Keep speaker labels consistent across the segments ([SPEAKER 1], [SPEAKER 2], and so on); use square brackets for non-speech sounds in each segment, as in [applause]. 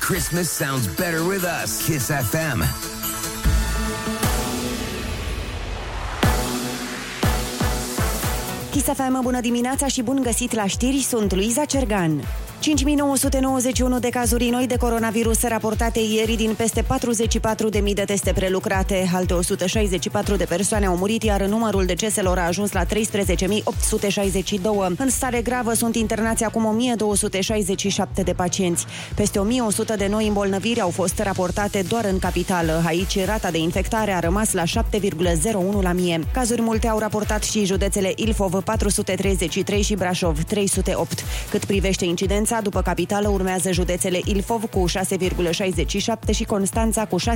[SPEAKER 1] Christmas sounds better with us. Kiss FM.
[SPEAKER 2] Chisafeamă, bună dimineața și bun găsit la știri, sunt Luiza Cergan. 5991 de cazuri noi de coronavirus raportate ieri din peste 44.000 de teste prelucrate. Alte 164 de persoane au murit, iar numărul deceselor a ajuns la 13.862. În stare gravă sunt internați acum 1267 de pacienți. Peste 1100 de noi îmbolnăviri au fost raportate doar în capitală. Aici rata de infectare a rămas la 7,01 la mie. Cazuri multe au raportat și județele Ilfov 433 și Brașov 308. Cât privește incidența, după capitală urmează județele Ilfov cu 6,67 și Constanța cu 6,35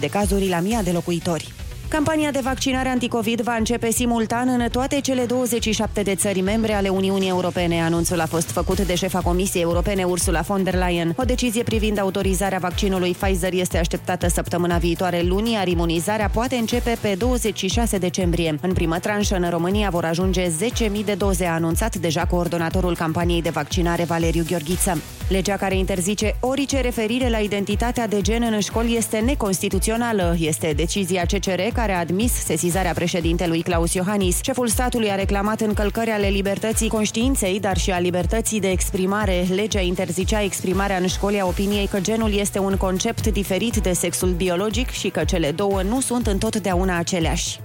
[SPEAKER 2] de cazuri la 1000 de locuitori. Campania de vaccinare anticovid va începe simultan în toate cele 27 de țări membre ale Uniunii Europene. Anunțul a fost făcut de șefa Comisiei Europene Ursula von der Leyen. O decizie privind autorizarea vaccinului Pfizer este așteptată săptămâna viitoare luni, iar imunizarea poate începe pe 26 decembrie. În primă tranșă, în România vor ajunge 10.000 de doze, a anunțat deja coordonatorul campaniei de vaccinare Valeriu Gheorghiță. Legea care interzice orice referire la identitatea de gen în școli este neconstituțională. Este decizia CCR care a admis sesizarea președintelui Claus Iohannis. Șeful statului a reclamat încălcări ale libertății conștiinței, dar și a libertății de exprimare. Legea interzicea exprimarea în școli a opiniei că genul este un concept diferit de sexul biologic și că cele două nu sunt întotdeauna aceleași.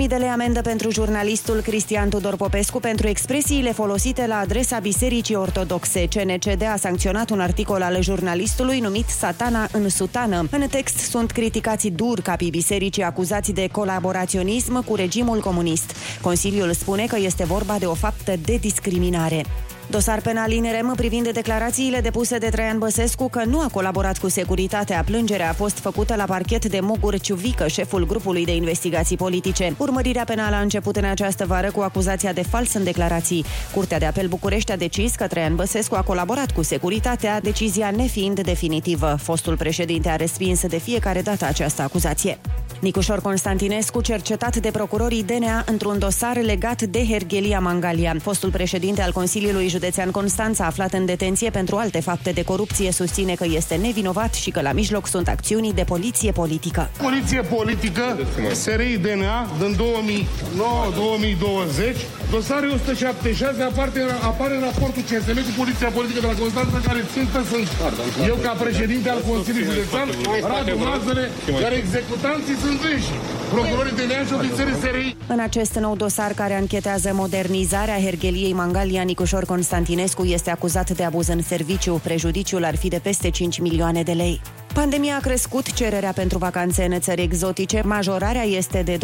[SPEAKER 2] 5.000 de lei amendă pentru jurnalistul Cristian Tudor Popescu pentru expresiile folosite la adresa Bisericii Ortodoxe. CNCD a sancționat un articol al jurnalistului numit Satana în sutană. În text sunt criticați dur capii bisericii acuzați de colaboraționism cu regimul comunist. Consiliul spune că este vorba de o faptă de discriminare. Dosar penal în rem privind declarațiile depuse de Traian Băsescu că nu a colaborat cu securitatea. Plângerea a fost făcută la parchet de Mogur Ciuvică, șeful grupului de investigații politice. Urmărirea penală a început în această vară cu acuzația de fals în declarații. Curtea de apel București a decis că Traian Băsescu a colaborat cu securitatea, decizia nefiind definitivă. Fostul președinte a respins de fiecare dată această acuzație. Nicușor Constantinescu, cercetat de procurorii DNA într-un dosar legat de Hergelia Mangalia. Fostul președinte al Consiliului Județean Constanța, aflat în detenție pentru alte fapte de corupție, susține că este nevinovat și că la mijloc sunt acțiuni de poliție politică.
[SPEAKER 3] Poliție politică, SRI DNA, din 2009-2020, dosarul 176 apare, apare în raportul CSM cu Poliția Politică de la Constanța, care țintă sunt eu ca președinte al Consiliului Județean, Radu Mazăre, care executanții sunt înși, procurorii de și ofițerii SRI.
[SPEAKER 2] În acest nou dosar care anchetează modernizarea Hergheliei Mangalia, Nicușor Constantinescu este acuzat de abuz în serviciu. Prejudiciul ar fi de peste 5 milioane de lei. Pandemia a crescut cererea pentru vacanțe în țări exotice. Majorarea este de 200%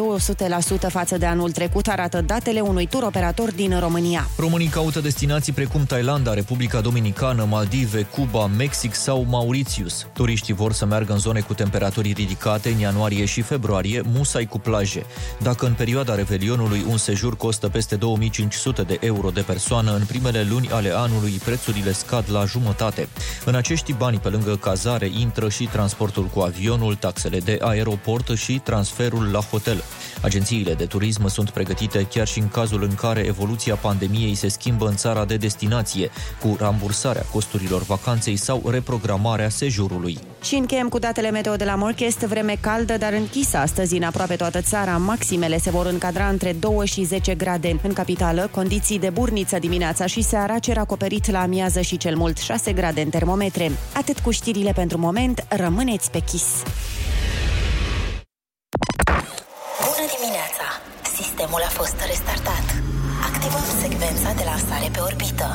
[SPEAKER 2] față de anul trecut, arată datele unui tur operator din România.
[SPEAKER 4] Românii caută destinații precum Thailanda, Republica Dominicană, Maldive, Cuba, Mexic sau Mauritius. Turiștii vor să meargă în zone cu temperaturi ridicate în ianuarie și februarie, musai cu plaje. Dacă în perioada revelionului un sejur costă peste 2500 de euro de persoană, în primele luni ale anului prețurile scad la jumătate. În acești bani, pe lângă cazare, intră și transportul cu avionul, taxele de aeroport și transferul la hotel. Agențiile de turism sunt pregătite chiar și în cazul în care evoluția pandemiei se schimbă în țara de destinație, cu rambursarea costurilor vacanței sau reprogramarea sejurului.
[SPEAKER 2] Și încheiem cu datele meteo de la Morchest, vreme caldă, dar închisă astăzi în aproape toată țara. Maximele se vor încadra între 2 și 10 grade. În capitală, condiții de burniță dimineața și seara, cer acoperit la amiază și cel mult 6 grade în termometre. Atât cu știrile pentru moment, rămâneți pe chis.
[SPEAKER 5] Bună dimineața! Sistemul a fost restartat. Activăm secvența de lansare pe orbită.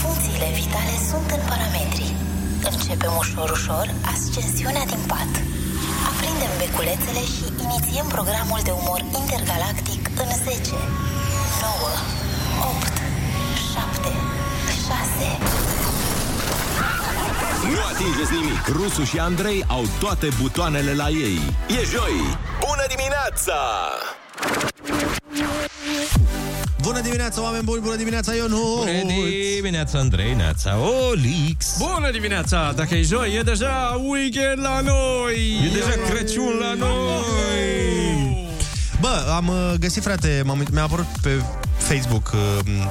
[SPEAKER 5] Funcțiile vitale sunt în parametri. Începem ușor, ușor ascensiunea din pat. Aprindem beculețele și inițiem programul de umor intergalactic în 10, 9, 8, 7, 6...
[SPEAKER 6] Nu atingeți nimic! Rusu și Andrei au toate butoanele la ei. E joi! Bună dimineața!
[SPEAKER 7] Bună dimineața, oameni buni! Bună dimineața, Ionuț!
[SPEAKER 8] Bună dimineața, Andrei, neața, Olix! Bună dimineața! Dacă e joi, e deja Da, weekend la noi! E deja Crăciun la noi!
[SPEAKER 7] Bă, am uh, găsit, frate, m-am uit- mi-a apărut pe Facebook uh,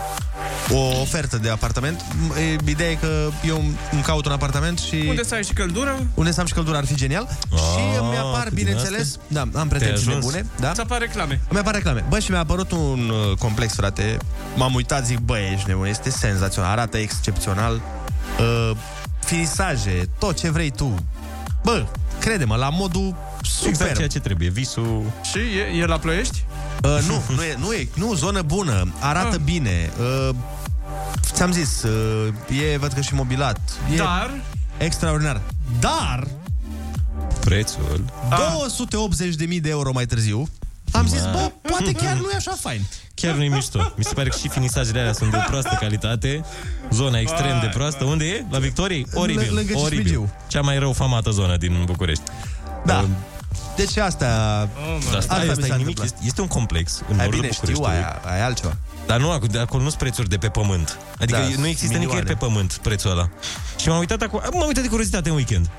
[SPEAKER 7] o ofertă de apartament. M- e, Ideea e că eu îmi caut un apartament și...
[SPEAKER 9] Unde să ai și căldură?
[SPEAKER 7] Unde să am și căldură ar fi genial. și îmi apar,
[SPEAKER 9] Ah, cât din
[SPEAKER 7] bineînțeles,
[SPEAKER 9] astea?
[SPEAKER 7] da, am pretenții
[SPEAKER 9] Te-ai ajuns?
[SPEAKER 7] bune. Da?
[SPEAKER 9] Ți apar reclame.
[SPEAKER 7] Îmi apar reclame. Bă, și mi-a apărut un uh, complex, frate. M-am uitat, zic, bă, ești nebun, este senzațional, arată excepțional. Uh, finisaje, tot ce vrei tu. Bă, crede-mă, la modul super.
[SPEAKER 8] Exact ceea ce trebuie, visul...
[SPEAKER 7] Și e, e la Ploiești? Uh, nu, nu e, nu e, nu, zonă bună, arată ah. bine. Uh, ți-am zis, uh, e, văd că și mobilat. E
[SPEAKER 9] Dar?
[SPEAKER 7] Extraordinar. Dar,
[SPEAKER 8] Prețul.
[SPEAKER 7] Ah. 280.000 de euro mai târziu, am zis, [laughs] bă, poate chiar nu e așa fain.
[SPEAKER 8] Chiar nu-i mișto. Mi se pare că și finisajele alea sunt de proastă calitate. Zona extrem de proastă. Unde e? La Victoriei? Oribil.
[SPEAKER 7] L- lângă Cismigiu.
[SPEAKER 8] Oribil. Cea mai rău famată zona din București. Um,
[SPEAKER 7] Da. Deci asta...
[SPEAKER 8] Dar stai, asta,
[SPEAKER 7] mi s-a
[SPEAKER 8] asta e nimic.
[SPEAKER 7] întâmplat.
[SPEAKER 8] Este, este un complex în
[SPEAKER 7] Hai,
[SPEAKER 8] nordul
[SPEAKER 7] bine, știu,
[SPEAKER 8] Bucureștiului.
[SPEAKER 7] aia, aia altceva.
[SPEAKER 8] Dar nu, acu- de acolo nu sunt prețuri de pe pământ. Adică
[SPEAKER 7] Da,
[SPEAKER 8] da, nu există
[SPEAKER 7] milioane.
[SPEAKER 8] nicăieri pe pământ prețul ăla. Și m-am uitat acum, m-am uitat de curiozitate în weekend.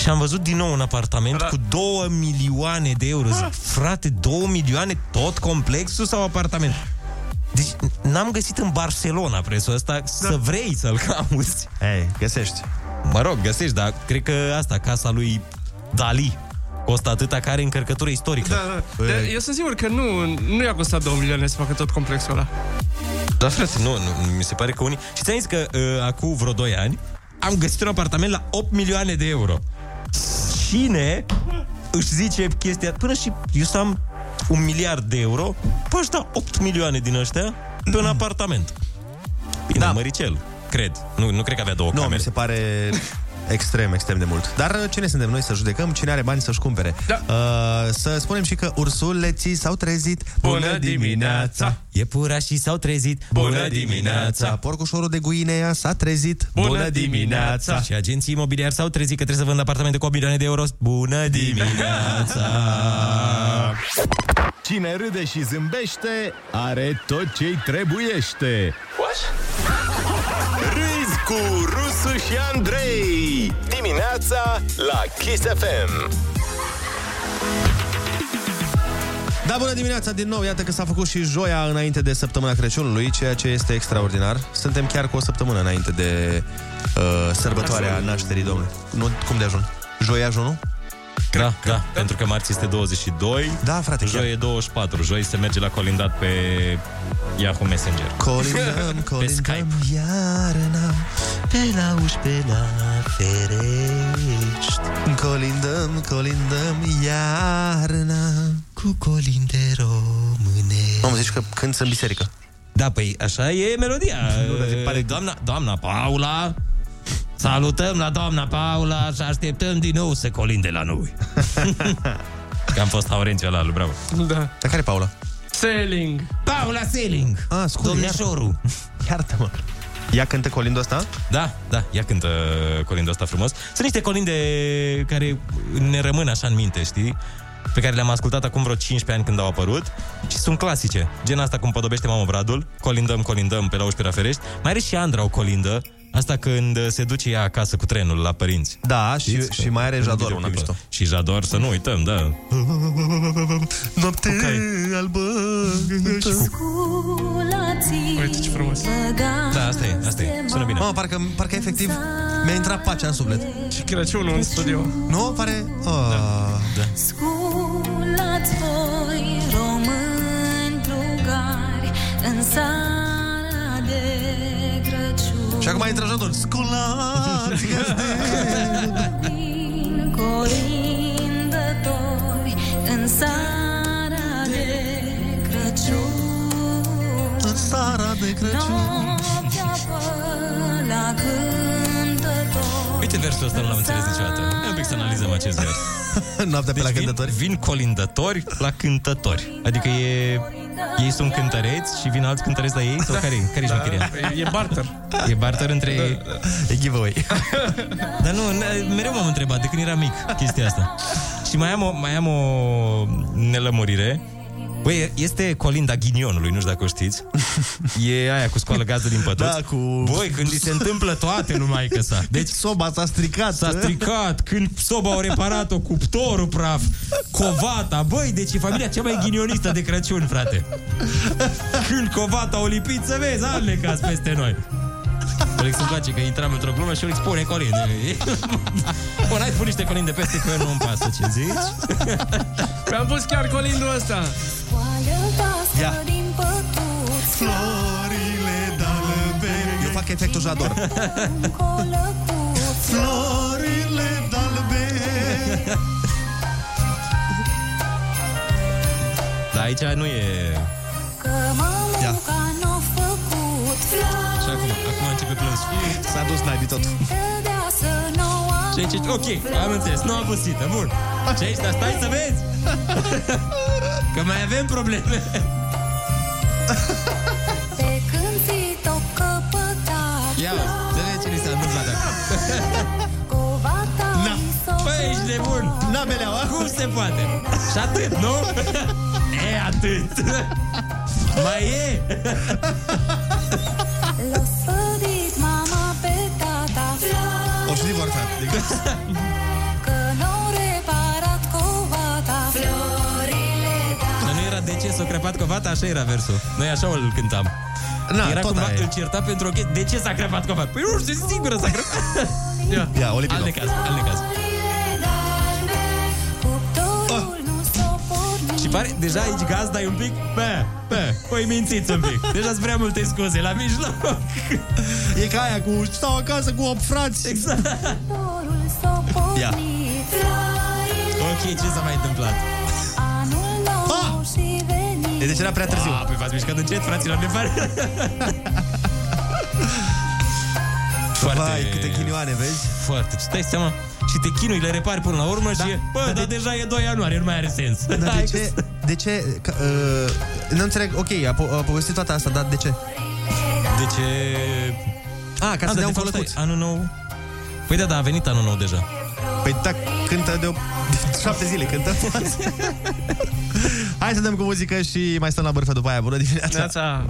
[SPEAKER 8] Și am văzut din nou un apartament da. cu 2 milioane de euro. Zic, frate, 2 milioane tot complexul sau apartament? Deci n- n-am găsit în Barcelona prețul ăsta da. să vrei să-l cauți.
[SPEAKER 7] Ei, găsești.
[SPEAKER 8] Mă rog, găsești, dar cred că asta, casa lui Dali, costă atâta care încărcătură istorică.
[SPEAKER 9] Da, da.
[SPEAKER 7] Păi-
[SPEAKER 9] Dar eu sunt sigur că nu, nu i-a costat 2 milioane să facă tot complexul
[SPEAKER 7] [laughs]
[SPEAKER 9] ăla.
[SPEAKER 8] Da, frate, nu, nu, mi se pare că unii... Și ți-am zis că uh, acum vreo 2 ani am găsit un apartament la 8 milioane de euro. Cine își zice chestia... Până și eu să am un miliard de euro, poți ăștia 8 milioane din ăștia pe un apartament. Bine, da. măricel, cred. Nu, nu cred că avea două
[SPEAKER 7] Nu,
[SPEAKER 8] camere.
[SPEAKER 7] mi se pare extrem, extrem de mult. Dar uh, cine suntem noi să judecăm? Cine are bani să-și cumpere? Da. Uh, să spunem și că ursuleții s-au trezit.
[SPEAKER 8] Iepurașii s-au trezit.
[SPEAKER 7] Porcușorul de guinea s-a trezit.
[SPEAKER 8] Și agenții imobiliari s-au trezit că trebuie să vând apartamente cu 8 milioane de euro. Bună
[SPEAKER 7] [laughs]
[SPEAKER 8] dimineața!
[SPEAKER 10] Cine râde și zâmbește are tot ce-i trebuiește. What?
[SPEAKER 6] Râzi cu Rusu și Andrei Dimineața la Kiss FM
[SPEAKER 7] Da, bună dimineața din nou. Iată că s-a făcut și joia înainte de săptămâna Crăciunului, ceea ce este extraordinar. Suntem chiar cu o săptămână înainte de uh, sărbătoarea nașterii Domnului. Nu, cum de ajun? Joia ajunul?
[SPEAKER 8] Da, da, pentru că marți este 22
[SPEAKER 7] Da, frate, chiar.
[SPEAKER 8] Joi e 24 Joi se merge la colindat pe Yahoo Messenger
[SPEAKER 7] Colindăm,
[SPEAKER 8] [laughs] Pe Skype
[SPEAKER 7] colindăm, iarna Pe la uși, pe la ferești Colindăm, colindăm, iarna Cu colinde române Am zici că când sunt biserică
[SPEAKER 8] Da, păi așa e melodia Eh,
[SPEAKER 7] Nu, dar zic, pare-
[SPEAKER 8] doamna, doamna Paula Salutăm la doamna Paula Și așteptăm din nou să colinde la
[SPEAKER 7] [laughs]
[SPEAKER 8] noi Că am fost Aurențiu la lui, bravo
[SPEAKER 9] Da.
[SPEAKER 7] Dar care e Paula?
[SPEAKER 9] Selling.
[SPEAKER 8] Paula Seling
[SPEAKER 7] Ah, scuze,
[SPEAKER 8] Domnișorul
[SPEAKER 7] Iartă-mă Ea cântă colindul ăsta?
[SPEAKER 8] Da, da, ea cântă colindul ăsta frumos. Sunt niște colinde care ne rămân așa în minte, știi? Pe care le-am ascultat acum vreo 15 ani când au apărut și sunt clasice. Gen asta cum podobește mamă Bradul, colindăm, colindăm pe la uși pe la ferești. Mai are și Andra o colindă, asta când se duce ea acasă cu trenul la părinți.
[SPEAKER 7] Da, și,
[SPEAKER 8] Știți?
[SPEAKER 7] și mai are
[SPEAKER 8] În
[SPEAKER 7] Jador
[SPEAKER 8] videoclipul
[SPEAKER 7] una mișto
[SPEAKER 8] ăla. Și Jador, să nu uităm, da.
[SPEAKER 7] Noapte albă
[SPEAKER 9] Uite ce frumos.
[SPEAKER 8] Da, asta e, asta e. Sună bine.
[SPEAKER 7] Mamă, parcă, parcă efectiv mi-a intrat pacea în suflet
[SPEAKER 9] Și Crăciunul în studio.
[SPEAKER 7] Nu? Pare... Oh.
[SPEAKER 8] Da.
[SPEAKER 11] Sculați voi români plugari în sala de Crăciun.
[SPEAKER 7] Și acum intră Jador Sculați
[SPEAKER 8] [laughs]
[SPEAKER 11] Din colindători în sala de Crăciun.
[SPEAKER 7] în sara de Crăciun
[SPEAKER 11] Noaptea până la cântători.
[SPEAKER 8] Uite versul ăsta nu l-am înțeles niciodată. Ia un pic să analizăm acest vers.
[SPEAKER 7] [laughs]
[SPEAKER 8] Deci
[SPEAKER 7] Noaptea pe la
[SPEAKER 8] vin,
[SPEAKER 7] cântători
[SPEAKER 8] vin colindători la cântători. Adică e, ei sunt cântăreți și vin alți cântăreți la ei?
[SPEAKER 7] Da.
[SPEAKER 8] Sau care e? Care e șmecheria?
[SPEAKER 9] E barter.
[SPEAKER 8] E barter între ei?
[SPEAKER 7] E [laughs] giveaway
[SPEAKER 8] Dar nu, n- mereu m-am întrebat de când eram mic chestia asta. Și mai am o, mai am o nelămurire. Băi, este colinda ghinionului, nu știu dacă o
[SPEAKER 7] [laughs]
[SPEAKER 8] știți. E aia cu scoală gază din păduți.
[SPEAKER 7] Da, cu...
[SPEAKER 8] Băi, când li se întâmplă toate numai că sa. Deci
[SPEAKER 7] soba s-a stricat. ă?
[SPEAKER 8] S-a stricat, când soba au reparat-o, cuptorul praf, covata. Băi, deci e familia cea mai ghinionistă de Crăciun, frate. Când covata o lipit, să vezi, ale caz peste noi. Olex îmi place că intram într-o glumă și Olex pune colinde. [laughs] Bun, hai pune niște colinde peste că nu-mi pasă ce zici.
[SPEAKER 9] Mi-am pus chiar colindul ăsta.
[SPEAKER 7] Ia.
[SPEAKER 11] din pătuți
[SPEAKER 7] Florile dalbene Eu fac efectul și ador Florile dalbene
[SPEAKER 8] Dar aici nu e...
[SPEAKER 11] Că mamuca n-a făcut
[SPEAKER 8] Și acum, acum începe plâns.
[SPEAKER 7] S-a dus naibii tot.
[SPEAKER 11] Credea să n-o am
[SPEAKER 8] Și aici, ok, am înțeles, nu am păsită, bun. Și aici, dar stai să vezi. Că mai avem probleme.
[SPEAKER 11] Pe când fi tot căpătat
[SPEAKER 8] Ia, să vezi ce li s-a întâmplat acum.
[SPEAKER 11] Covata
[SPEAKER 8] Na. Păi, ești nebun.
[SPEAKER 7] Na, beleaua.
[SPEAKER 8] Cum se poate? Și atât, nu? [laughs] E, atât. Mai e?
[SPEAKER 11] L-a sărit mama pe tata
[SPEAKER 7] O știi vorba
[SPEAKER 11] Că n-au reparat covata Florile
[SPEAKER 8] Dar nu era de ce s-a crăpat covata, așa era versul. Noi așa îl cântam.
[SPEAKER 7] Na,
[SPEAKER 8] era
[SPEAKER 7] tot
[SPEAKER 8] cumva,
[SPEAKER 7] aia e.
[SPEAKER 8] îl certa pentru o chestie. De ce s-a crăpat covata? Păi nu știu, singură s-a crăpat. [laughs] Ia,
[SPEAKER 7] Ia o lipit
[SPEAKER 8] al de caz, al de caz.
[SPEAKER 11] Cuptorul nu s-o porni
[SPEAKER 8] Și pare, deja aici gazda e un pic Bă, bă, păi mințiți un pic Deja sunt prea multe scuze la mijloc
[SPEAKER 7] E ca aia cu stau acasă cu 8 frați
[SPEAKER 8] Exact
[SPEAKER 11] Cuptorul s-o
[SPEAKER 7] Ia.
[SPEAKER 11] porni Florile
[SPEAKER 8] Ok, ce s-a mai întâmplat?
[SPEAKER 11] Anul nou și veni
[SPEAKER 7] E deci era prea târziu
[SPEAKER 8] A, păi v-ați mișcat încet, fraților, ne pare Foarte-
[SPEAKER 7] [laughs] Vai, câte ghinioane, vezi?
[SPEAKER 8] Foarte, stai seama și te chinui, le repari până la urmă da, și e, bă, dar,
[SPEAKER 7] de-
[SPEAKER 8] deja e 2 ianuarie, nu mai are sens.
[SPEAKER 7] Dar
[SPEAKER 8] Hai [laughs] că-
[SPEAKER 7] de ce? De ce? Că, uh, nu înțeleg, ok, a, po- a povestit toată asta, dar de ce?
[SPEAKER 8] De ce...
[SPEAKER 7] A, ca
[SPEAKER 8] A,
[SPEAKER 7] să
[SPEAKER 8] dar
[SPEAKER 7] dea
[SPEAKER 8] Deci de
[SPEAKER 7] un
[SPEAKER 8] fapt,
[SPEAKER 7] colăcuț
[SPEAKER 8] stai, anul nou... Păi da, da, a venit anul nou deja.
[SPEAKER 7] Păi da, cântă de, o... de șapte zile cântă Hai să dăm cu muzică și mai stăm la bârfă după aia Bună dimineața
[SPEAKER 9] Neața.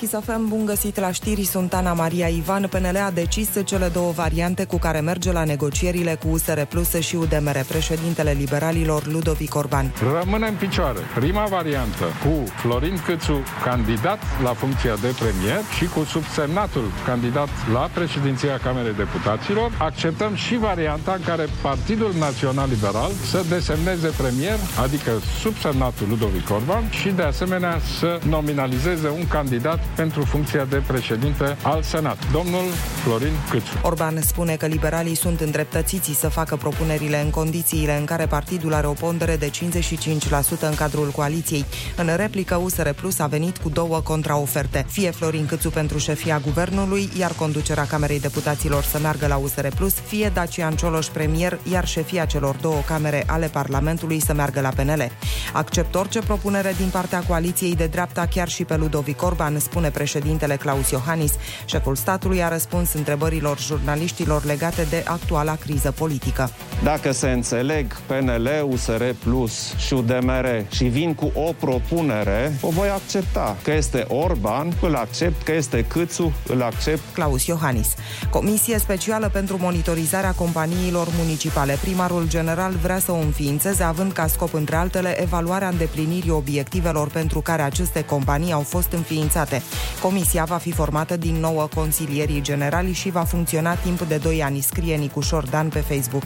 [SPEAKER 12] Chisafem, bun găsit la știri, sunt Ana Maria Ivan. PNL a decis cele două variante cu care merge la negocierile cu USR Plus și UDMR. Președintele liberalilor Ludovic Orban.
[SPEAKER 13] Rămâne în picioare. Prima variantă cu Florin Câțu candidat la funcția de premier și cu subsemnatul candidat la președinția Camerei Deputaților. Acceptăm și varianta în care Partidul Național Liberal să desemneze premier, adică subsemnatul Ludovic Orban și de asemenea să nominalizeze un candidat pentru funcția de președinte al Senat, domnul Florin Câțu.
[SPEAKER 12] Orban spune că liberalii sunt îndreptățiți să facă propunerile în condițiile în care partidul are o pondere de 55% în cadrul coaliției. În replică, USR Plus a venit cu două contraoferte. Fie Florin Câțu pentru șefia guvernului, iar conducerea Camerei Deputaților să meargă la USR Plus, fie Dacian Cioloș premier, iar șefia celor două camere ale Parlamentului să meargă la PNL. Accept orice propunere din partea coaliției de dreapta, chiar și pe Ludovic Orban, spune președintele Claus Iohannis. Șeful statului a răspuns întrebărilor jurnaliștilor legate de actuala criză politică.
[SPEAKER 14] Dacă se înțeleg PNL, USR Plus și UDMR și vin cu o propunere, o voi accepta. Că este Orban, îl accept, că este Câțu, îl accept.
[SPEAKER 12] Claus Iohannis. Comisie specială pentru monitorizarea companiilor municipale. Primarul general vrea să o înființeze, având ca scop, între altele, evaluarea îndeplinirii obiectivelor pentru care aceste companii au fost înființate. Comisia va fi formată din nouă consilierii generali și va funcționa timp de 2 ani, scrie Nicușor Dan pe Facebook.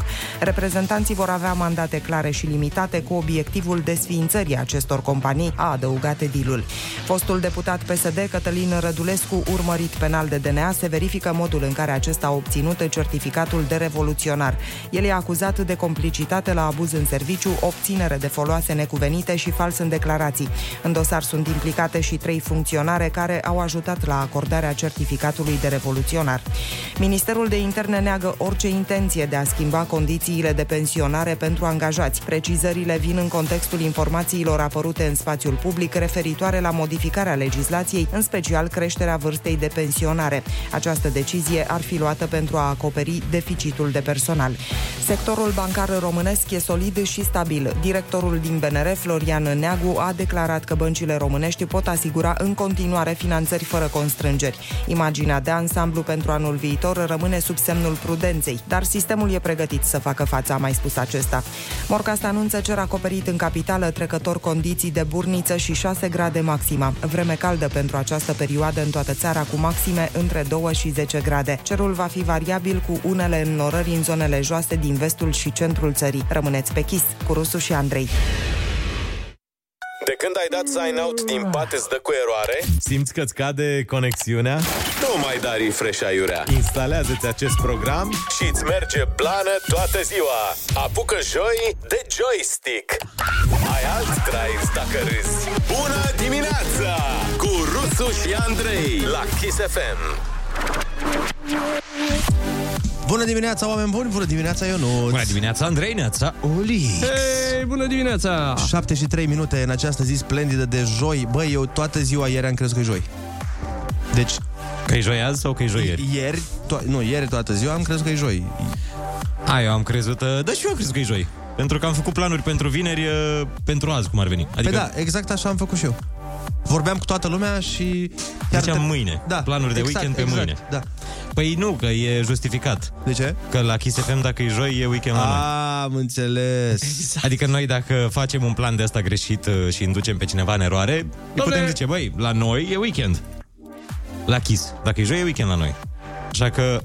[SPEAKER 12] Reprezentanții vor avea mandate clare și limitate cu obiectivul desființării acestor companii, a adăugat edilul. Fostul deputat PSD, Cătălin Rădulescu, urmărit penal de DNA, se verifică modul în care acesta a obținut certificatul de revoluționar. El e acuzat de complicitate la abuz în serviciu, obținere de foloase necuvenite și fals în declarații. În dosar sunt implicate și trei funcționare care care au ajutat la acordarea certificatului de revoluționar. Ministerul de Interne neagă orice intenție de a schimba condițiile de pensionare pentru angajați. Precizările vin în contextul informațiilor apărute în spațiul public referitoare la modificarea legislației, în special creșterea vârstei de pensionare. Această decizie ar fi luată pentru a acoperi deficitul de personal. Sectorul bancar românesc e solid și stabil. Directorul din BNR, Florian Neagu, a declarat că băncile românești pot asigura în continuare finanțări fără constrângeri. Imaginea de ansamblu pentru anul viitor rămâne sub semnul prudenței, dar sistemul e pregătit să facă fața, a mai spus acesta. Morcast anunță cer acoperit în capitală trecător condiții de burniță și 6 grade maxima. Vreme caldă pentru această perioadă în toată țara cu maxime între 2 și 10 grade. Cerul va fi variabil cu unele înnorări în zonele joase din vestul și centrul țării. Rămâneți pe chis cu Rusu și Andrei.
[SPEAKER 6] De când ai dat sign-out din pat îți dă cu eroare,
[SPEAKER 7] Simți că-ți cade conexiunea?
[SPEAKER 6] nu mai da refresh aiurea.
[SPEAKER 7] Instalează-ți acest program
[SPEAKER 6] și îți merge blană toată ziua. Apucă joi de joystick. Ai alt drive dacă râzi. Bună dimineața cu Rusu și Andrei la Kiss FM.
[SPEAKER 7] Bună dimineața, oameni buni! Bună dimineața, Ionuț! Bună dimineața, Andrei, neața, Oli! Hei, bună dimineața! 73 minute în această zi splendidă de joi. Băi, eu toată ziua ieri am crezut că e joi. Deci...
[SPEAKER 8] Că e joi azi sau că e joi ieri?
[SPEAKER 7] Ieri, to- nu, ieri toată ziua am crezut că e joi.
[SPEAKER 8] A, eu am crezut, uh, da și eu am crezut că e joi. Pentru că am făcut planuri pentru vineri, uh, pentru azi, cum ar veni.
[SPEAKER 7] Adică... Păi da, exact așa am făcut și eu. Vorbeam cu toată lumea și...
[SPEAKER 8] Ziceam mâine.
[SPEAKER 7] Da,
[SPEAKER 8] Planuri de
[SPEAKER 7] exact,
[SPEAKER 8] weekend pe
[SPEAKER 7] exact,
[SPEAKER 8] mâine.
[SPEAKER 7] Da.
[SPEAKER 8] Păi nu, că e justificat.
[SPEAKER 7] De ce?
[SPEAKER 8] Că la Kiss FM, dacă e joi, e weekend la noi.
[SPEAKER 7] Am înțeles.
[SPEAKER 8] Adică noi dacă facem un plan de asta greșit uh, și inducem pe cineva în eroare, îi putem zice, băi, la noi e weekend. La Kiss. Dacă e joi, e weekend la noi. Așa că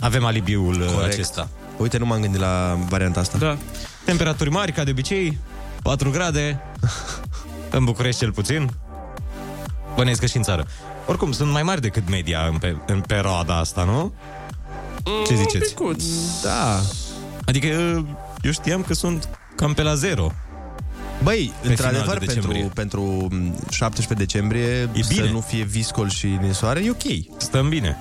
[SPEAKER 8] avem alibiul uh,
[SPEAKER 7] Corect.
[SPEAKER 8] acesta.
[SPEAKER 7] Uite, nu m-am gândit la varianta asta.
[SPEAKER 8] Da. Temperaturi mari, ca de obicei, 4
[SPEAKER 7] [laughs]
[SPEAKER 8] grade, în București cel puțin, bănesc că și în țară. Oricum, sunt mai mari decât media în, pe, în perioada asta, nu? Ce ziceți?
[SPEAKER 7] Da.
[SPEAKER 8] Adică eu știam că sunt cam pe la zero.
[SPEAKER 7] Băi,
[SPEAKER 8] Pe
[SPEAKER 7] într-adevăr,
[SPEAKER 8] final de
[SPEAKER 7] pentru,
[SPEAKER 8] decembrie.
[SPEAKER 7] pentru m, 17 decembrie să
[SPEAKER 8] bine.
[SPEAKER 7] nu fie viscol și nisoare, e ok.
[SPEAKER 8] Stăm bine.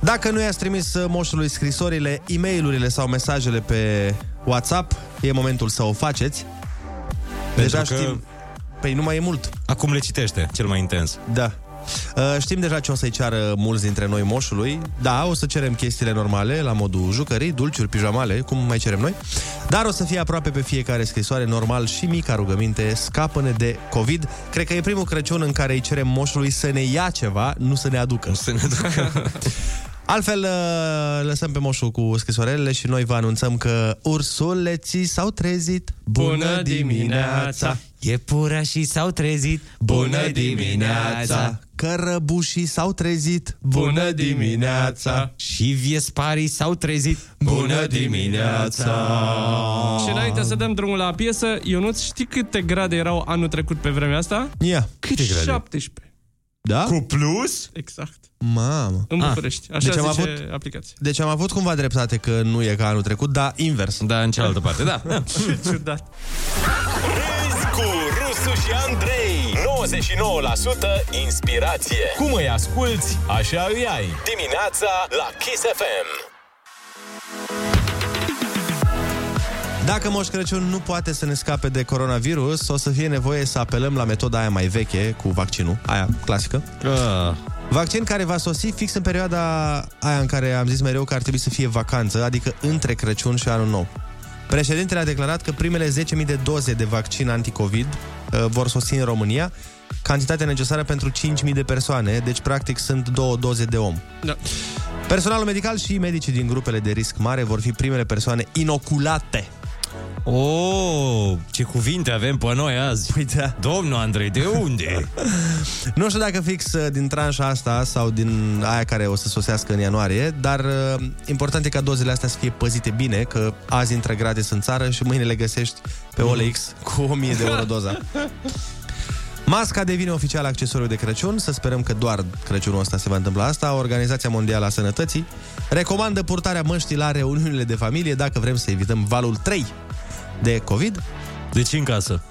[SPEAKER 7] Dacă nu i-ați trimis uh, moșului scrisorile, e mailurile sau mesajele pe WhatsApp, e momentul să o faceți. Deja
[SPEAKER 8] că-
[SPEAKER 7] știm... Păi nu mai e mult.
[SPEAKER 8] Acum le citește, cel mai intens.
[SPEAKER 7] Da. Uh, Știm deja ce o să-i ceară mulți dintre noi moșului. Da, o să cerem chestiile normale, la modul jucării, dulciuri, pijamale, cum mai cerem noi. Dar o să fie aproape pe fiecare scrisoare normal și mica rugăminte, scapă-ne de COVID. Cred că e primul Crăciun în care îi cerem moșului să ne ia ceva, nu să ne aducă.
[SPEAKER 8] Să ne aducă.
[SPEAKER 7] [laughs] Altfel, uh, lăsăm pe moșul cu scrisoarele și noi vă anunțăm că ursuleții s-au trezit.
[SPEAKER 8] Iepurașii s-au trezit
[SPEAKER 7] Bună dimineața! Cărăbușii s-au trezit
[SPEAKER 8] Bună dimineața! Și viesparii s-au trezit
[SPEAKER 7] Bună dimineața!
[SPEAKER 9] Și înainte să dăm drumul la piesă, Ionuț, știi câte grade erau anul trecut pe vremea asta?
[SPEAKER 7] Ia.
[SPEAKER 9] Cât
[SPEAKER 7] Câte grade?
[SPEAKER 9] 17.
[SPEAKER 7] Da?
[SPEAKER 8] Cu plus?
[SPEAKER 9] Exact.
[SPEAKER 7] Mamă.
[SPEAKER 9] În
[SPEAKER 7] Ah.
[SPEAKER 9] București. Așa
[SPEAKER 7] deci am
[SPEAKER 9] zice
[SPEAKER 7] avut,
[SPEAKER 9] aplicația.
[SPEAKER 7] Deci am avut cumva dreptate că nu e ca anul trecut, dar invers.
[SPEAKER 8] Da, în cealaltă parte, da.
[SPEAKER 9] [laughs]
[SPEAKER 7] [laughs]
[SPEAKER 9] Ce ciudat.
[SPEAKER 6] Râzi cu Rusu și Andrei 99% inspirație Cum îi asculti, așa îi ai Dimineața la Kiss FM
[SPEAKER 7] Dacă Moș Crăciun nu poate să ne scape de coronavirus, o să fie nevoie să apelăm la metoda aia mai veche cu vaccinul, aia clasică.
[SPEAKER 8] Uh.
[SPEAKER 7] Vaccin care va sosi fix în perioada aia în care am zis mereu că ar trebui să fie vacanță, adică între Crăciun și anul nou. Președintele a declarat că primele 10.000 de doze de vaccin anticovid uh, vor sosi în România, cantitatea necesară pentru 5.000 de persoane, deci practic sunt două doze de om.
[SPEAKER 9] Da.
[SPEAKER 7] Personalul medical și medicii din grupele de risc mare vor fi primele persoane inoculate.
[SPEAKER 8] Oh, ce cuvinte avem pe noi azi.
[SPEAKER 7] Păi da.
[SPEAKER 8] Domnul Andrei, de
[SPEAKER 7] [laughs]
[SPEAKER 8] unde?
[SPEAKER 7] Nu știu dacă fix uh, din tranșa asta sau din aia care o să sosească în ianuarie, dar uh, important e ca dozele astea să fie păzite bine, că azi intră gratis în țară și mâine le găsești pe
[SPEAKER 8] Mm.
[SPEAKER 7] OLX cu 1000 de euro
[SPEAKER 8] [laughs]
[SPEAKER 7] [laughs] doza. Masca devine oficial accesoriu de Crăciun, să sperăm că doar Crăciunul ăsta se va întâmpla asta. Organizația Mondială a Sănătății recomandă purtarea măștii la reuniunile de familie dacă vrem să evităm valul 3 de COVID.
[SPEAKER 8] Deci în casă.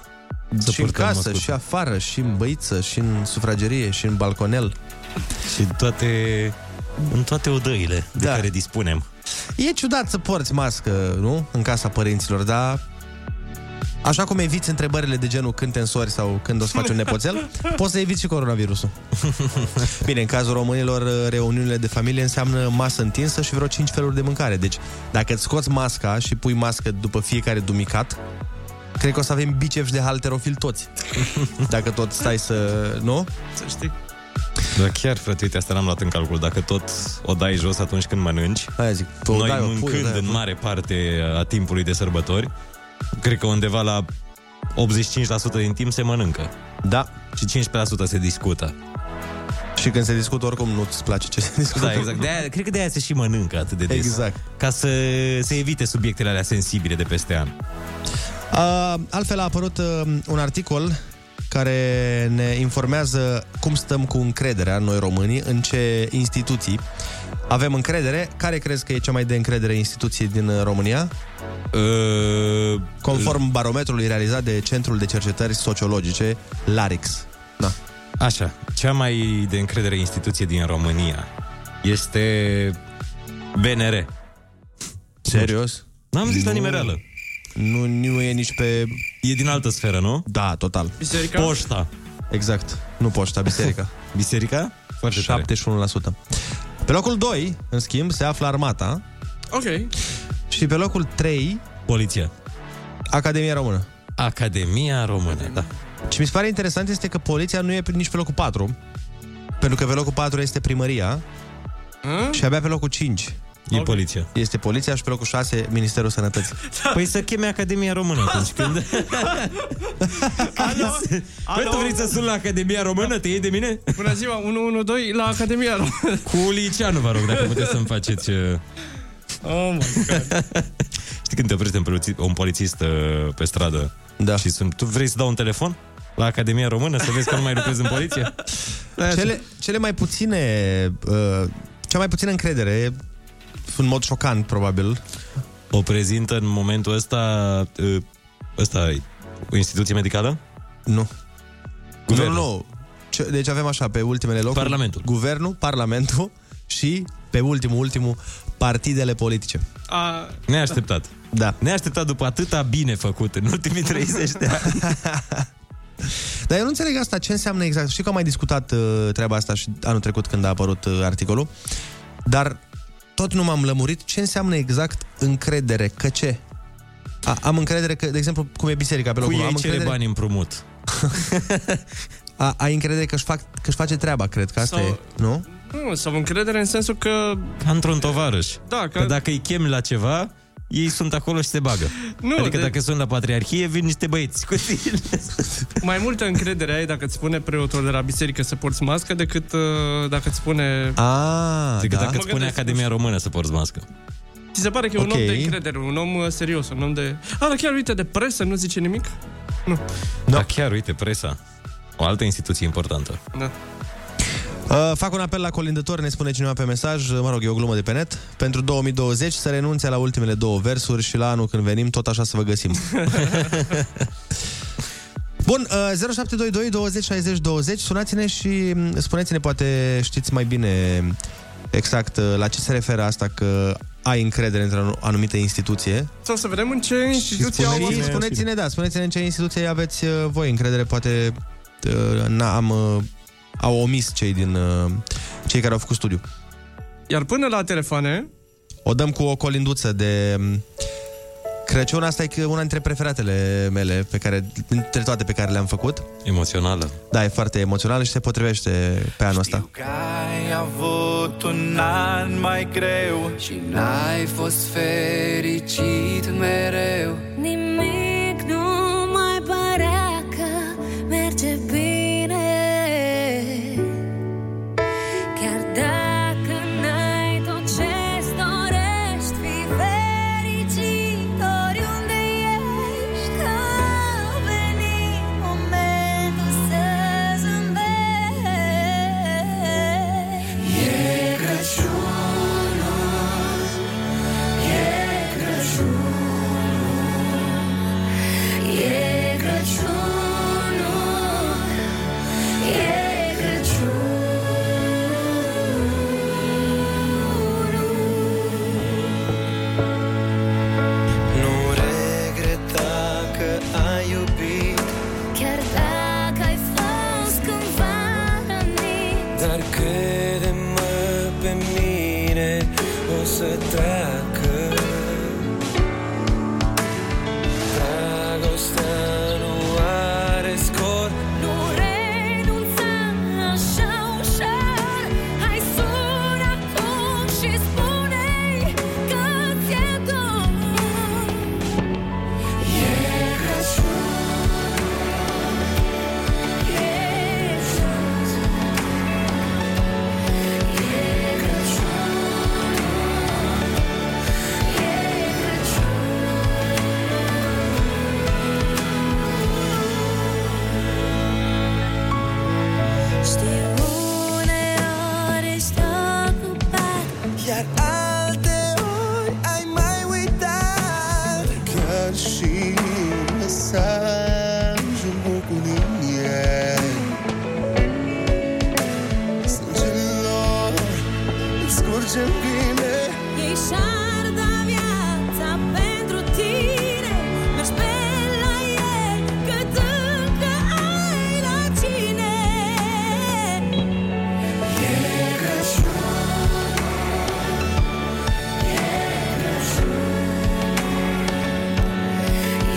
[SPEAKER 8] Să
[SPEAKER 7] și în
[SPEAKER 8] purtăm
[SPEAKER 7] casă,
[SPEAKER 8] măscuțe.
[SPEAKER 7] și afară, și în băiță, și în sufragerie, și în balconel.
[SPEAKER 8] Și în toate, în toate odăile da. de care dispunem.
[SPEAKER 7] E ciudat să porți mască, nu? În casa părinților, dar... Așa cum eviți întrebările de genul când te însori sau când o să faci un nepoțel, poți să eviți și coronavirusul. Bine, în cazul românilor, reuniunile de familie înseamnă masă întinsă și vreo 5 feluri de mâncare. Deci, dacă îți scoți masca și pui mască după fiecare dumicat, cred că o să avem biceps de halterofil toți. [laughs] Dacă tot stai să... Nu?
[SPEAKER 8] Să știi. Dar Da, chiar, frate, uite, asta n-am luat în calcul. Dacă tot o dai jos atunci când mănânci,
[SPEAKER 7] Aia zic, tu o
[SPEAKER 8] noi
[SPEAKER 7] dai, o pui, da, o
[SPEAKER 8] mâncând
[SPEAKER 7] dai, o
[SPEAKER 8] în
[SPEAKER 7] pui.
[SPEAKER 8] mare parte a timpului de sărbători, cred că undeva la 85% din timp se mănâncă.
[SPEAKER 7] Da.
[SPEAKER 8] Și 15% se discută.
[SPEAKER 7] Și când se discută, oricum nu-ți place ce se discută.
[SPEAKER 8] [laughs] Da, exact. De-aia, cred că de-aia se și mănâncă atât de des. [laughs]
[SPEAKER 7] Exact.
[SPEAKER 8] Ca să se evite subiectele alea sensibile de peste an.
[SPEAKER 7] Uh, altfel a apărut uh, un articol care ne informează cum stăm cu încrederea noi românii, în ce instituții avem încredere. Care crezi că e cea mai de încredere instituție din uh, România?
[SPEAKER 8] Uh,
[SPEAKER 7] Conform barometrului realizat de Centrul de Cercetări Sociologice, Larix. Da.
[SPEAKER 8] Așa, cea mai de încredere instituție din România este BNR.
[SPEAKER 7] Serios?
[SPEAKER 8] N-am zis la nimereală.
[SPEAKER 7] Nu, nu e nici pe...
[SPEAKER 8] E din altă sferă, nu?
[SPEAKER 7] Da, total.
[SPEAKER 8] Biserica? Poșta.
[SPEAKER 7] Exact. Nu poșta, biserica.
[SPEAKER 8] [laughs] biserica? Foarte
[SPEAKER 7] 71%. Pe locul 2, în schimb, se află armata.
[SPEAKER 9] Ok.
[SPEAKER 7] Și pe locul 3...
[SPEAKER 8] Poliția.
[SPEAKER 7] Academia Română.
[SPEAKER 8] Academia Română, da.
[SPEAKER 7] Ce mi se pare interesant este că poliția nu e pe- nici pe locul 4. Pentru că pe locul 4 este primăria. Și abia pe locul 5.
[SPEAKER 8] E poliția.
[SPEAKER 7] Este poliția și pe locul 6 Ministerul Sănătății.
[SPEAKER 8] Păi să cheme Academia Română atunci
[SPEAKER 7] [laughs]
[SPEAKER 8] când... Alo? Păi tu vrei să sun la Academia Română? Te iei de mine?
[SPEAKER 9] Bună ziua, 112 la Academia Română.
[SPEAKER 8] Cu Liceanu, vă rog, dacă puteți să-mi faceți... uh,
[SPEAKER 9] Oh, my God.
[SPEAKER 8] [laughs] Știi când te oprește un polițist, un polițist uh, pe stradă da. și sunt, tu vrei să dau un telefon la Academia Română să vezi că nu mai lucrezi în poliție?
[SPEAKER 7] Cele, cele mai puține... Uh, cea mai puțină încredere, în mod șocant, probabil.
[SPEAKER 8] O prezintă în momentul ăsta uh, ăsta e o instituție medicală?
[SPEAKER 7] Nu.
[SPEAKER 8] Guvernul.
[SPEAKER 7] Nu, nu, nu. Ce- Deci avem așa, pe ultimele locuri...
[SPEAKER 8] Parlamentul.
[SPEAKER 7] Guvernul, Parlamentul și, pe ultimul, ultimul, partidele politice.
[SPEAKER 9] A,
[SPEAKER 8] Neașteptat.
[SPEAKER 7] Da.
[SPEAKER 8] Neașteptat după atâta bine făcut în
[SPEAKER 7] [laughs]
[SPEAKER 8] ultimii 30 de ani.
[SPEAKER 7] Dar eu nu înțeleg asta, ce înseamnă exact. Știu că am mai discutat uh, treaba asta și anul trecut când a apărut uh, articolul, dar tot nu m-am lămurit ce înseamnă exact încredere, că ce? A, am încredere că, de exemplu, cum e biserica pe locul
[SPEAKER 8] Cui
[SPEAKER 7] am
[SPEAKER 8] ai cere
[SPEAKER 7] încredere,
[SPEAKER 8] bani împrumut?
[SPEAKER 7] a, ai încredere că își, fac, că își face treaba, cred că asta
[SPEAKER 9] Sau-
[SPEAKER 7] e, nu?
[SPEAKER 9] Nu, sau încredere în sensul că...
[SPEAKER 8] Ca într-un tovarăș.
[SPEAKER 9] Da, ca-
[SPEAKER 8] că... dacă îi chemi la ceva, ei sunt acolo și se bagă.
[SPEAKER 9] Nu,
[SPEAKER 8] adică
[SPEAKER 9] de-
[SPEAKER 8] dacă sunt la patriarhie, vin niște băieți cu tine.
[SPEAKER 9] Mai multă încredere ai dacă îți spune preotul de la biserică să porți mască decât uh, dacă îți
[SPEAKER 7] Ah,
[SPEAKER 9] spune...
[SPEAKER 7] A,
[SPEAKER 8] Adică
[SPEAKER 9] da?
[SPEAKER 8] dacă
[SPEAKER 9] Mă
[SPEAKER 8] îți spune
[SPEAKER 9] gândesc.
[SPEAKER 8] Academia Română să porți mască.
[SPEAKER 9] Ți se pare că e un
[SPEAKER 8] Ok.
[SPEAKER 9] om de încredere, un om uh, serios, un om de... A, dar chiar uite, de presă nu zice nimic?
[SPEAKER 7] Da.
[SPEAKER 8] Dar chiar, uite, presa. O altă instituție importantă.
[SPEAKER 9] Da.
[SPEAKER 7] Uh, fac un apel la colindători, ne spune cineva pe mesaj, Uh, mă rog, e o glumă de pe net, pentru 2020 să renunțe la ultimele două versuri și la anul când venim, tot așa să vă găsim. Bun, uh, 0722 20 60 20, sunați-ne și mm, spuneți-ne, poate știți mai bine exact uh, la ce se referă asta că ai încredere într-o anumite instituție.
[SPEAKER 9] Sau să vedem în ce instituție au
[SPEAKER 7] spuneți-ne,
[SPEAKER 9] fost.
[SPEAKER 7] spuneți-ne, da, spuneți-ne în ce instituție aveți uh, voi încredere, poate uh, na, am, uh, au omis cei din uh, cei care au făcut studiu.
[SPEAKER 9] Iar până la telefoane,
[SPEAKER 7] O dăm cu o colinduță de um, Crăciun, asta e că una dintre preferatele mele, pe care, dintre toate pe care le-am făcut.
[SPEAKER 8] Emoțională.
[SPEAKER 7] Da, e foarte emoțională și se potrivește pe anul ăsta.
[SPEAKER 15] Ai avut un an mai greu Și n-ai fost fericit mereu
[SPEAKER 11] Nimic nu mai părea că merge bine Chiar dacă n-ai tot ce-ți dorești Fii fericit oriunde ești Că a venit momentul să zâmbești E Crăciunul E Crăciunul
[SPEAKER 16] pe mine o să treacă Dragostea nu are scor
[SPEAKER 11] Nu renunța așa ușor Hai sună acum și spune-i că ți-e dor E Crăciun E șans E Crăciun E Crăciun Știu uneori ești ocupat
[SPEAKER 16] Iar alte ori ai mai uitat Chiar și mesajul bucuriei Sângelor îți scurge bine
[SPEAKER 11] Ei și-ar da viața pentru tine Mergi pe la el cât încă ai la cine E Crăciun E Crăciun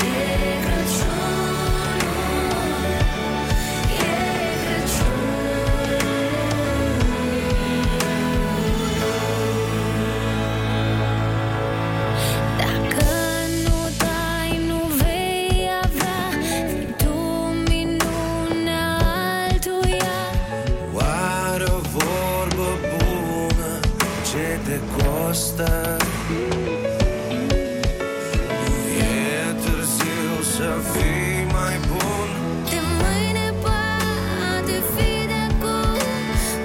[SPEAKER 11] E Crăciun E Crăciun Dacă nu dai, nu vei avea Fii tu minunea altuia
[SPEAKER 16] Oare o vorbă bună ce te costă? Nu e târziu să fii mai bun
[SPEAKER 11] De mâine poate fi de acum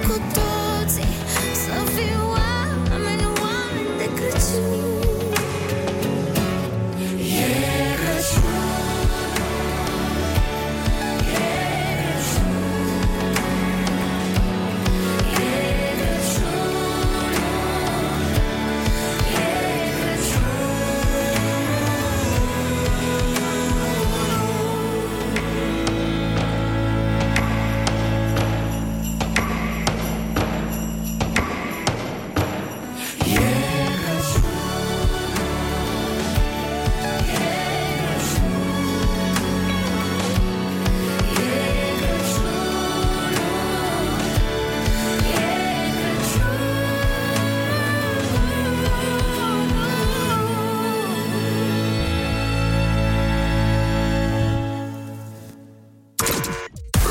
[SPEAKER 11] Cu toții să fii oameni, oameni de Crăciun
[SPEAKER 16] E Crăciun
[SPEAKER 11] E Crăciun E Crăciun E Crăciun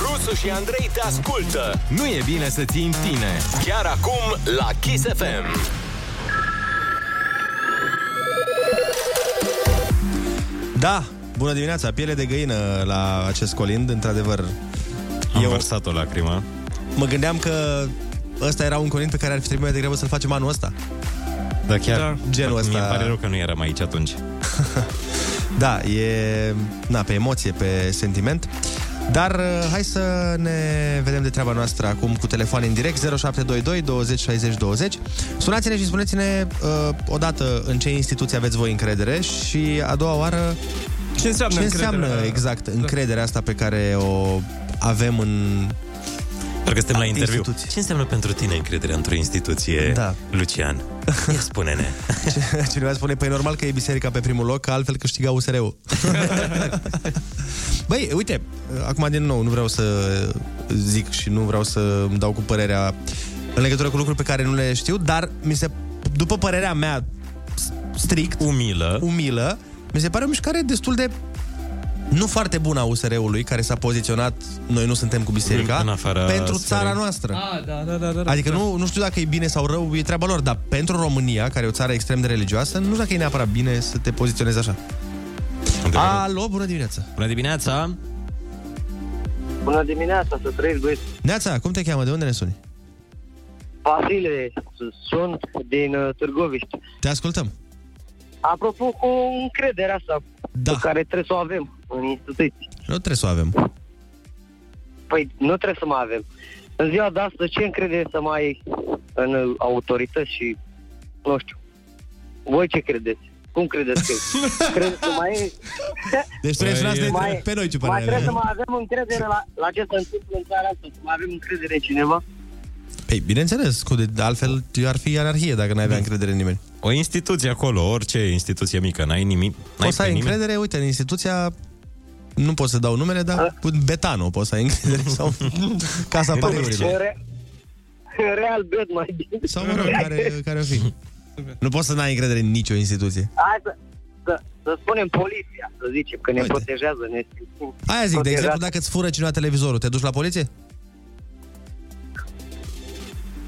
[SPEAKER 6] Rusu și Andrei te ascultă.
[SPEAKER 10] Nu e bine să ții în tine.
[SPEAKER 6] Chiar acum la Kiss FM.
[SPEAKER 7] Da, bună dimineața, piele de găină la acest colind, într-adevăr. Am eu... versat o lacrimă. Mă gândeam că ăsta era un colind pe care ar fi trebuit mai degrabă să-l facem anul ăsta.
[SPEAKER 8] Da, chiar.
[SPEAKER 7] Da. Genul ăsta.
[SPEAKER 8] Mi pare rău că nu eram aici atunci.
[SPEAKER 7] Da, e na, pe emoție, pe sentiment. Dar uh, hai să ne vedem de treaba noastră acum cu telefoane în direct 0722 20 60 20. Sunați-ne și spuneți-ne uh, odată în ce instituție aveți voi încredere și a doua oară
[SPEAKER 9] Ce înseamnă
[SPEAKER 7] ce înseamnă
[SPEAKER 9] încrederea? Da.
[SPEAKER 7] exact încrederea asta pe care o avem în
[SPEAKER 8] Doar că suntem la
[SPEAKER 7] Alte
[SPEAKER 8] interviu.
[SPEAKER 7] instituții.
[SPEAKER 8] Ce înseamnă pentru tine încrederea într-o instituție,
[SPEAKER 7] Da.
[SPEAKER 8] Lucian? Ia
[SPEAKER 7] [laughs]
[SPEAKER 8] spune-ne.
[SPEAKER 7] Ce- Cineva spune, păi normal că e biserica pe primul loc, că altfel câștiga
[SPEAKER 8] [laughs]
[SPEAKER 7] USR-ul. Băi, uite, acum din nou, nu vreau să zic și nu vreau să îmi dau cu părerea în legătură cu lucruri pe care nu le știu, dar mi se, după părerea mea s- strict,
[SPEAKER 8] umilă,
[SPEAKER 7] umilă mi se pare o mișcare destul de nu foarte bună a USR-ului, care s-a poziționat, noi nu suntem cu biserica,
[SPEAKER 8] În afara
[SPEAKER 7] pentru
[SPEAKER 8] sferei.
[SPEAKER 7] țara noastră.
[SPEAKER 9] Ah, da, da, da, da, da.
[SPEAKER 7] Adică nu, nu știu dacă e bine sau rău, e treaba lor, dar pentru România, care e o țară extrem de religioasă, nu știu dacă e neapărat bine să te poziționezi așa. Alo, bună dimineața!
[SPEAKER 8] Bună dimineața!
[SPEAKER 17] Bună dimineața, să trăiți, băieți.
[SPEAKER 7] Neața, cum te cheamă? De unde ne suni?
[SPEAKER 17] Vasile, sunt din uh, Târgoviști.
[SPEAKER 7] Te ascultăm.
[SPEAKER 17] Apropo, cu încrederea asta
[SPEAKER 7] da.
[SPEAKER 17] pe care trebuie să o avem în instituții.
[SPEAKER 7] Nu trebuie să o avem.
[SPEAKER 17] Păi nu trebuie să mai avem. În ziua de astăzi, ce încredere să mai ai în uh, autorități și, nu știu, voi ce credeți? Cum credeți că credeți că mai e?
[SPEAKER 7] [laughs] Deci trebuie să ne
[SPEAKER 17] Mai-
[SPEAKER 7] întreb pe noi ce
[SPEAKER 17] Mai
[SPEAKER 7] părere
[SPEAKER 17] trebuie să
[SPEAKER 7] avem.
[SPEAKER 17] mai avem încredere la, la ce se întâmplă în țara asta, să mai avem încredere în cineva.
[SPEAKER 7] Păi, bineînțeles, cu de, altfel ar fi anarhie dacă n-ai avea încredere în nimeni.
[SPEAKER 8] Da. O instituție acolo, orice instituție mică, n-ai nimic. N-ai
[SPEAKER 7] Poți să
[SPEAKER 8] pe
[SPEAKER 7] ai
[SPEAKER 8] nimeni.
[SPEAKER 7] încredere, uite, în instituția nu pot să dau numele, dar cu Betano poți să ai încredere
[SPEAKER 8] [laughs]
[SPEAKER 7] sau
[SPEAKER 17] Deci,
[SPEAKER 7] Casa Pariurilor.
[SPEAKER 17] Real bed mai bine.
[SPEAKER 7] Sau mă rog, care, care o fi. Nu poți să n-ai încredere în nicio instituție.
[SPEAKER 17] Hai să, să, să spunem poliția, să zicem, că ne protejează. Ne simțim
[SPEAKER 7] Aia zic, de
[SPEAKER 17] protejați.
[SPEAKER 7] exemplu, dacă îți fură cineva televizorul, te duci la poliție?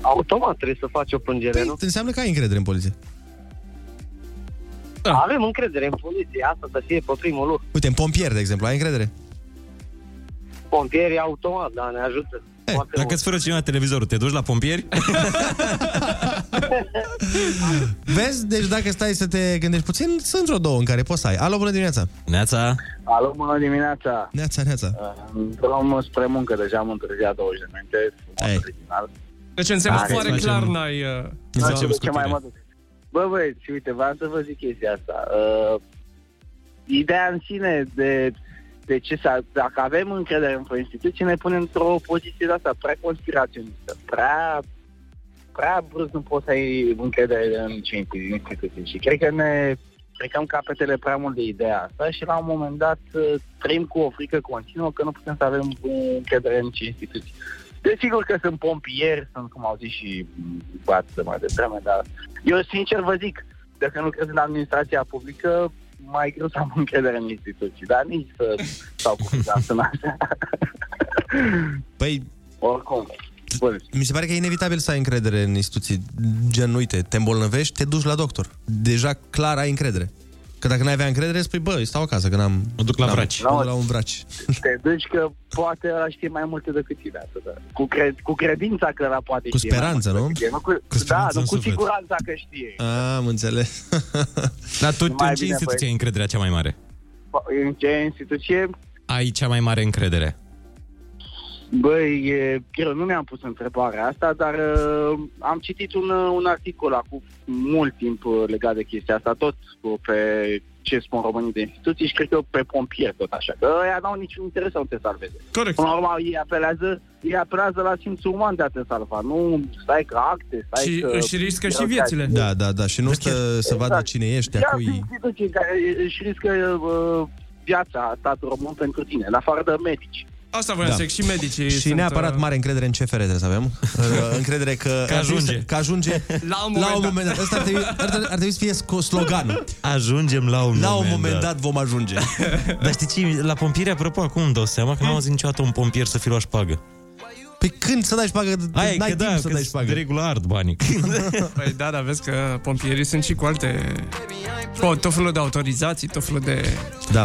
[SPEAKER 17] Automat trebuie să faci o plângere,
[SPEAKER 7] nu? Înseamnă că ai încredere în poliție.
[SPEAKER 17] Da. Avem încredere în poliție, asta să fie pe primul lucru.
[SPEAKER 7] Uite, în pompier, de exemplu, ai încredere?
[SPEAKER 17] Pompierii automat, da, ne ajută. Foarte
[SPEAKER 8] Dacă îți fură cineva televizorul, te duci la pompieri?
[SPEAKER 7] Vezi? Deci dacă stai să te gândești puțin, sunt vreo două în care poți să ai. Alo, bună dimineața!
[SPEAKER 8] Neața!
[SPEAKER 18] Alo, bună dimineața!
[SPEAKER 7] Neața, neața!
[SPEAKER 18] Uh, Drum spre muncă, deja am întârziat 20 de minute, frumos original.
[SPEAKER 9] Deci înseamnă
[SPEAKER 18] Hai,
[SPEAKER 9] foarte
[SPEAKER 18] facem-
[SPEAKER 9] clar n-ai... Uh...
[SPEAKER 18] Nu știu ce mai mă duc. Bă, băieți, uite, v-am să vă zic chestia asta. Uh, ideea în sine de, de ce să, dacă avem încredere în o instituție, ne punem într-o poziție de asta prea conspiraționistă, prea prea brusc nu poți să ai încredere în ce instituție. Și cred că ne plecăm capetele prea mult de ideea asta și la un moment dat uh, trăim cu o frică continuă că nu putem să avem uh, încredere în ce instituții. Desigur că sunt pompieri, sunt, cum au zis și bați de mai devreme, dar eu sincer vă zic, dacă nu crezi în administrația publică, mai greu să am încredere în instituții, dar nici să stau cu frica în
[SPEAKER 7] [laughs]
[SPEAKER 18] asta.
[SPEAKER 7] Păi...
[SPEAKER 18] Oricum.
[SPEAKER 7] Mi se pare că e inevitabil să ai încredere în instituții. Gen, uite, te îmbolnăvești, te duci la doctor. Deja clar ai încredere. Că dacă n-ai avea încredere, spui, bă, stau acasă, că n-am... Mă duc
[SPEAKER 18] la vraci.
[SPEAKER 7] Mă duc la un vraci.
[SPEAKER 18] Te duci că poate ăla știe mai multe decât tine atâta. Cu, cred, cu credința că ăla poate
[SPEAKER 7] Cu
[SPEAKER 18] știe mai
[SPEAKER 7] speranță,
[SPEAKER 18] multe
[SPEAKER 7] nu?
[SPEAKER 18] decât tine, nu? Cu,
[SPEAKER 7] Cu
[SPEAKER 18] da,
[SPEAKER 7] speranță
[SPEAKER 18] nu,
[SPEAKER 7] în
[SPEAKER 18] cu
[SPEAKER 7] suflet.
[SPEAKER 18] siguranța că știe.
[SPEAKER 7] Am înțeles.
[SPEAKER 8] [laughs] Dar tu, tu
[SPEAKER 18] Mai
[SPEAKER 8] în ce
[SPEAKER 18] bine,
[SPEAKER 8] instituție
[SPEAKER 18] băi.
[SPEAKER 8] ai încrederea cea mai mare?
[SPEAKER 18] În ce instituție?
[SPEAKER 8] Ai cea mai mare încredere.
[SPEAKER 18] Băi, e, greu, nu mi-am pus întrebarea asta, dar uh, am citit un, uh, un articol acum mult timp uh, legat de chestia asta, tot cu- pe ce spun românii de instituții și cred că pe pompieri tot așa, că ăia n-au niciun interes să nu te salveze.
[SPEAKER 9] Corect.
[SPEAKER 18] Până la urmă, ei apelează, ei apelează la simțul uman de a te salva, nu stai că acte, stai că... Erau chiar-
[SPEAKER 7] Da, da, da. Și nu să, să vadă cine ești, a
[SPEAKER 18] Ia
[SPEAKER 7] cui...
[SPEAKER 18] instituții care își riscă uh, viața statul român pentru tine, în afară de medici.
[SPEAKER 9] Asta voiam da. să zic, și medicii
[SPEAKER 7] Și
[SPEAKER 9] sunt,
[SPEAKER 7] neapărat
[SPEAKER 9] uh,
[SPEAKER 7] mare încredere în CFR trebuie să [laughs] avem. Uh, încredere că...
[SPEAKER 9] Că ajunge.
[SPEAKER 7] Că ajunge
[SPEAKER 9] La un
[SPEAKER 7] la
[SPEAKER 9] moment
[SPEAKER 7] un
[SPEAKER 9] dat.
[SPEAKER 7] moment dat. Asta ar trebui, ar, trebui- ar trebui să fie sco- sloganul.
[SPEAKER 8] Ajungem la un
[SPEAKER 7] La un moment dat vom ajunge.
[SPEAKER 8] [laughs] Dar știi ce? La pompieri, apropo, acum îmi dau seama că n-am auzit niciodată un pompier să fi luat șpagă.
[SPEAKER 7] Păi când să dai șpagă?
[SPEAKER 8] Aia e
[SPEAKER 7] N-ai
[SPEAKER 8] că
[SPEAKER 7] timp
[SPEAKER 8] da,
[SPEAKER 7] să
[SPEAKER 8] că
[SPEAKER 7] dai șpagă.
[SPEAKER 8] de regulă ard banii.
[SPEAKER 9] Păi da, dar vezi că pompierii sunt și cu alte... Po, tot felul de autorizații, tot felul de...
[SPEAKER 7] Da.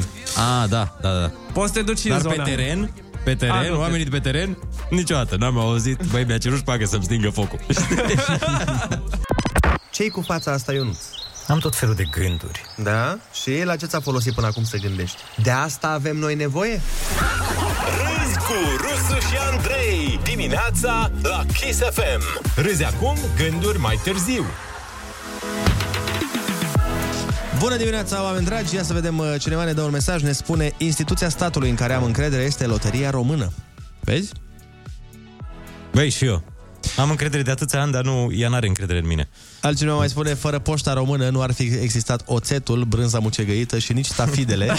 [SPEAKER 8] A, da, da, da.
[SPEAKER 9] Poți să te duci și în
[SPEAKER 8] Dar pe
[SPEAKER 9] zona.
[SPEAKER 8] teren, pe
[SPEAKER 9] A,
[SPEAKER 8] teren,
[SPEAKER 9] nu,
[SPEAKER 8] oamenii de pe teren, niciodată n-am auzit. Băi, mi-a cerut șpagă să-mi stingă focul.
[SPEAKER 7] ce cu fața asta, Ionuț?
[SPEAKER 19] Am tot felul de gânduri.
[SPEAKER 7] Da? Și la ce ți-a folosit până acum să gândești? De asta avem noi nevoie?
[SPEAKER 6] Râzi cu Rusu și Andrei Dimineața la Kiss FM Râzi acum, gânduri mai târziu
[SPEAKER 7] Bună dimineața, oameni dragi! Ia să vedem uh, cineva ne dă un mesaj, ne spune Instituția statului în care am încredere este Loteria Română. Vezi?
[SPEAKER 8] Băi, și eu. Am încredere de atâția ani, dar nu, ea n-are încredere în mine.
[SPEAKER 7] Altcineva mai spune, fără poșta română nu ar fi existat oțetul, brânza mucegăită și nici
[SPEAKER 8] [laughs]
[SPEAKER 7] tafidele.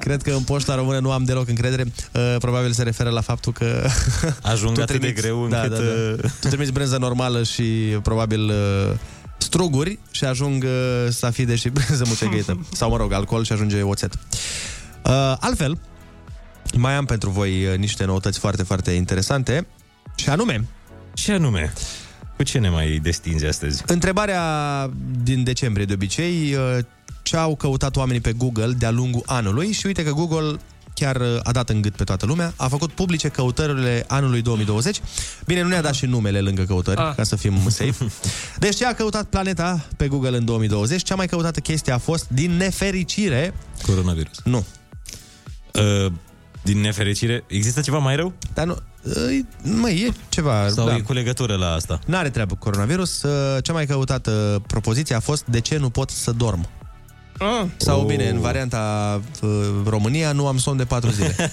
[SPEAKER 7] Cred că în poșta română nu am deloc încredere. Uh, Probabil se referă la faptul că...
[SPEAKER 8] Ajung
[SPEAKER 7] [laughs] tu
[SPEAKER 8] atât de
[SPEAKER 7] trimiți-
[SPEAKER 8] greu
[SPEAKER 7] da,
[SPEAKER 8] încât, uh,
[SPEAKER 7] da, da. Tu trimiți brânză normală și probabil uh, struguri și ajung uh, safide și brânză
[SPEAKER 8] [laughs]
[SPEAKER 7] mucegăită. Sau, mă rog, alcool și ajunge oțet. Uh, altfel, mai am pentru voi uh, niște noutăți foarte, foarte interesante. Și anume...
[SPEAKER 8] Și anume... Cu ce ne mai destinzi astăzi?
[SPEAKER 7] Întrebarea din decembrie de obicei, uh, ce au căutat oamenii pe Google de-a lungul anului și uite că Google chiar uh, a dat în gât pe toată lumea, a făcut publice căutările anului 2020. Bine, nu ne-a dat și numele lângă căutări,
[SPEAKER 10] Ah.
[SPEAKER 7] ca să fim safe. Deci ce a căutat planeta pe Google în 2020? Cea mai căutată chestie a fost, din nefericire...
[SPEAKER 8] Coronavirus.
[SPEAKER 7] Nu.
[SPEAKER 8] Uh, din nefericire, există ceva mai rău?
[SPEAKER 7] Dar nu, uh, măi, e ceva...
[SPEAKER 8] Sau
[SPEAKER 7] da.
[SPEAKER 8] e cu legătură la asta?
[SPEAKER 7] N-are treabă cu coronavirus. Uh, Cea mai căutată propoziție a fost de ce nu pot să dorm.
[SPEAKER 9] Ah.
[SPEAKER 8] Oh.
[SPEAKER 7] Sau
[SPEAKER 8] [laughs]
[SPEAKER 7] bine, în varianta uh, România nu am somn de patru zile.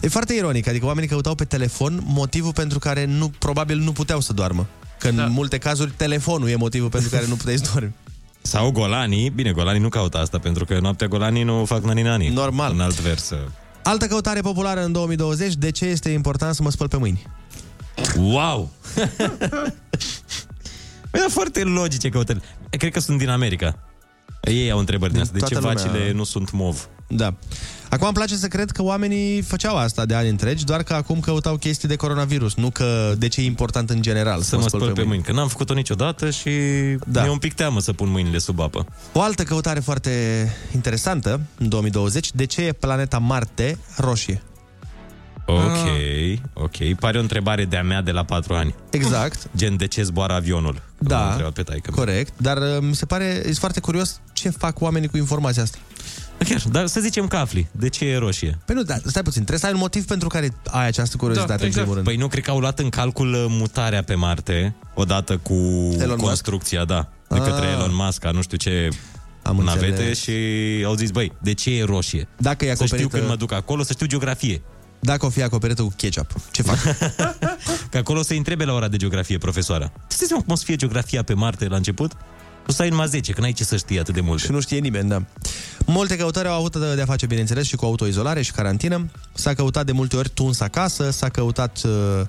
[SPEAKER 7] E foarte ironic, adică oamenii căutau pe telefon motivul pentru care nu, probabil nu puteau să doarmă. Că în da. multe cazuri telefonul e motivul pentru care nu puteai să doarmi.
[SPEAKER 8] Sau golanii, bine, golanii nu caută asta, pentru că noaptea golanii nu fac nani-nani. Normal. În alt vers. uh.
[SPEAKER 7] Altă căutare populară în 2020, de ce este important să mă spăl pe mâini?
[SPEAKER 8] Wow! [laughs] Păi, dar foarte logice căutări. Cred că sunt din America. Ei au întrebări din
[SPEAKER 7] Din
[SPEAKER 8] asta. De ce
[SPEAKER 7] toată lumea.
[SPEAKER 8] vacile nu sunt mov?
[SPEAKER 7] Da. Acum îmi place să cred că oamenii făceau asta de ani întregi, doar că acum căutau chestii de coronavirus, nu că de ce e important în general
[SPEAKER 8] Să mă spăl pe mâini, că n-am făcut-o niciodată și da. mi-e un pic teamă să pun mâinile sub apă.
[SPEAKER 7] O altă căutare foarte interesantă în 2020, de ce e planeta Marte roșie?
[SPEAKER 8] Ok,
[SPEAKER 7] Ah.
[SPEAKER 8] ok. Pare o întrebare de-a mea de la 4 ani.
[SPEAKER 7] Exact.
[SPEAKER 8] Gen, de ce zboară avionul?
[SPEAKER 7] Da.
[SPEAKER 8] L-am întrebat pe taică.
[SPEAKER 7] Corect, dar uh, mi se pare, e foarte curios ce fac oamenii cu informația asta.
[SPEAKER 8] Chiar, dar să zicem că afli. De ce e roșie?
[SPEAKER 7] Păi nu, dar stai puțin, trebuie să ai un motiv pentru care ai
[SPEAKER 8] Da,
[SPEAKER 7] această curiozitate, în primul rând.
[SPEAKER 8] Păi nu, cred că au luat în calcul uh, mutarea pe Marte odată cu
[SPEAKER 7] Elon
[SPEAKER 8] construcția, da, de
[SPEAKER 7] Ah.
[SPEAKER 8] către Elon Musk, a nu știu ce Am navete
[SPEAKER 7] înțeles.
[SPEAKER 8] și au zis, băi, de ce e roșie?
[SPEAKER 7] Dacă e
[SPEAKER 8] să știu
[SPEAKER 7] acoperită-
[SPEAKER 8] când mă duc acolo, să știu geografie.
[SPEAKER 7] Dacă o fi acoperită cu ketchup, ce fac?
[SPEAKER 8] [laughs] Că acolo o să-i întrebe la ora de geografie profesoara. Știți seama cum o să fie geografia pe Marte la început? O să ai numai 10, că n-ai ce să știi atât de multe.
[SPEAKER 7] Și nu știe nimeni, da. Multe căutări au avut de a face, bineînțeles, și cu autoizolare și carantină. S-a căutat de multe ori tuns acasă, s-a căutat uh,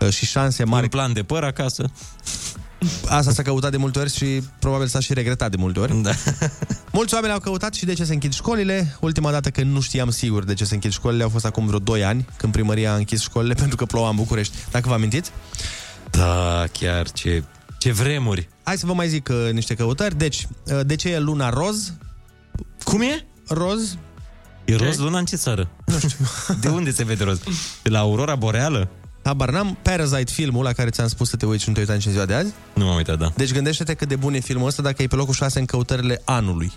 [SPEAKER 7] uh, și șanse mari. Un
[SPEAKER 8] plan de păr acasă.
[SPEAKER 7] Asta s-a căutat de multe ori și probabil s-a și regretat de multe ori.
[SPEAKER 8] Da.
[SPEAKER 7] Mulți oameni au căutat și de ce se închid școlile. Ultima dată când nu știam sigur de ce se închid școlile a fost acum vreo 2 ani, când primăria a închis școlile [laughs] pentru că ploua în București. Dacă vă amintiți?
[SPEAKER 8] Da, chiar ce, ce vremuri.
[SPEAKER 7] Hai să vă mai zic uh, niște căutări. Deci, uh, de ce e luna roz?
[SPEAKER 8] Cum e?
[SPEAKER 7] Roz?
[SPEAKER 8] E roz luna în ce țară? Nu știu. De unde se vede roz? De la aurora boreală?
[SPEAKER 7] Habar n-am. Parasite, filmul la care ți-am spus să te uiți și nu te uita în ziua de azi.
[SPEAKER 8] Nu m-am uitat, da.
[SPEAKER 7] Deci gândește-te cât de bun e filmul ăsta dacă e pe locul 6 în căutările anului.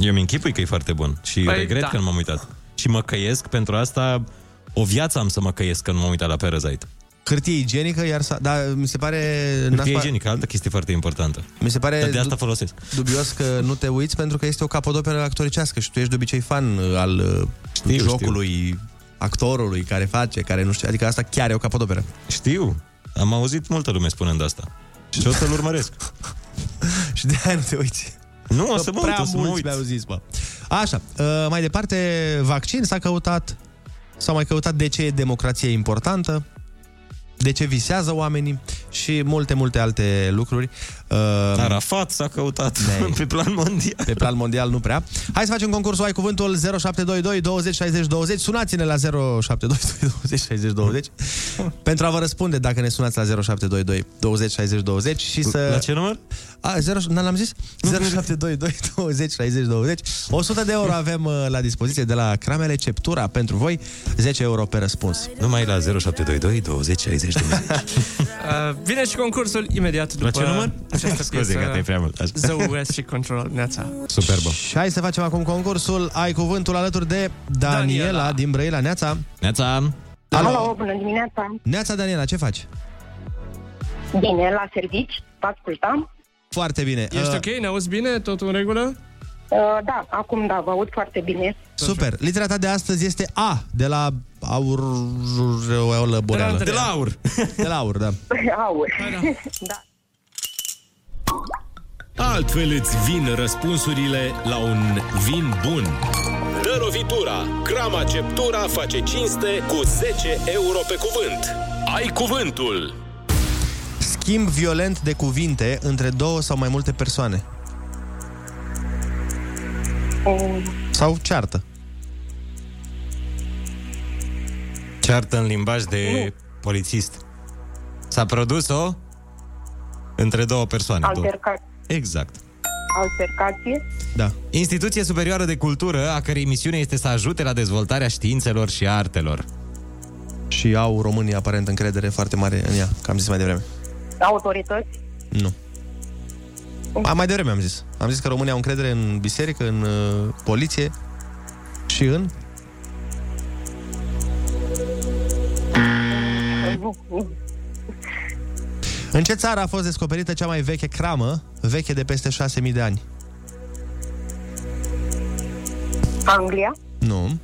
[SPEAKER 8] Eu mi închipui că e foarte bun și
[SPEAKER 7] Păi,
[SPEAKER 8] păi, regret
[SPEAKER 7] da.
[SPEAKER 8] da. că nu m-am uitat. Și mă căiesc pentru asta, o viață am să mă căiesc că nu m-am uitat la Parasite.
[SPEAKER 7] Hârtie igienică, iar sa... da, mi se pare
[SPEAKER 8] Hârtie
[SPEAKER 7] naspa-
[SPEAKER 8] igienică, altă chestie foarte importantă.
[SPEAKER 7] Mi se pare
[SPEAKER 8] Dar de asta
[SPEAKER 7] du-
[SPEAKER 8] folosesc.
[SPEAKER 7] dubios că nu te uiți pentru că este o capodoperă actoricească și tu ești de obicei fan uh, al uh, jocului, actorului care face, care nu știu, adică asta chiar e o capodoperă.
[SPEAKER 8] Știu, am auzit multă lume spunând asta. Și o să-l urmăresc.
[SPEAKER 7] [laughs] și de aia nu te uiți.
[SPEAKER 8] Nu, o
[SPEAKER 7] Că
[SPEAKER 8] să mă uit,
[SPEAKER 7] prea
[SPEAKER 8] o să mă
[SPEAKER 7] mulți
[SPEAKER 8] uit.
[SPEAKER 7] mi-au zis, bă. Așa, uh, mai departe, vaccin s-a căutat, s-a mai căutat de ce e democrație importantă, de ce visează oamenii și multe, multe alte lucruri. Uh,
[SPEAKER 8] Arafat s-a căutat [laughs] pe plan mondial.
[SPEAKER 7] Pe plan mondial nu prea. Hai să facem concursul Ai Cuvântul 0722 20 60 20. Sunați-ne la [laughs] 0722 20 60 20 pentru a vă răspunde dacă ne sunați la 0722 20 60 20 și să...
[SPEAKER 8] La ce număr?
[SPEAKER 7] A, 0, n-am zis? [laughs] 0722 20 60 20 100 de euro avem uh, la dispoziție de la Cramele Ceptura pentru voi 10 euro pe răspuns
[SPEAKER 8] Numai la 0722 20 60 20
[SPEAKER 9] Uh, vine și concursul imediat după
[SPEAKER 8] ce număr?
[SPEAKER 9] această
[SPEAKER 8] Scuze,
[SPEAKER 9] piesă.
[SPEAKER 8] gata, e prea mult. Așa.
[SPEAKER 9] The West și Control Neața.
[SPEAKER 8] Superbă.
[SPEAKER 7] Și hai să facem acum concursul Ai Cuvântul alături de Daniela, Daniela. din Brăila Neața
[SPEAKER 8] Neața
[SPEAKER 20] Alo, bună dimineața!
[SPEAKER 7] Neața Daniela, ce faci?
[SPEAKER 20] Bine, la servici, vă ascultam.
[SPEAKER 7] Foarte bine. Uh,
[SPEAKER 9] Ești ok? Ne auzi bine? Totul în regulă?
[SPEAKER 20] Uh, da, acum da, vă aud foarte bine.
[SPEAKER 7] Super. Litera ta de astăzi este A, de la aur... Aureolă boreală.
[SPEAKER 20] De la
[SPEAKER 8] aur.
[SPEAKER 7] De la aur, da.
[SPEAKER 20] Aur. da.
[SPEAKER 21] Altfel îți vin răspunsurile la un vin bun.
[SPEAKER 6] Dă rovitura! Crama Ceptura face cinste cu 10 euro pe cuvânt. Ai
[SPEAKER 21] [laughs]
[SPEAKER 6] cuvântul!
[SPEAKER 7] Schimb violent de cuvinte între două sau mai multe persoane. Sau ceartă.
[SPEAKER 8] Ceartă în limbaj de polițist. S-a produs o între două persoane. două.
[SPEAKER 20] Alterca-
[SPEAKER 8] Exact.
[SPEAKER 20] altercație. [laughs]
[SPEAKER 7] Da.
[SPEAKER 8] Instituție Superioară de Cultură, a cărei misiune este să ajute la dezvoltarea științelor și artelor.
[SPEAKER 7] Și au românii aparent încredere foarte mare în ea, că am zis mai devreme.
[SPEAKER 20] Autorități.
[SPEAKER 7] Nu. A, mai devreme am zis. Am zis că românii au încredere în biserică, în uh, poliție și în... În ce țară a fost descoperită cea mai veche cramă, veche de peste 6.000 de ani?
[SPEAKER 20] Anglia.
[SPEAKER 7] Nu.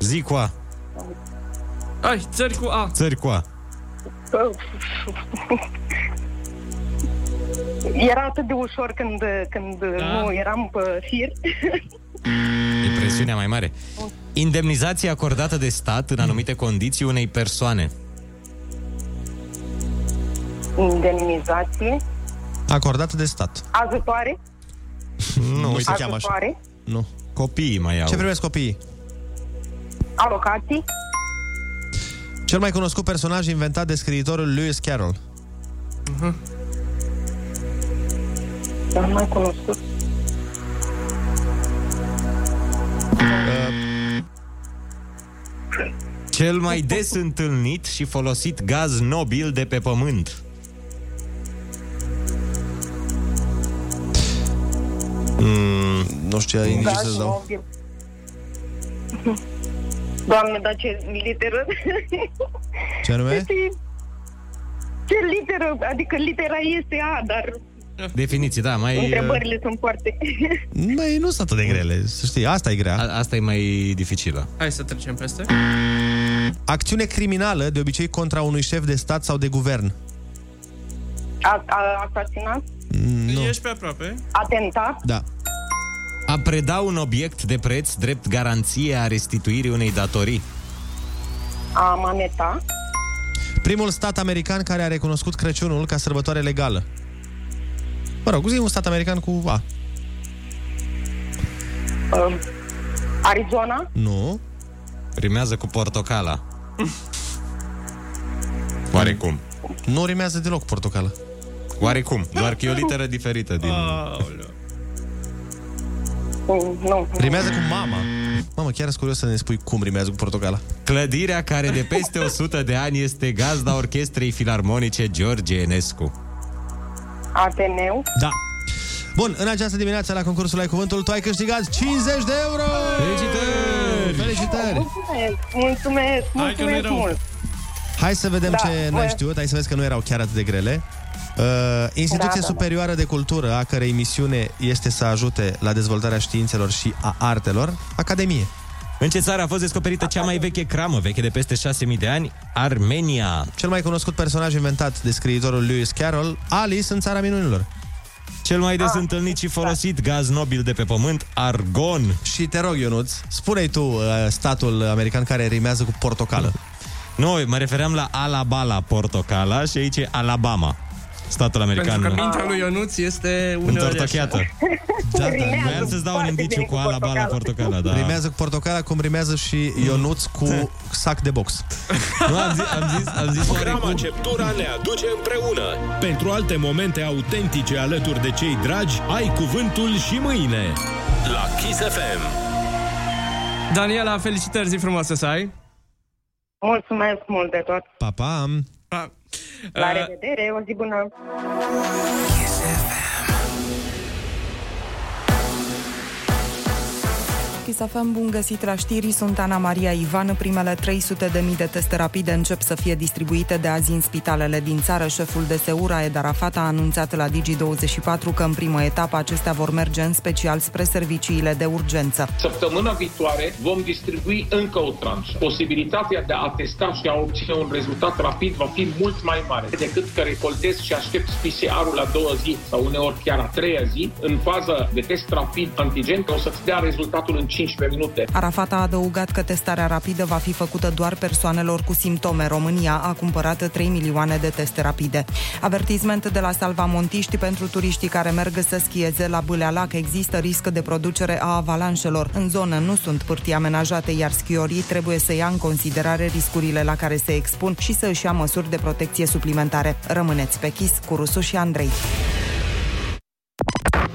[SPEAKER 8] Zicoa.
[SPEAKER 9] Ai, țări cu A.
[SPEAKER 8] Țări cu A.
[SPEAKER 20] Era atât de ușor când, când da. nu eram pe fir. [laughs]
[SPEAKER 8] E presiunea mai mare. Indemnizație acordată de stat în anumite condiții unei persoane.
[SPEAKER 20] Indemnizație,
[SPEAKER 7] Acordată de stat.
[SPEAKER 20] ajutoare,
[SPEAKER 7] Nu, uite, cheamă așa.
[SPEAKER 20] ajutoare,
[SPEAKER 7] Nu.
[SPEAKER 8] Copiii mai au.
[SPEAKER 7] Ce primesc copiii?
[SPEAKER 20] alocații,
[SPEAKER 7] Cel mai cunoscut personaj inventat de scriitorul Lewis Carroll.
[SPEAKER 20] dar mai cunoscut.
[SPEAKER 8] Uh, Cel mai des întâlnit și folosit gaz nobil de pe pământ.
[SPEAKER 7] Mm, nu știu ce indicii
[SPEAKER 20] Da,
[SPEAKER 7] să-ți dau.
[SPEAKER 20] mobil. Doamne, dar ce literă? [laughs]
[SPEAKER 7] Ce anume?
[SPEAKER 20] Este- ce literă? Adică litera este A, dar
[SPEAKER 8] Definiții, da, mai...
[SPEAKER 20] întrebările sunt foarte...
[SPEAKER 7] Mai uh, nu sunt atât de grele, să știi, asta e grea.
[SPEAKER 8] A- asta e mai dificilă.
[SPEAKER 9] Hai să trecem peste.
[SPEAKER 7] Da. Acțiune criminală, de obicei contra unui șef de stat sau de guvern.
[SPEAKER 20] A, a, asasinat,
[SPEAKER 7] Mm, Nu.
[SPEAKER 9] Ești pe aproape.
[SPEAKER 20] atentat,
[SPEAKER 7] Da.
[SPEAKER 8] A preda un obiect de preț drept garanție a restituirii unei datorii.
[SPEAKER 20] a maneta,
[SPEAKER 7] Primul stat american care a recunoscut Crăciunul ca sărbătoare legală. Mă rog, zi un stat american cu A.
[SPEAKER 20] uh, Arizona,
[SPEAKER 7] Nu.
[SPEAKER 8] Rimează cu portocala. Oarecum.
[SPEAKER 7] Nu rimează deloc portocală.
[SPEAKER 8] Oarecum, doar că e o literă diferită din...
[SPEAKER 20] Mm, nu.
[SPEAKER 7] Rimează cu mama. Mamă, chiar sunt curios să ne spui cum rimează cu portocala.
[SPEAKER 8] Clădirea care de peste 100 de ani este gazda orchestrei filarmonice George Enescu.
[SPEAKER 20] Ateneu,
[SPEAKER 7] Da. Bun, în această dimineață la concursul Ai Cuvântul tu ai câștigat 50 de euro! Felicitări! Felicitări!
[SPEAKER 20] mulțumesc, mulțumesc, mulțumesc mult.
[SPEAKER 7] Hai să vedem
[SPEAKER 20] Da,
[SPEAKER 7] da, ce
[SPEAKER 20] bă.
[SPEAKER 7] n-ai știut. Hai să vezi că nu erau chiar atât de grele. Uh, Instituția
[SPEAKER 20] Da, da, da.
[SPEAKER 7] Superioară de Cultură, a cărei misiune este să ajute la dezvoltarea științelor și a artelor, Academie.
[SPEAKER 8] În ce țară a fost descoperită cea mai veche cramă, veche de peste 6.000 de ani? Armenia.
[SPEAKER 7] Cel mai cunoscut personaj inventat de scriitorul Lewis Carroll, Alice în Țara Minunilor.
[SPEAKER 8] Cel mai des întâlnit și folosit gaz nobil de pe pământ, argon.
[SPEAKER 7] Și te rog, Ionuț, spune-i tu uh, statul american care rimează cu portocală.
[SPEAKER 8] Noi mă refeream la Alabama, portocala, și aici e Alabama, statul american.
[SPEAKER 9] Pentru că mintea lui Ionuț este uneori așa.
[SPEAKER 8] Întortocheată.
[SPEAKER 7] Da, da.
[SPEAKER 8] Voiam să-ți dau un indiciu cu Alabama, portocala, da.
[SPEAKER 7] Rimează cu portocala cum rimează și Ionuț cu sac de box.
[SPEAKER 8] Nu, am zis, am zis, am zis
[SPEAKER 21] Programa Ceptura ne aduce împreună. Pentru alte momente autentice alături de cei dragi, ai cuvântul și mâine.
[SPEAKER 6] La Kiss FM.
[SPEAKER 9] Daniela, felicitări, zi frumoasă să ai.
[SPEAKER 20] Mulțumesc mult de tot.
[SPEAKER 7] Pa, pa!
[SPEAKER 9] Pa.
[SPEAKER 20] La
[SPEAKER 9] Uh,
[SPEAKER 7] Eh.
[SPEAKER 20] revedere, o zi bună.
[SPEAKER 12] Chisafem, bun găsit la știri, sunt Ana Maria Ivan. Primele 300.000 de teste rapide încep să fie distribuite de azi în spitalele din țară. Șeful de Seura, Ed Arafat, a anunțat la Digi24 că în primă etapă acestea vor merge în special spre serviciile de urgență.
[SPEAKER 1] Săptămâna viitoare vom distribui încă o tranșă. Posibilitatea de a testa și a obține un rezultat rapid va fi mult mai mare decât că recoltez și aștept PCR-ul la două zi sau uneori chiar a treia zi. În faza de test rapid antigen o să-ți dea rezultatul în 15 minute.
[SPEAKER 12] Arafat a adăugat că testarea rapidă va fi făcută doar persoanelor cu simptome. România a cumpărat 3 milioane de teste rapide. Avertisment de la salvamontiști pentru turiștii care merg să schieze la Bâlea Lac. Există risc de producere a avalanșelor. În zonă nu sunt pârtii amenajate, iar schiorii trebuie să ia în considerare riscurile la care se expun și să își ia măsuri de protecție suplimentare. Rămâneți pe chis cu Rusu și Andrei.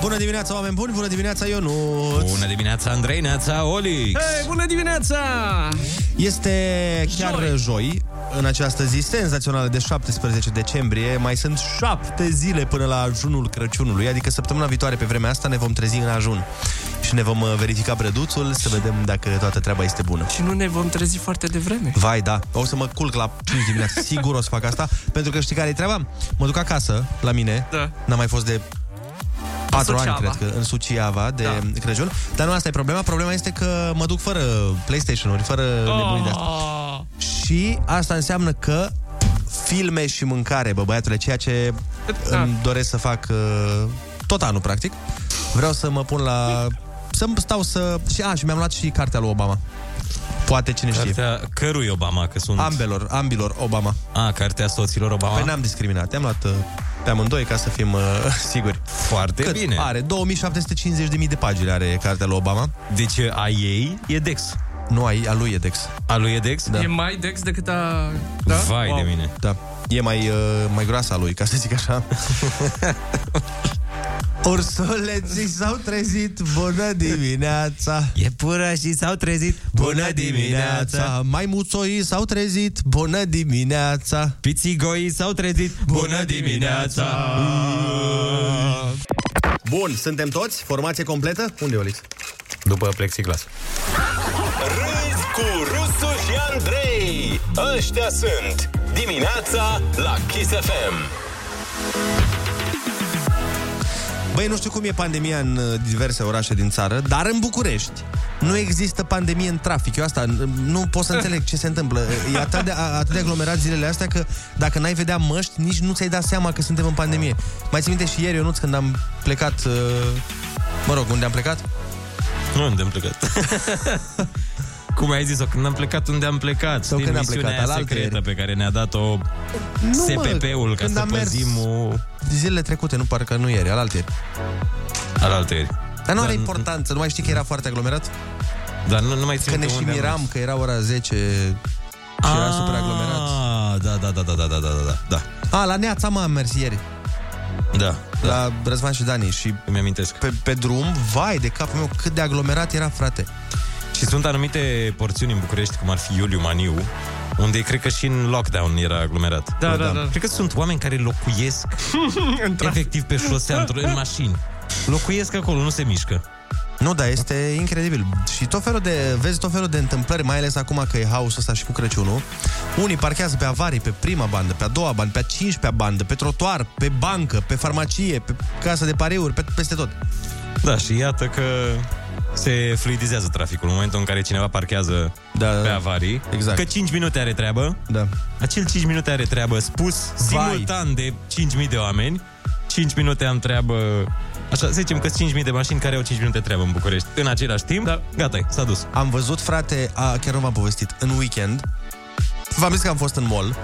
[SPEAKER 7] Bună dimineața, oameni buni! Bună dimineața, Ionuț!
[SPEAKER 8] Bună dimineața, Andrei, neața, Olix!
[SPEAKER 9] Hei, bună dimineața!
[SPEAKER 7] Este chiar joi. joi. în această zi senzațională de 17 decembrie. Mai sunt 7 zile până la ajunul Crăciunului, adică săptămâna viitoare pe vremea asta ne vom trezi în ajun. Și ne vom uh, verifica brăduțul să vedem dacă toată treaba este bună.
[SPEAKER 9] Și nu ne vom trezi foarte devreme.
[SPEAKER 7] Vai, da, o să mă culc la 5 dimineața, sigur o să fac asta, pentru că știi care e treaba? Mă duc acasă, la mine, da. n-am mai fost de 4 ani,
[SPEAKER 9] Suceava.
[SPEAKER 7] cred că, în Suceava de da. Crăciun, dar nu asta e problema, problema este că mă duc fără PlayStation-uri, fără oh. nebunii de asta. Și asta înseamnă că filme și mâncare, bă, băiatule, ceea ce da. îmi doresc să fac uh, tot anul, practic. Vreau să mă pun la... să stau să... Și, a, și mi-am luat și cartea lui Obama. Poate cine știe.
[SPEAKER 8] Cartea cărui Obama, că sunt...
[SPEAKER 7] Ambelor, ambilor Obama.
[SPEAKER 8] A, cartea soților Obama.
[SPEAKER 7] Păi n-am discriminat, am luat uh, pe amândoi ca să fim uh, [laughs] siguri.
[SPEAKER 8] Foarte
[SPEAKER 7] Cât
[SPEAKER 8] bine.
[SPEAKER 7] are? 2750.000 de pagini are cartea lui Obama.
[SPEAKER 8] Deci a ei e Dex.
[SPEAKER 7] Nu, a, a lui e Dex.
[SPEAKER 8] A lui e Dex?
[SPEAKER 9] Da. E mai dex decât a... Da?
[SPEAKER 8] Vai de mine.
[SPEAKER 7] Da. E mai, uh, mai groasă a lui, ca să zic așa. Ursuleții s-au [laughs]
[SPEAKER 9] [laughs]
[SPEAKER 7] trezit, bună dimineața! E pură și s-au trezit, bună
[SPEAKER 8] dimineața!
[SPEAKER 7] Maimuțoii s-au trezit, bună dimineața! Pițigoii s-au trezit, bună dimineața! Bun, suntem toți? Formație completă? Unde e Olix?
[SPEAKER 8] După plexiglas.
[SPEAKER 6] Râzi cu Rusu și Andrei. Ăștia sunt dimineața la Kiss FM.
[SPEAKER 7] Băi, nu știu cum e pandemia în uh, diverse orașe din țară, dar în București nu există pandemie în trafic. Eu asta n- nu pot să înțeleg ce se întâmplă. E atât de, a- atât de aglomerat zilele astea că dacă n-ai vedea măști, nici nu ți-ai dat seama că suntem în pandemie. Mai ții minte și ieri, Ionuț, când am plecat... uh, Mă rog, unde am [laughs] plecat?
[SPEAKER 8] Nu, unde am plecat. Cum ai zis-o, când am plecat, unde am plecat? Sau
[SPEAKER 7] când am plecat,
[SPEAKER 8] aia
[SPEAKER 7] alaltă
[SPEAKER 8] secretă
[SPEAKER 7] ieri.
[SPEAKER 8] pe care ne-a dat-o
[SPEAKER 7] mă,
[SPEAKER 8] SPP-ul ca
[SPEAKER 7] când
[SPEAKER 8] să
[SPEAKER 7] am mers.
[SPEAKER 8] păzim o...
[SPEAKER 7] Zilele trecute, nu parcă nu ieri, alaltă ieri.
[SPEAKER 8] Alaltă ieri.
[SPEAKER 7] Dar nu are importanță, nu mai știi că era foarte aglomerat?
[SPEAKER 8] Dar nu, nu mai țin
[SPEAKER 7] Că ne
[SPEAKER 8] minte
[SPEAKER 7] și
[SPEAKER 8] unde am
[SPEAKER 7] miram că era ora 10 și era super aglomerat.
[SPEAKER 8] Ah, da, da, da, da, da, da, da, da, da.
[SPEAKER 7] A, la Neața mă am mers ieri.
[SPEAKER 8] Da.
[SPEAKER 7] La Răzvan și Dani și
[SPEAKER 8] Îmi amintesc.
[SPEAKER 7] pe, pe drum, vai de capul meu, cât de aglomerat era, frate.
[SPEAKER 8] Și sunt anumite porțiuni în București, cum ar fi Iuliu Maniu, unde cred că și în lockdown era aglomerat.
[SPEAKER 9] Da, da, da.
[SPEAKER 8] Cred că sunt oameni care locuiesc efectiv pe șosea, într- în mașini. Locuiesc acolo, nu se mișcă.
[SPEAKER 7] Nu, da, este incredibil. Și tot felul de, vezi tot felul de întâmplări, mai ales acum că e haosul ăsta și cu Crăciunul. Unii parchează pe avarii, pe prima bandă, pe a doua bandă, pe a 15-a bandă, pe trotuar, pe bancă, pe farmacie, pe casă de pariuri, pe, peste tot.
[SPEAKER 8] Da, și iată că se fluidizează traficul în momentul în care cineva parchează da, pe avarii.
[SPEAKER 7] exact.
[SPEAKER 8] Că 5 minute are treabă.
[SPEAKER 7] Da.
[SPEAKER 8] Acel 5 minute are treabă spus
[SPEAKER 7] Vai.
[SPEAKER 8] simultan de 5.000 de oameni. 5 minute am treabă... Așa, să zicem că sunt 5.000 de mașini care au 5 minute treabă în București. În același timp, da. gata, s-a dus.
[SPEAKER 7] Am văzut, frate, a, chiar nu v-am povestit, în weekend, v-am zis că am fost în mall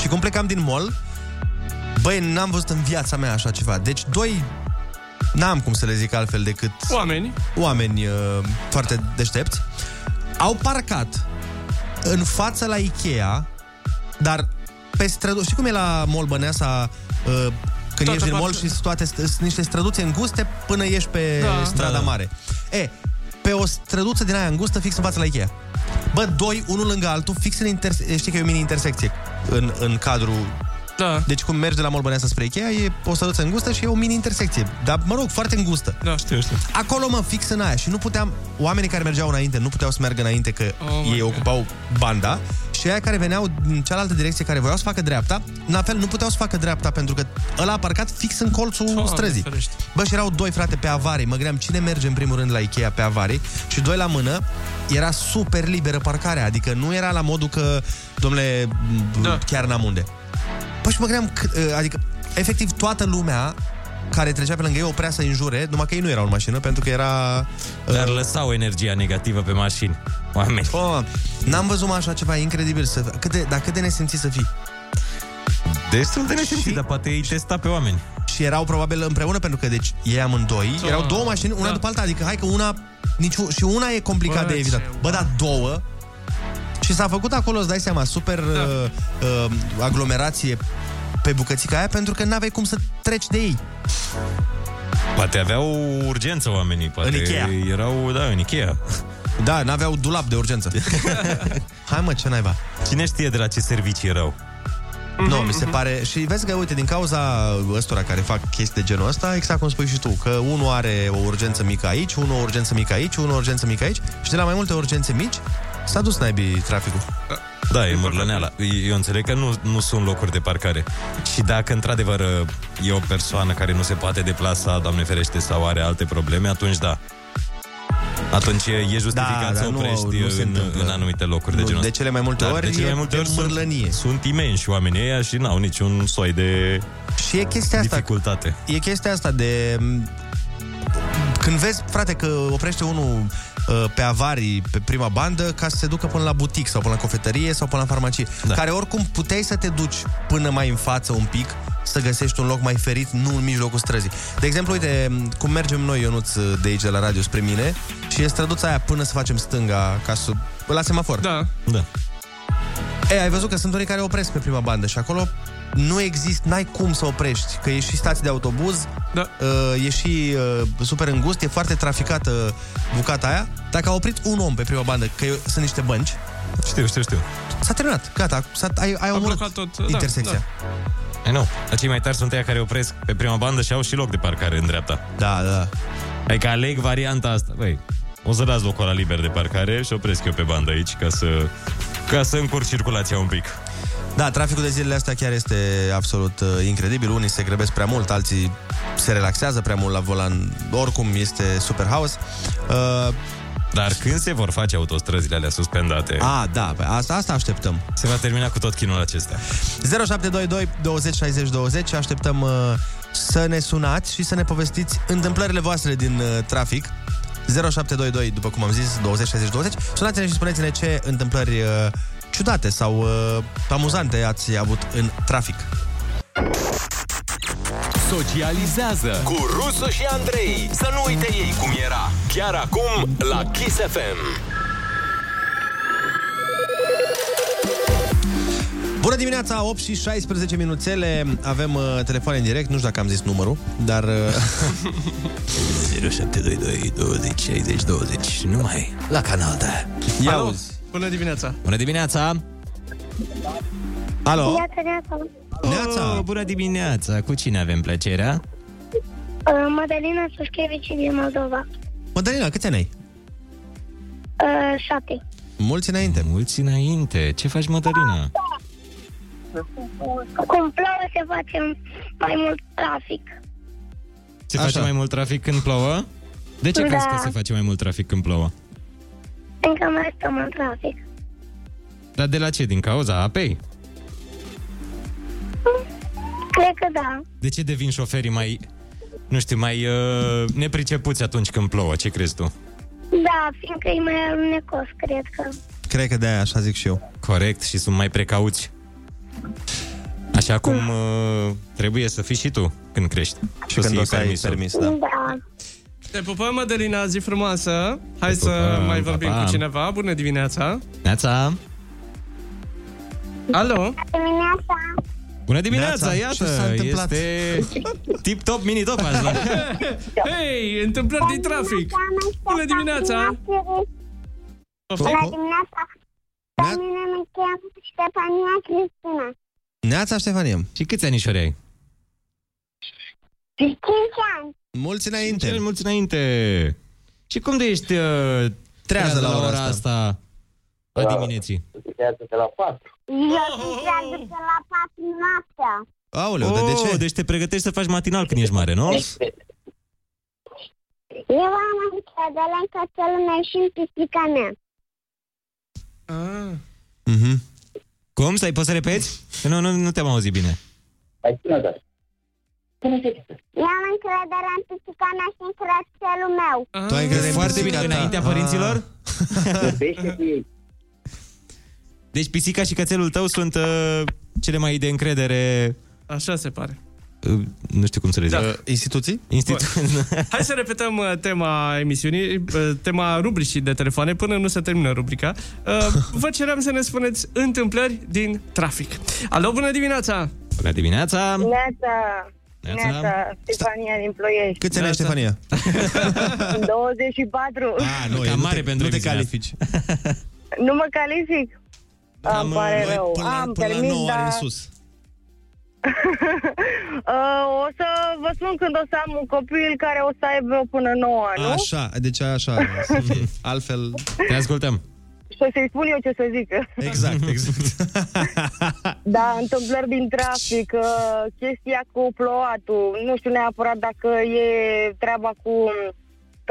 [SPEAKER 7] și cum plecam din mall, băi, n-am văzut în viața mea așa ceva. Deci, doi, n-am cum să le zic altfel decât...
[SPEAKER 9] Oameni.
[SPEAKER 7] Oameni uh, foarte deștepți. Au parcat în fața la Ikea, dar pe strădu... Știi cum e la mall Băneasa... Uh, când
[SPEAKER 9] Toată
[SPEAKER 7] ieși din mall
[SPEAKER 9] partea-
[SPEAKER 7] și sunt toate st- sunt niște străduțe înguste până ieși pe
[SPEAKER 9] Da.
[SPEAKER 7] strada
[SPEAKER 9] Da, da.
[SPEAKER 7] mare. E, pe o străduță din aia îngustă, fix în fața la Ikea. Bă, doi, unul lângă altul, fix în interse- știi că e o mini-intersecție în, în cadrul...
[SPEAKER 9] Da.
[SPEAKER 7] Deci cum mergi de la Molbăneasa spre Ikea, e o străduță îngustă și e o mini-intersecție. Dar, mă rog, foarte îngustă.
[SPEAKER 9] Da, știu, știu.
[SPEAKER 7] Acolo, mă, fix în aia. Și nu puteam... Oamenii care mergeau înainte nu puteau să meargă înainte că
[SPEAKER 9] Oh
[SPEAKER 7] oh
[SPEAKER 9] my
[SPEAKER 7] ei
[SPEAKER 9] God.
[SPEAKER 7] ocupau banda. Și aia care veneau în cealaltă direcție, care voiau să facă dreapta, la fel, nu puteau să facă dreapta pentru că ăla a parcat fix în colțul
[SPEAKER 9] Doamne
[SPEAKER 7] străzii.
[SPEAKER 9] ferește.
[SPEAKER 7] Bă, și erau doi frate pe avarii. Mă gândeam cine merge în primul rând la Ikea pe avarii și doi la mână. Era super liberă parcarea, adică nu era la modul că, domnule, da. chiar n-am unde. Păi și mă gândeam, că, adică, efectiv, toată lumea care trecea pe lângă ei oprea să înjure, numai că ei nu erau în mașină, pentru că era... ă,
[SPEAKER 8] Dar lăsau energia negativă pe mașini. Da, Oameni.
[SPEAKER 7] Oh, n-am văzut mă, așa ceva incredibil, să, cât de, dar cât de nesimțit să fii.
[SPEAKER 8] Destul de nesimțit, Deci, dar poate ei testa pe oameni.
[SPEAKER 7] Și erau probabil împreună, pentru că, deci, ei amândoi,
[SPEAKER 8] Ah,
[SPEAKER 7] erau două mașini, una
[SPEAKER 8] da.
[SPEAKER 7] după alta, adică, hai că una, nici, și una e complicat
[SPEAKER 8] Bă,
[SPEAKER 7] de evitat.
[SPEAKER 8] ce-
[SPEAKER 7] Bă, dar două, și s-a făcut acolo, îți dai seama, super da. uh, uh, aglomerație pe bucățica aia, pentru că n-aveai cum să treci de ei.
[SPEAKER 8] Poate aveau urgență oamenii. Poate
[SPEAKER 7] În Ikea.
[SPEAKER 8] Erau, da, în Ikea.
[SPEAKER 7] Da, n-aveau dulap de urgență. Hai mă, ce naiba.
[SPEAKER 8] Cine știe de la ce servicii rău?
[SPEAKER 7] Nu, mi se pare... Și vezi că, uite, din cauza ăstora care fac chestii de genul ăsta, exact cum spui și tu, că unul are o urgență mică aici, unul o urgență mică aici, unul o urgență mică aici și de la mai multe urgențe mici s-a dus naibii traficul.
[SPEAKER 8] [laughs] Da, e mărlăneala. Eu- Eu înțeleg că nu, nu sunt locuri de parcare. Și dacă într-adevăr e o persoană care nu se poate deplasa, Doamne ferește, sau are alte probleme, atunci da. Atunci e justificat
[SPEAKER 7] Da,
[SPEAKER 8] să
[SPEAKER 7] dar nu-
[SPEAKER 8] oprești
[SPEAKER 7] nu se
[SPEAKER 8] în,
[SPEAKER 7] întâmplă.
[SPEAKER 8] în anumite locuri de
[SPEAKER 7] Nu,
[SPEAKER 8] genul
[SPEAKER 7] de
[SPEAKER 8] ăsta.
[SPEAKER 7] cele mai multe
[SPEAKER 8] Dar
[SPEAKER 7] ori
[SPEAKER 8] de cele mai
[SPEAKER 7] e
[SPEAKER 8] multe ori sunt, sunt imensi oamenii ăia și n-au niciun soi de
[SPEAKER 7] și e chestia asta-
[SPEAKER 8] dificultate. Asta.
[SPEAKER 7] E chestia asta de... m, Când vezi, frate, că oprește unul uh, pe avarii, pe prima bandă, ca să se ducă până la butic sau până la cofetărie sau până la farmacie, da. care oricum puteai să te duci până mai în față un pic, să găsești un loc mai ferit, nu în mijlocul străzii. De exemplu, uite, m, cum mergem noi, Ionuț, de aici, de la radio, spre mine, și e străduța aia până să facem stânga, ca să... la semafor.
[SPEAKER 9] Da.
[SPEAKER 8] Da.
[SPEAKER 7] Ei, ai văzut că sunt unii care opresc pe prima bandă și acolo nu există, n-ai cum să oprești, că e și stație de autobuz,
[SPEAKER 9] da.
[SPEAKER 7] e și uh, super îngust, e foarte traficată bucata aia. Dacă a oprit un om pe prima bandă, că e- sunt niște bănci,
[SPEAKER 8] Știu, știu, știu.
[SPEAKER 7] s-a terminat, gata, s-a, ai, ai omorât
[SPEAKER 9] tot,
[SPEAKER 7] intersecția.
[SPEAKER 8] Da, I know. Dar cei mai tari sunt aia care opresc pe prima bandă și au și loc de parcare în dreapta.
[SPEAKER 7] Da, da.
[SPEAKER 8] Adică aleg varianta asta. Băi, o să las locul la liber de parcare și opresc eu pe bandă aici ca să, ca să încurc circulația un pic.
[SPEAKER 7] Da, traficul de zilele astea chiar este absolut uh, incredibil. Unii se grăbesc prea mult, alții se relaxează prea mult la volan. Oricum, este super haos. Uh,
[SPEAKER 8] Dar când se vor face autostrăzile alea suspendate?
[SPEAKER 7] a, da, pe asta, asta așteptăm.
[SPEAKER 8] Se va termina cu tot chinul acesta.
[SPEAKER 7] 0722 20 60 20 Așteptăm uh, să ne sunați și să ne povestiți întâmplările voastre din uh, trafic 0722, după cum am zis, 20 60 20 Sunați-ne și spuneți-ne ce întâmplări uh, ciudate sau uh, amuzante ați avut în trafic
[SPEAKER 6] Socializează cu Rusu și Andrei. Să nu uite ei cum era. Chiar acum la Kiss FM.
[SPEAKER 7] Bună dimineața, 8 și 16 minuțele Avem uh, telefoane în direct, nu știu dacă am zis numărul Dar... Uh,
[SPEAKER 8] 0722 20 60 20 Numai
[SPEAKER 7] [laughs]
[SPEAKER 8] la canal de
[SPEAKER 7] Ia
[SPEAKER 9] Alo, Bună dimineața!
[SPEAKER 8] Bună dimineața!
[SPEAKER 7] Alo!
[SPEAKER 3] Neața, neața.
[SPEAKER 8] Neața! bună dimineața! Cu cine avem plăcerea?
[SPEAKER 3] Uh, Madalina Sușchevici din Moldova.
[SPEAKER 7] Mădălina, câți ani ai?
[SPEAKER 3] Uh, șapte.
[SPEAKER 7] Mulți înainte
[SPEAKER 8] Mulți înainte! Ce faci, Mădălina?
[SPEAKER 3] Cum plouă se face mai mult trafic.
[SPEAKER 8] Se face mai mult trafic când plouă? De ce
[SPEAKER 3] Da.
[SPEAKER 8] crezi că se face mai mult trafic când plouă?
[SPEAKER 3] Încă mai stăm în trafic.
[SPEAKER 8] Dar de la ce? Din cauza apei?
[SPEAKER 3] Cred că da.
[SPEAKER 8] De ce devin șoferii mai, nu știu, mai uh, nepricepuți atunci când plouă? Ce crezi tu?
[SPEAKER 3] Da, fiindcă e mai alunecos, cred că.
[SPEAKER 7] Cred că de-aia, așa zic și eu.
[SPEAKER 8] Corect, și sunt mai precauți. Așa cum uh, trebuie să fii și tu când crești. Și
[SPEAKER 7] când o să ai
[SPEAKER 8] permis,
[SPEAKER 3] Da.
[SPEAKER 9] Te pupăm, Mădălina, zi frumoasă! Hai
[SPEAKER 8] Te
[SPEAKER 9] să
[SPEAKER 8] pupăm,
[SPEAKER 9] mai vorbim
[SPEAKER 8] pa, pa.
[SPEAKER 9] cu cineva. Bună dimineața!
[SPEAKER 8] Neața!
[SPEAKER 9] Alo!
[SPEAKER 3] Dimineața.
[SPEAKER 8] Bună dimineața,
[SPEAKER 9] Neața,
[SPEAKER 8] iată!
[SPEAKER 9] ce s-a întâmplat?
[SPEAKER 8] Este tip-top, mini-top
[SPEAKER 9] [laughs]
[SPEAKER 8] azi. la-
[SPEAKER 9] Hei, întâmplări din trafic! Bună dimineața!
[SPEAKER 3] Bună dimineața. Pe mine mă cheamă Ștefania Cristina.
[SPEAKER 7] Neața, Ștefanie
[SPEAKER 8] Și câți anișori ai?
[SPEAKER 3] De 5 ani.
[SPEAKER 7] Mulți înainte!
[SPEAKER 8] Cel mulți înainte! Și cum de ești uh, trează
[SPEAKER 7] la ora
[SPEAKER 8] asta, asta a dimineții?
[SPEAKER 18] Da. de la 4.
[SPEAKER 3] Eu
[SPEAKER 9] Oh!
[SPEAKER 3] sunt trează de la 4 noaptea.
[SPEAKER 7] Aoleu,
[SPEAKER 8] oh, dar de ce? Deci te pregătești să faci matinal când ești mare, nu?
[SPEAKER 3] Eu am încredere în toată lumea și în pisica mea.
[SPEAKER 8] Mm-hmm. Cum? Stai, poți să repeți? Că Nu, nu, nu te-am auzit bine.
[SPEAKER 3] Eu am încredere în pisica mea și în crețelul meu.
[SPEAKER 8] Tu ai crezut foarte bine înaintea părinților? Deci pisica și cățelul tău sunt uh, cele mai de încredere...
[SPEAKER 9] Așa se pare.
[SPEAKER 8] Uh, nu știu cum să le zic.
[SPEAKER 9] Da.
[SPEAKER 8] Uh,
[SPEAKER 7] instituții?
[SPEAKER 8] Instituții.
[SPEAKER 9] [laughs] Hai să repetăm uh, tema emisiunii, uh, tema rubricii de telefoane, până nu se termină rubrica. Uh, Vă ceream să ne spuneți întâmplări din trafic. Alo, bună dimineața!
[SPEAKER 8] Bună dimineața!
[SPEAKER 22] Neața!
[SPEAKER 9] Neața.
[SPEAKER 22] Neața, Stefania din Ploiești.
[SPEAKER 7] Câți ani ai, Ștefania?
[SPEAKER 22] 24.
[SPEAKER 7] Ah. A, nu, e, nu te, nu te califici
[SPEAKER 22] Nu mă calific. Am, Îmi pare
[SPEAKER 7] noi
[SPEAKER 22] rău.
[SPEAKER 7] până la-
[SPEAKER 22] Am
[SPEAKER 7] până la
[SPEAKER 22] permis,
[SPEAKER 7] nouă
[SPEAKER 22] dar...
[SPEAKER 7] ani în sus.
[SPEAKER 22] [laughs] Uh, o să vă spun când o să am un copil care o să aibă până 9 ani, nu?
[SPEAKER 7] Așa, deci așa.
[SPEAKER 22] [laughs]
[SPEAKER 7] să fie. Altfel...
[SPEAKER 8] Te ascultăm.
[SPEAKER 22] Și o să-i spun eu ce să zică.
[SPEAKER 8] [laughs]
[SPEAKER 7] Exact, exact.
[SPEAKER 22] Da, întâmplări din trafic, uh, chestia cu plouatul, nu știu neapărat dacă e treaba cu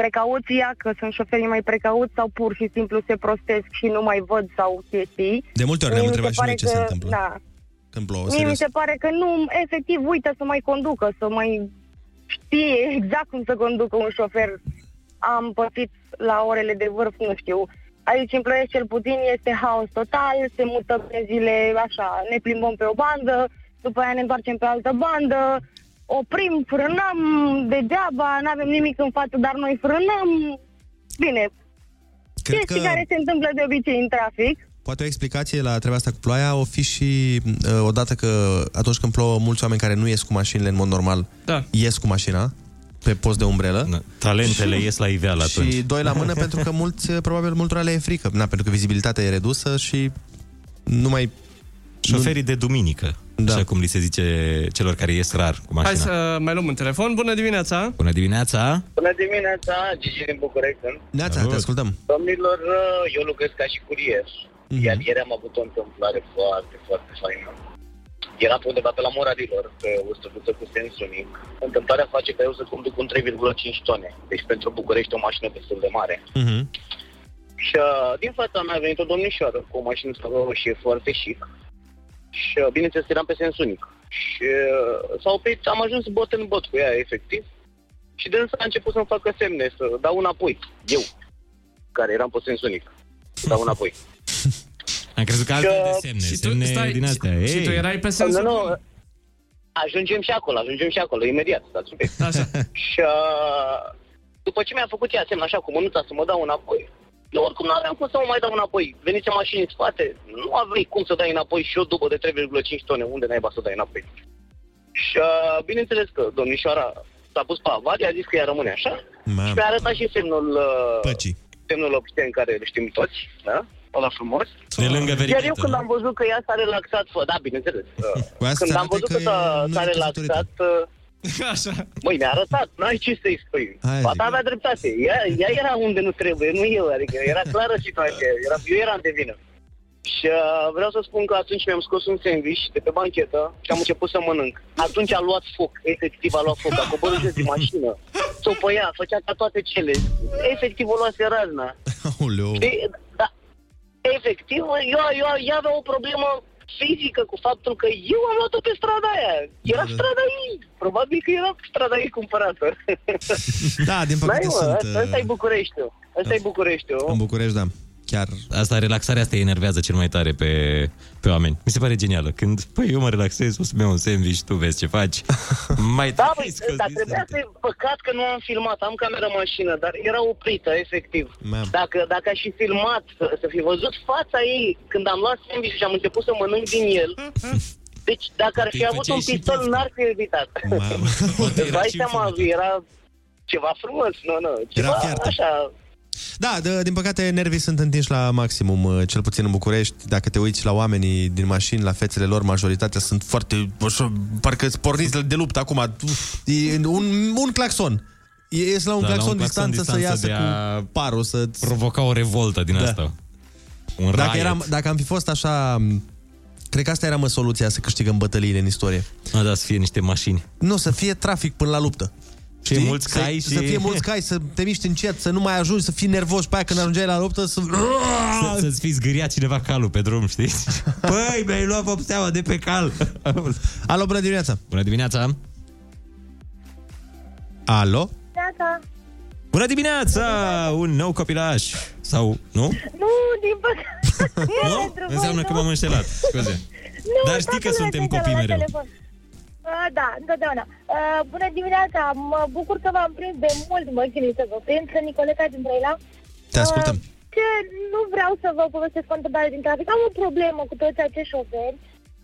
[SPEAKER 22] precauția, că sunt șoferii mai precauți sau pur și simplu se prostesc și nu mai văd sau chestii.
[SPEAKER 7] De multe ori ne-am
[SPEAKER 22] Mie mi se
[SPEAKER 7] întrebat și noi
[SPEAKER 22] pare
[SPEAKER 7] ce se
[SPEAKER 22] că-
[SPEAKER 7] întâmplă.
[SPEAKER 22] Da.
[SPEAKER 7] Când plouă,
[SPEAKER 22] Mie mi
[SPEAKER 7] serios.
[SPEAKER 22] se pare că nu, efectiv, uită să mai conducă, să mai știe [laughs] exact cum să conducă un șofer. Am pățit la orele de vârf, nu știu. Aici în Ploiești cel puțin este haos total, se mută pe zile așa, ne plimbăm pe o bandă, după aia ne întoarcem pe altă bandă, oprim, frânăm degeaba, nu avem nimic în față, dar noi frânăm. Bine,
[SPEAKER 7] Cred
[SPEAKER 22] chestii
[SPEAKER 7] că-
[SPEAKER 22] care se întâmplă de obicei în trafic.
[SPEAKER 7] Poate o explicație la treaba asta cu ploaia o fi și uh, odată că atunci când plouă mulți oameni care nu ies cu mașinile în mod normal,
[SPEAKER 9] da.
[SPEAKER 7] ies cu mașina pe post de umbrelă. Da.
[SPEAKER 8] Talentele ies la iveală atunci.
[SPEAKER 7] Și doi la
[SPEAKER 8] [laughs]
[SPEAKER 7] mână pentru că mulți, uh, probabil multora le e frică. Na, pentru că vizibilitatea e redusă și nu mai...
[SPEAKER 8] Șoferii de duminică, da. așa cum li se zice celor care ies rar cu
[SPEAKER 9] Hai
[SPEAKER 8] mașina.
[SPEAKER 9] să mai luăm un telefon. Bună dimineața!
[SPEAKER 8] Bună dimineața!
[SPEAKER 14] Bună dimineața, Gigi din București sunt.
[SPEAKER 7] Neața, te ascultăm.
[SPEAKER 14] Domnilor, uh, eu lucrez ca și curier. Iar ieri am avut o întâmplare foarte, foarte faină. Era pe undeva pe la Moradilor, pe o străduță cu sens unic. Întâmplarea face ca eu să conduc un 3,5 tone. Deci pentru București o mașină destul de mare.
[SPEAKER 7] Mm-hmm.
[SPEAKER 14] Și uh, din fața mea a venit o domnișoară cu o mașină roșie foarte chic. Și uh, bineînțeles eram pe sens unic. Și uh, s-a oprit, am ajuns bot în bot cu ea efectiv. Și de a început să-mi facă semne, să dau înapoi. Eu, care eram pe sens unic, să dau înapoi.
[SPEAKER 8] Am crezut că
[SPEAKER 14] Și,
[SPEAKER 8] altfel de
[SPEAKER 14] uh,
[SPEAKER 8] semne, Păi, și semne tu, stai, din astea. Ei.
[SPEAKER 14] Nu, nu, ajungem și acolo, ajungem și acolo, imediat, stați
[SPEAKER 8] [laughs]
[SPEAKER 14] un pic.
[SPEAKER 9] Așa.
[SPEAKER 14] Și uh, după ce mi-a făcut ea semn așa cu mânuța să mă dau înapoi, eu oricum nu aveam cum să mă mai dau înapoi. Veniți mașini în spate, nu aveai cum să dai înapoi și o dubă de 3,5 tone, unde naiba să dai înapoi. Și uh, bineînțeles că domnișoara s-a pus pe avarie, a zis că ea rămâne așa.
[SPEAKER 7] Mamă.
[SPEAKER 14] Și mi-a arătat și semnul... Uh,
[SPEAKER 7] Păcii.
[SPEAKER 14] Semnul obțin care îl știm toți, da? Ăla frumos.
[SPEAKER 8] De lângă
[SPEAKER 14] Iar
[SPEAKER 8] verichetă,
[SPEAKER 14] eu când am văzut că ea s-a relaxat, fă, da, bineînțeles. uh,
[SPEAKER 8] Păi asta
[SPEAKER 14] Când am
[SPEAKER 8] arată
[SPEAKER 14] văzut
[SPEAKER 8] că
[SPEAKER 14] că, s-a,
[SPEAKER 8] e- nu
[SPEAKER 14] s-a
[SPEAKER 8] e
[SPEAKER 14] relaxat... uh, Măi, ne-a arătat, n-ai ce să-i spui. Fata avea dreptate, ea, ea era unde nu trebuie, nu eu, adică era clară situația, era, eu eram de vină. Și uh, vreau să spun că atunci mi-am scos un sandwich de pe banchetă și am început să mănânc. Atunci a luat foc, efectiv a luat foc, a coborât jos din mașină. S-o păia, făcea ca toate cele. Efectiv o luase razna.
[SPEAKER 7] Aoleu.
[SPEAKER 14] Știi? Da. Efectiv, eu, eu, eu aveam o problemă fizică cu faptul că eu am luat-o pe strada aia. Era strada ei. Probabil că era strada ei cumpărată.
[SPEAKER 7] Da, din
[SPEAKER 14] Da,
[SPEAKER 7] păcate
[SPEAKER 14] mă,
[SPEAKER 7] sunt... uh,
[SPEAKER 14] asta-
[SPEAKER 7] da.
[SPEAKER 14] asta e Bucureștiul. Asta e Bucureștiul.
[SPEAKER 7] În București, da. Chiar.
[SPEAKER 8] Asta, relaxarea asta îi enervează cel mai tare pe, pe oameni. Mi se pare genială. Când, păi, eu mă relaxez, o să-mi iau un sandwich, tu vezi ce
[SPEAKER 7] [laughs]
[SPEAKER 8] faci. mai
[SPEAKER 14] Da, băi, dar trebuia să... Păcat că nu am filmat, am camera în mașină, dar era oprită, efectiv.
[SPEAKER 8] Mamă.
[SPEAKER 14] Dacă, dacă aș fi filmat, să, să fi văzut fața ei când am luat sandwich și am început să mănânc din el... Deci, dacă ar fi
[SPEAKER 8] Te
[SPEAKER 14] avut un
[SPEAKER 8] făceai și
[SPEAKER 14] pistol, n-ar fi evitat. [laughs]
[SPEAKER 8] Mamă.
[SPEAKER 14] Îți dai seama, era ceva frumos, nu, nu, ceva așa...
[SPEAKER 7] Da, de, din păcate nervii sunt întinși la maximum, uh, cel puțin în București. Dacă te uiți la oamenii din mașini, la fețele lor, majoritatea sunt foarte... Așa, parcă îți porniți de luptă acum. Uf, E un, un claxon. E- Ies la un da, claxon, distanță, să iasă cu... parul să
[SPEAKER 8] provoca o revoltă din
[SPEAKER 7] Da.
[SPEAKER 8] asta. Un
[SPEAKER 7] Dacă,
[SPEAKER 8] riot.
[SPEAKER 7] eram, dacă am fi fost așa... Cred că asta era mă soluția să câștigăm bătăliile în istorie.
[SPEAKER 8] A, da, să fie niște mașini.
[SPEAKER 7] Nu, să fie trafic până la luptă.
[SPEAKER 8] Fie mulți
[SPEAKER 7] să,
[SPEAKER 8] cai și-
[SPEAKER 7] Să fie
[SPEAKER 8] [laughs]
[SPEAKER 7] mulți cai, să te miști încet, să nu mai ajungi, să fii nervos pe aia când ajungeai la luptă, să...
[SPEAKER 8] Să- Să-ți fi zgâriat cineva calul pe drum,
[SPEAKER 7] [laughs]
[SPEAKER 8] știi? Păi, mi-ai luat vopseaua de pe cal.
[SPEAKER 7] Alo, bună dimineața!
[SPEAKER 8] Bună dimineața!
[SPEAKER 7] Alo?
[SPEAKER 4] Gata.
[SPEAKER 8] Bună dimineața! Un nou copilaș. Sau, nu?
[SPEAKER 4] Nu, din
[SPEAKER 8] [laughs]
[SPEAKER 4] păcate.
[SPEAKER 8] Nu?
[SPEAKER 4] Pentru voi,
[SPEAKER 8] Înseamnă că
[SPEAKER 4] nu.
[SPEAKER 8] m-am înșelat. Scuze. [laughs]
[SPEAKER 4] Nu,
[SPEAKER 8] Dar știi
[SPEAKER 4] toată
[SPEAKER 8] că
[SPEAKER 4] lumea
[SPEAKER 8] suntem
[SPEAKER 4] se uită
[SPEAKER 8] copii
[SPEAKER 4] la
[SPEAKER 8] mereu.
[SPEAKER 4] telefon. Uh, da, întotdeauna. Uh, bună dimineața, mă bucur că v-am prins de mult, mă chinui să vă prind, sunt Nicoleta din Brăila.
[SPEAKER 7] Te ascultăm.
[SPEAKER 4] Ce nu vreau să vă povestesc o întâmplare din trafic, am o problemă cu toți acești șoferi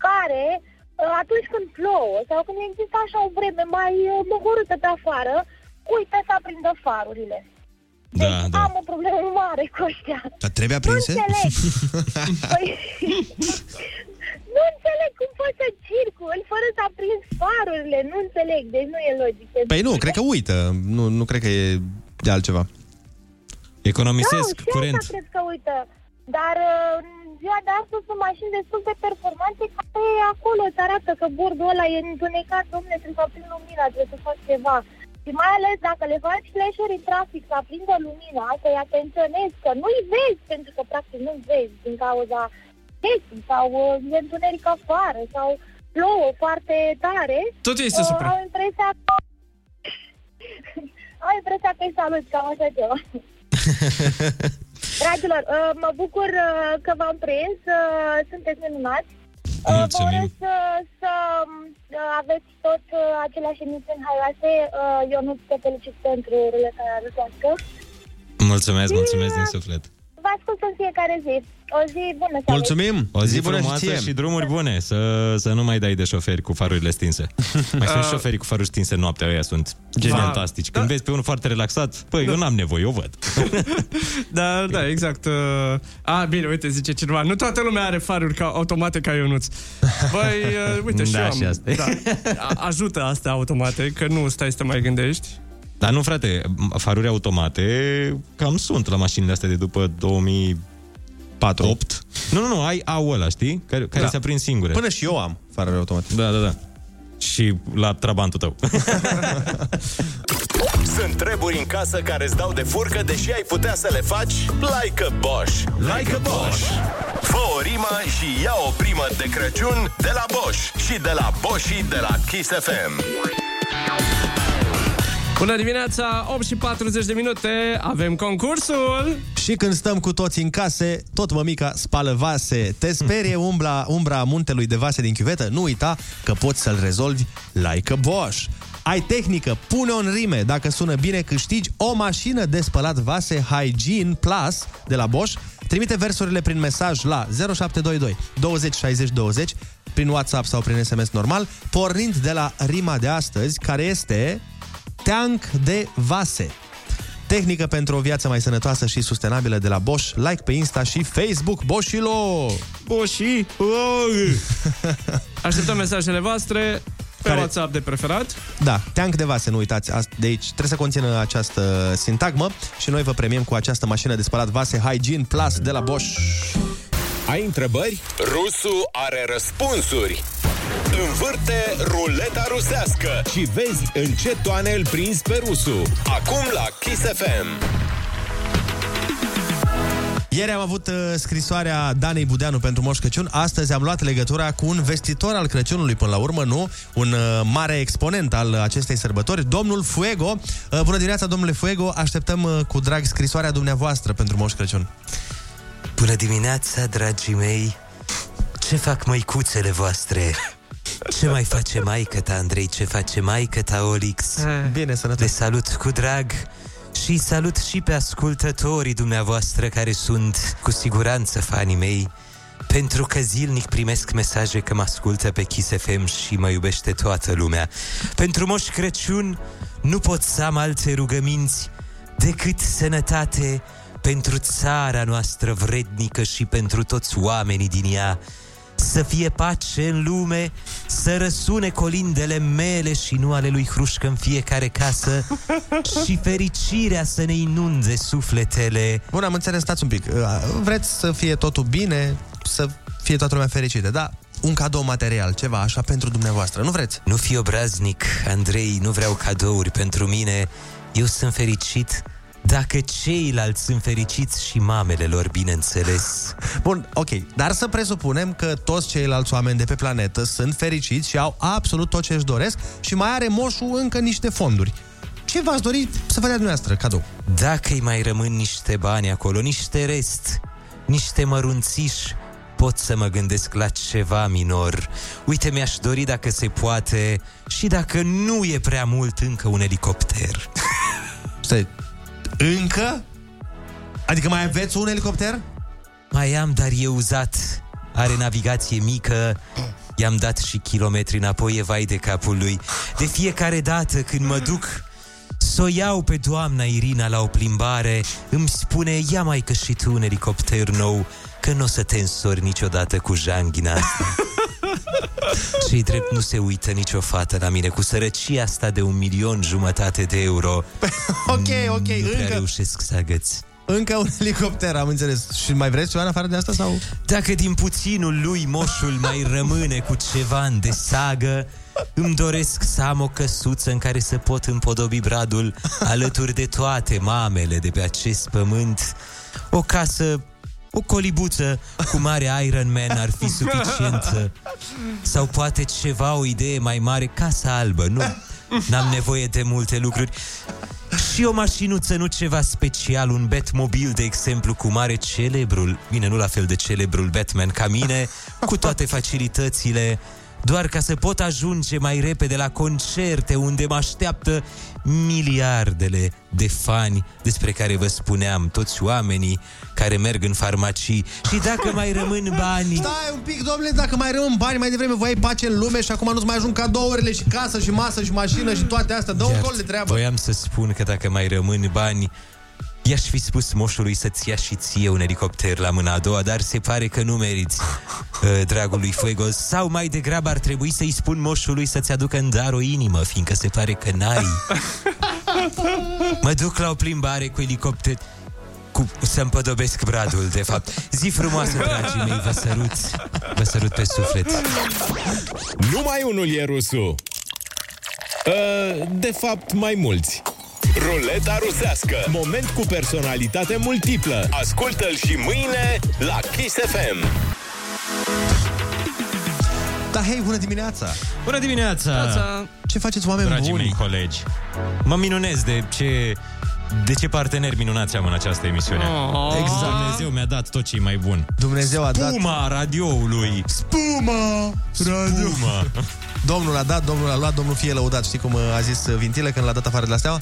[SPEAKER 4] care uh, atunci când plouă sau când există așa o vreme mai uh, mohorâtă pe afară, uită să aprindă farurile.
[SPEAKER 8] Da, da.
[SPEAKER 4] Am o problemă mare cu ăștia.
[SPEAKER 7] Dar trebuie aprinse?
[SPEAKER 4] Nu
[SPEAKER 11] [laughs]
[SPEAKER 4] înțeleg.
[SPEAKER 7] [laughs]
[SPEAKER 4] Păi, nu înțeleg cum poți să circul fără să aprinzi farurile. Nu înțeleg, deci nu e logică.
[SPEAKER 7] Păi nu, cred că uită. Nu, nu cred că e de altceva.
[SPEAKER 8] Economisesc
[SPEAKER 4] da, curent. cred că uită. Dar uh, în ziua de astăzi sunt mașini destul de performante care acolo îți arată că bordul ăla e întunecat, domne, trebuie să aprind lumina, trebuie să faci ceva. Și mai ales dacă le faci flasher în trafic să aprindă lumina, să-i atenționezi că nu-i vezi, pentru că practic nu-i vezi din cauza vieții sau uh, e întuneric afară sau plouă foarte tare. Uh,
[SPEAKER 9] Tot este supra.
[SPEAKER 4] Au impresia că... [laughs] au impresia că-i salut, cam așa
[SPEAKER 9] [laughs]
[SPEAKER 4] ceva. Dragilor, uh, mă bucur uh, că v-am prins, uh, sunteți minunați. Uh, Vă
[SPEAKER 8] Mulțumim.
[SPEAKER 4] urez să, să uh, aveți tot uh, aceleași emisiuni haioase. Uh, eu nu te felicit pentru ruleta rusească.
[SPEAKER 8] Mulțumesc, mulțumesc din suflet.
[SPEAKER 4] Vă ascult în fiecare zi. O zi bună să
[SPEAKER 8] O zi,
[SPEAKER 7] Zi bună și
[SPEAKER 8] frumoasă
[SPEAKER 7] ție.
[SPEAKER 8] și drumuri bune. Să, să nu mai dai de șoferi cu farurile stinse. Mai sunt
[SPEAKER 7] [laughs]
[SPEAKER 9] Ah.
[SPEAKER 8] șoferi cu faruri stinse noaptea, ăia sunt
[SPEAKER 9] Genial.
[SPEAKER 8] fantastici. Când
[SPEAKER 7] Da.
[SPEAKER 8] vezi pe unul foarte relaxat, păi, eu n-am nevoie, eu văd.
[SPEAKER 9] Da, da, exact. Uh, A, bine, uite, zice cineva, nu toată lumea are faruri ca, automate ca Ionuț. Băi, uh, uite, și
[SPEAKER 8] [laughs] Da,
[SPEAKER 9] eu am.
[SPEAKER 8] și asta e.
[SPEAKER 9] Da. A- Ajută asta automate, că nu stai să te mai gândești.
[SPEAKER 8] Dar nu, frate, faruri automate cam sunt la mașinile astea de după 2008. Nu, nu, nu, ai au ăla, știi? Care, care
[SPEAKER 7] Da.
[SPEAKER 8] da. se aprind singure.
[SPEAKER 7] Până și eu am faruri automate.
[SPEAKER 8] Da, da, da. Și la trabantul
[SPEAKER 7] [laughs]
[SPEAKER 8] tău.
[SPEAKER 6] Sunt treburi în casă care îți dau de furcă, deși ai putea să le faci like a Bosch. Like a Bosch. Fă o rimă și ia o primă de Crăciun de la Bosch și de la Bosch și de la Kiss FM.
[SPEAKER 9] Bună dimineața, 8 și 40 de minute, avem concursul!
[SPEAKER 7] Și când stăm cu toți în case, tot mămica spală vase. Te sperie umbra, umbra muntelui de vase din chiuvetă? Nu uita că poți să-l rezolvi like a Bosch. Ai tehnică, pune-o în rime. Dacă sună bine, câștigi o mașină de spălat vase Hygiene Plus de la Bosch. Trimite versurile prin mesaj la 0722 20 60 20 prin WhatsApp sau prin SMS normal, pornind de la rima de astăzi, care este Teanc de vase. Tehnică pentru o viață mai sănătoasă și sustenabilă de la Bosch. Like pe Insta și Facebook Boschilo!
[SPEAKER 9] Boși! Așteptăm mesajele voastre pe
[SPEAKER 7] Care-
[SPEAKER 9] WhatsApp de preferat.
[SPEAKER 7] Da, teanc de vase, nu uitați. ast- De aici trebuie să conțină această sintagmă și noi vă premiem cu această mașină de spălat vase Hygiene Plus de la Bosch.
[SPEAKER 21] Ai întrebări?
[SPEAKER 6] Rusu are răspunsuri. Învârte ruleta rusească.
[SPEAKER 21] Și vezi în ce toane îl prins pe rusul.
[SPEAKER 6] Acum la Kiss FM.
[SPEAKER 7] Ieri am avut uh, scrisoarea Danei Budeanu pentru Moș Crăciun. Astăzi am luat legătura cu un vestitor al Crăciunului până la urmă, nu? Un uh, mare exponent al uh, acestei sărbători, domnul Fuego. Uh, bună dimineața, domnule Fuego. Așteptăm uh, cu drag scrisoarea dumneavoastră pentru Moș Crăciun.
[SPEAKER 19] Bună dimineața, dragii mei! Ce fac măicuțele voastre? Ce mai face maică ta, Andrei? Ce face maică ta, Olix?
[SPEAKER 7] Bine, sănătate!
[SPEAKER 19] Le salut cu drag și salut și pe ascultătorii dumneavoastră care sunt cu siguranță fanii mei pentru că zilnic primesc mesaje că mă ascultă pe Kiss FM și mă iubește toată lumea. Pentru Moș Crăciun nu pot să am alte rugăminți decât sănătate pentru țara noastră vrednică și pentru toți oamenii din ea, să fie pace în lume, să răsune colindele mele și nu ale lui Hrușcă în fiecare
[SPEAKER 7] [laughs]
[SPEAKER 19] casă și fericirea să ne inunde sufletele.
[SPEAKER 7] Bun, am înțeles, stați un pic. Uh, Vreți să fie totul bine, să fie toată lumea fericită, da? Un cadou material, ceva așa pentru dumneavoastră, nu vreți?
[SPEAKER 19] Nu fi obraznic, Andrei, nu vreau cadouri pentru mine. Eu sunt fericit dacă ceilalți sunt fericiți și mamele lor, bineînțeles.
[SPEAKER 7] Bun, ok, dar să presupunem că toți ceilalți oameni de pe planetă sunt fericiți și au absolut tot ce își doresc și mai are moșul încă niște fonduri. Ce v-ați dori să vă dea dumneavoastră cadou?
[SPEAKER 19] Dacă îi mai rămân niște bani acolo, niște rest, niște mărunțiși, pot să mă gândesc la ceva minor. Uite, mi-aș dori dacă se poate și dacă nu e prea mult încă un elicopter.
[SPEAKER 7] [laughs] Stai, încă? Adică mai aveți un elicopter?
[SPEAKER 19] Mai am, dar e uzat. Are navigație mică, i-am dat și kilometri înapoi, e vai de capul lui. De fiecare dată când mă duc, S-o iau pe doamna Irina la o plimbare Îmi spune, ia mai că și tu un elicopter nou Că nu o să te însori niciodată cu
[SPEAKER 7] [laughs]
[SPEAKER 19] janghina asta cei drept nu se uită nicio fată la mine Cu sărăcia asta de un milion jumătate de euro
[SPEAKER 7] Ok, Păi, ok,
[SPEAKER 19] Nu prea
[SPEAKER 7] încă,
[SPEAKER 19] reușesc să agăț
[SPEAKER 7] încă un helicopter, am înțeles. Și mai vreți ceva în afară de asta sau?
[SPEAKER 19] Dacă din puținul lui moșul mai rămâne cu ceva în desagă, îmi doresc să am o căsuță în care să pot împodobi bradul alături de toate mamele de pe acest pământ. O casă, o colibuță cu mare Iron Man ar fi suficientă. Sau poate ceva, o idee mai mare, casa albă, nu? N-am nevoie de multe lucruri. Și o mașinuță, nu ceva special, un Batmobil, de exemplu, cum are celebrul, bine, nu la fel de celebrul Batman ca mine, cu toate facilitățile, doar ca să pot ajunge mai repede la concerte unde mă așteaptă miliardele de fani despre care vă spuneam, toți oamenii care merg în farmacii și dacă mai rămân banii...
[SPEAKER 7] Stai un pic, domnule, dacă mai rămân bani, mai devreme voiai pace în lume și acum nu-ți mai ajung cadourile și casă și masă și mașină și toate astea. Dă un
[SPEAKER 19] Iar
[SPEAKER 7] gol de treabă.
[SPEAKER 19] Voiam să spun că dacă mai rămân bani, i-aș fi spus moșului să-ți ia și ție un elicopter la mâna a doua, dar se pare că nu meriți,
[SPEAKER 7] [laughs]
[SPEAKER 19] uh, dragului Fuegos. Sau mai degrabă ar trebui să-i spun moșului să-ți aducă în dar o inimă, fiindcă se pare că
[SPEAKER 7] [laughs]
[SPEAKER 19] n-ai.
[SPEAKER 4] [laughs]
[SPEAKER 19] Mă duc la o plimbare cu elicopter cu, să împădobesc bradul, de fapt. Zi
[SPEAKER 7] [laughs]
[SPEAKER 19] frumoasă, dragii mei, vă sărut. Vă sărut pe suflet.
[SPEAKER 21] Numai unul e rusul.
[SPEAKER 6] Ă,
[SPEAKER 21] Uh, De fapt, mai mulți.
[SPEAKER 6] Ruleta rusească.
[SPEAKER 21] Moment cu personalitate multiplă.
[SPEAKER 6] Ascultă-l și mâine la Kiss FM.
[SPEAKER 7] Da, hei, bună dimineața!
[SPEAKER 8] Bună dimineața!
[SPEAKER 7] Dimineața! Ce faceți, oameni
[SPEAKER 8] Dragii
[SPEAKER 7] buni?
[SPEAKER 8] mei colegi, mă minunez de ce... De ce parteneri minunați am în această emisiune.
[SPEAKER 7] Oh. Exact.
[SPEAKER 8] Dumnezeu mi-a dat tot ce e mai bun.
[SPEAKER 7] Dumnezeu a dat-
[SPEAKER 8] Spuma radioului.
[SPEAKER 7] Spuma! Radio.
[SPEAKER 8] Spuma.
[SPEAKER 7] Domnul a dat, domnul a luat, domnul fie lăudat. Știi cum uh, a zis uh, Vintilă când l-a dat afară de la steaua?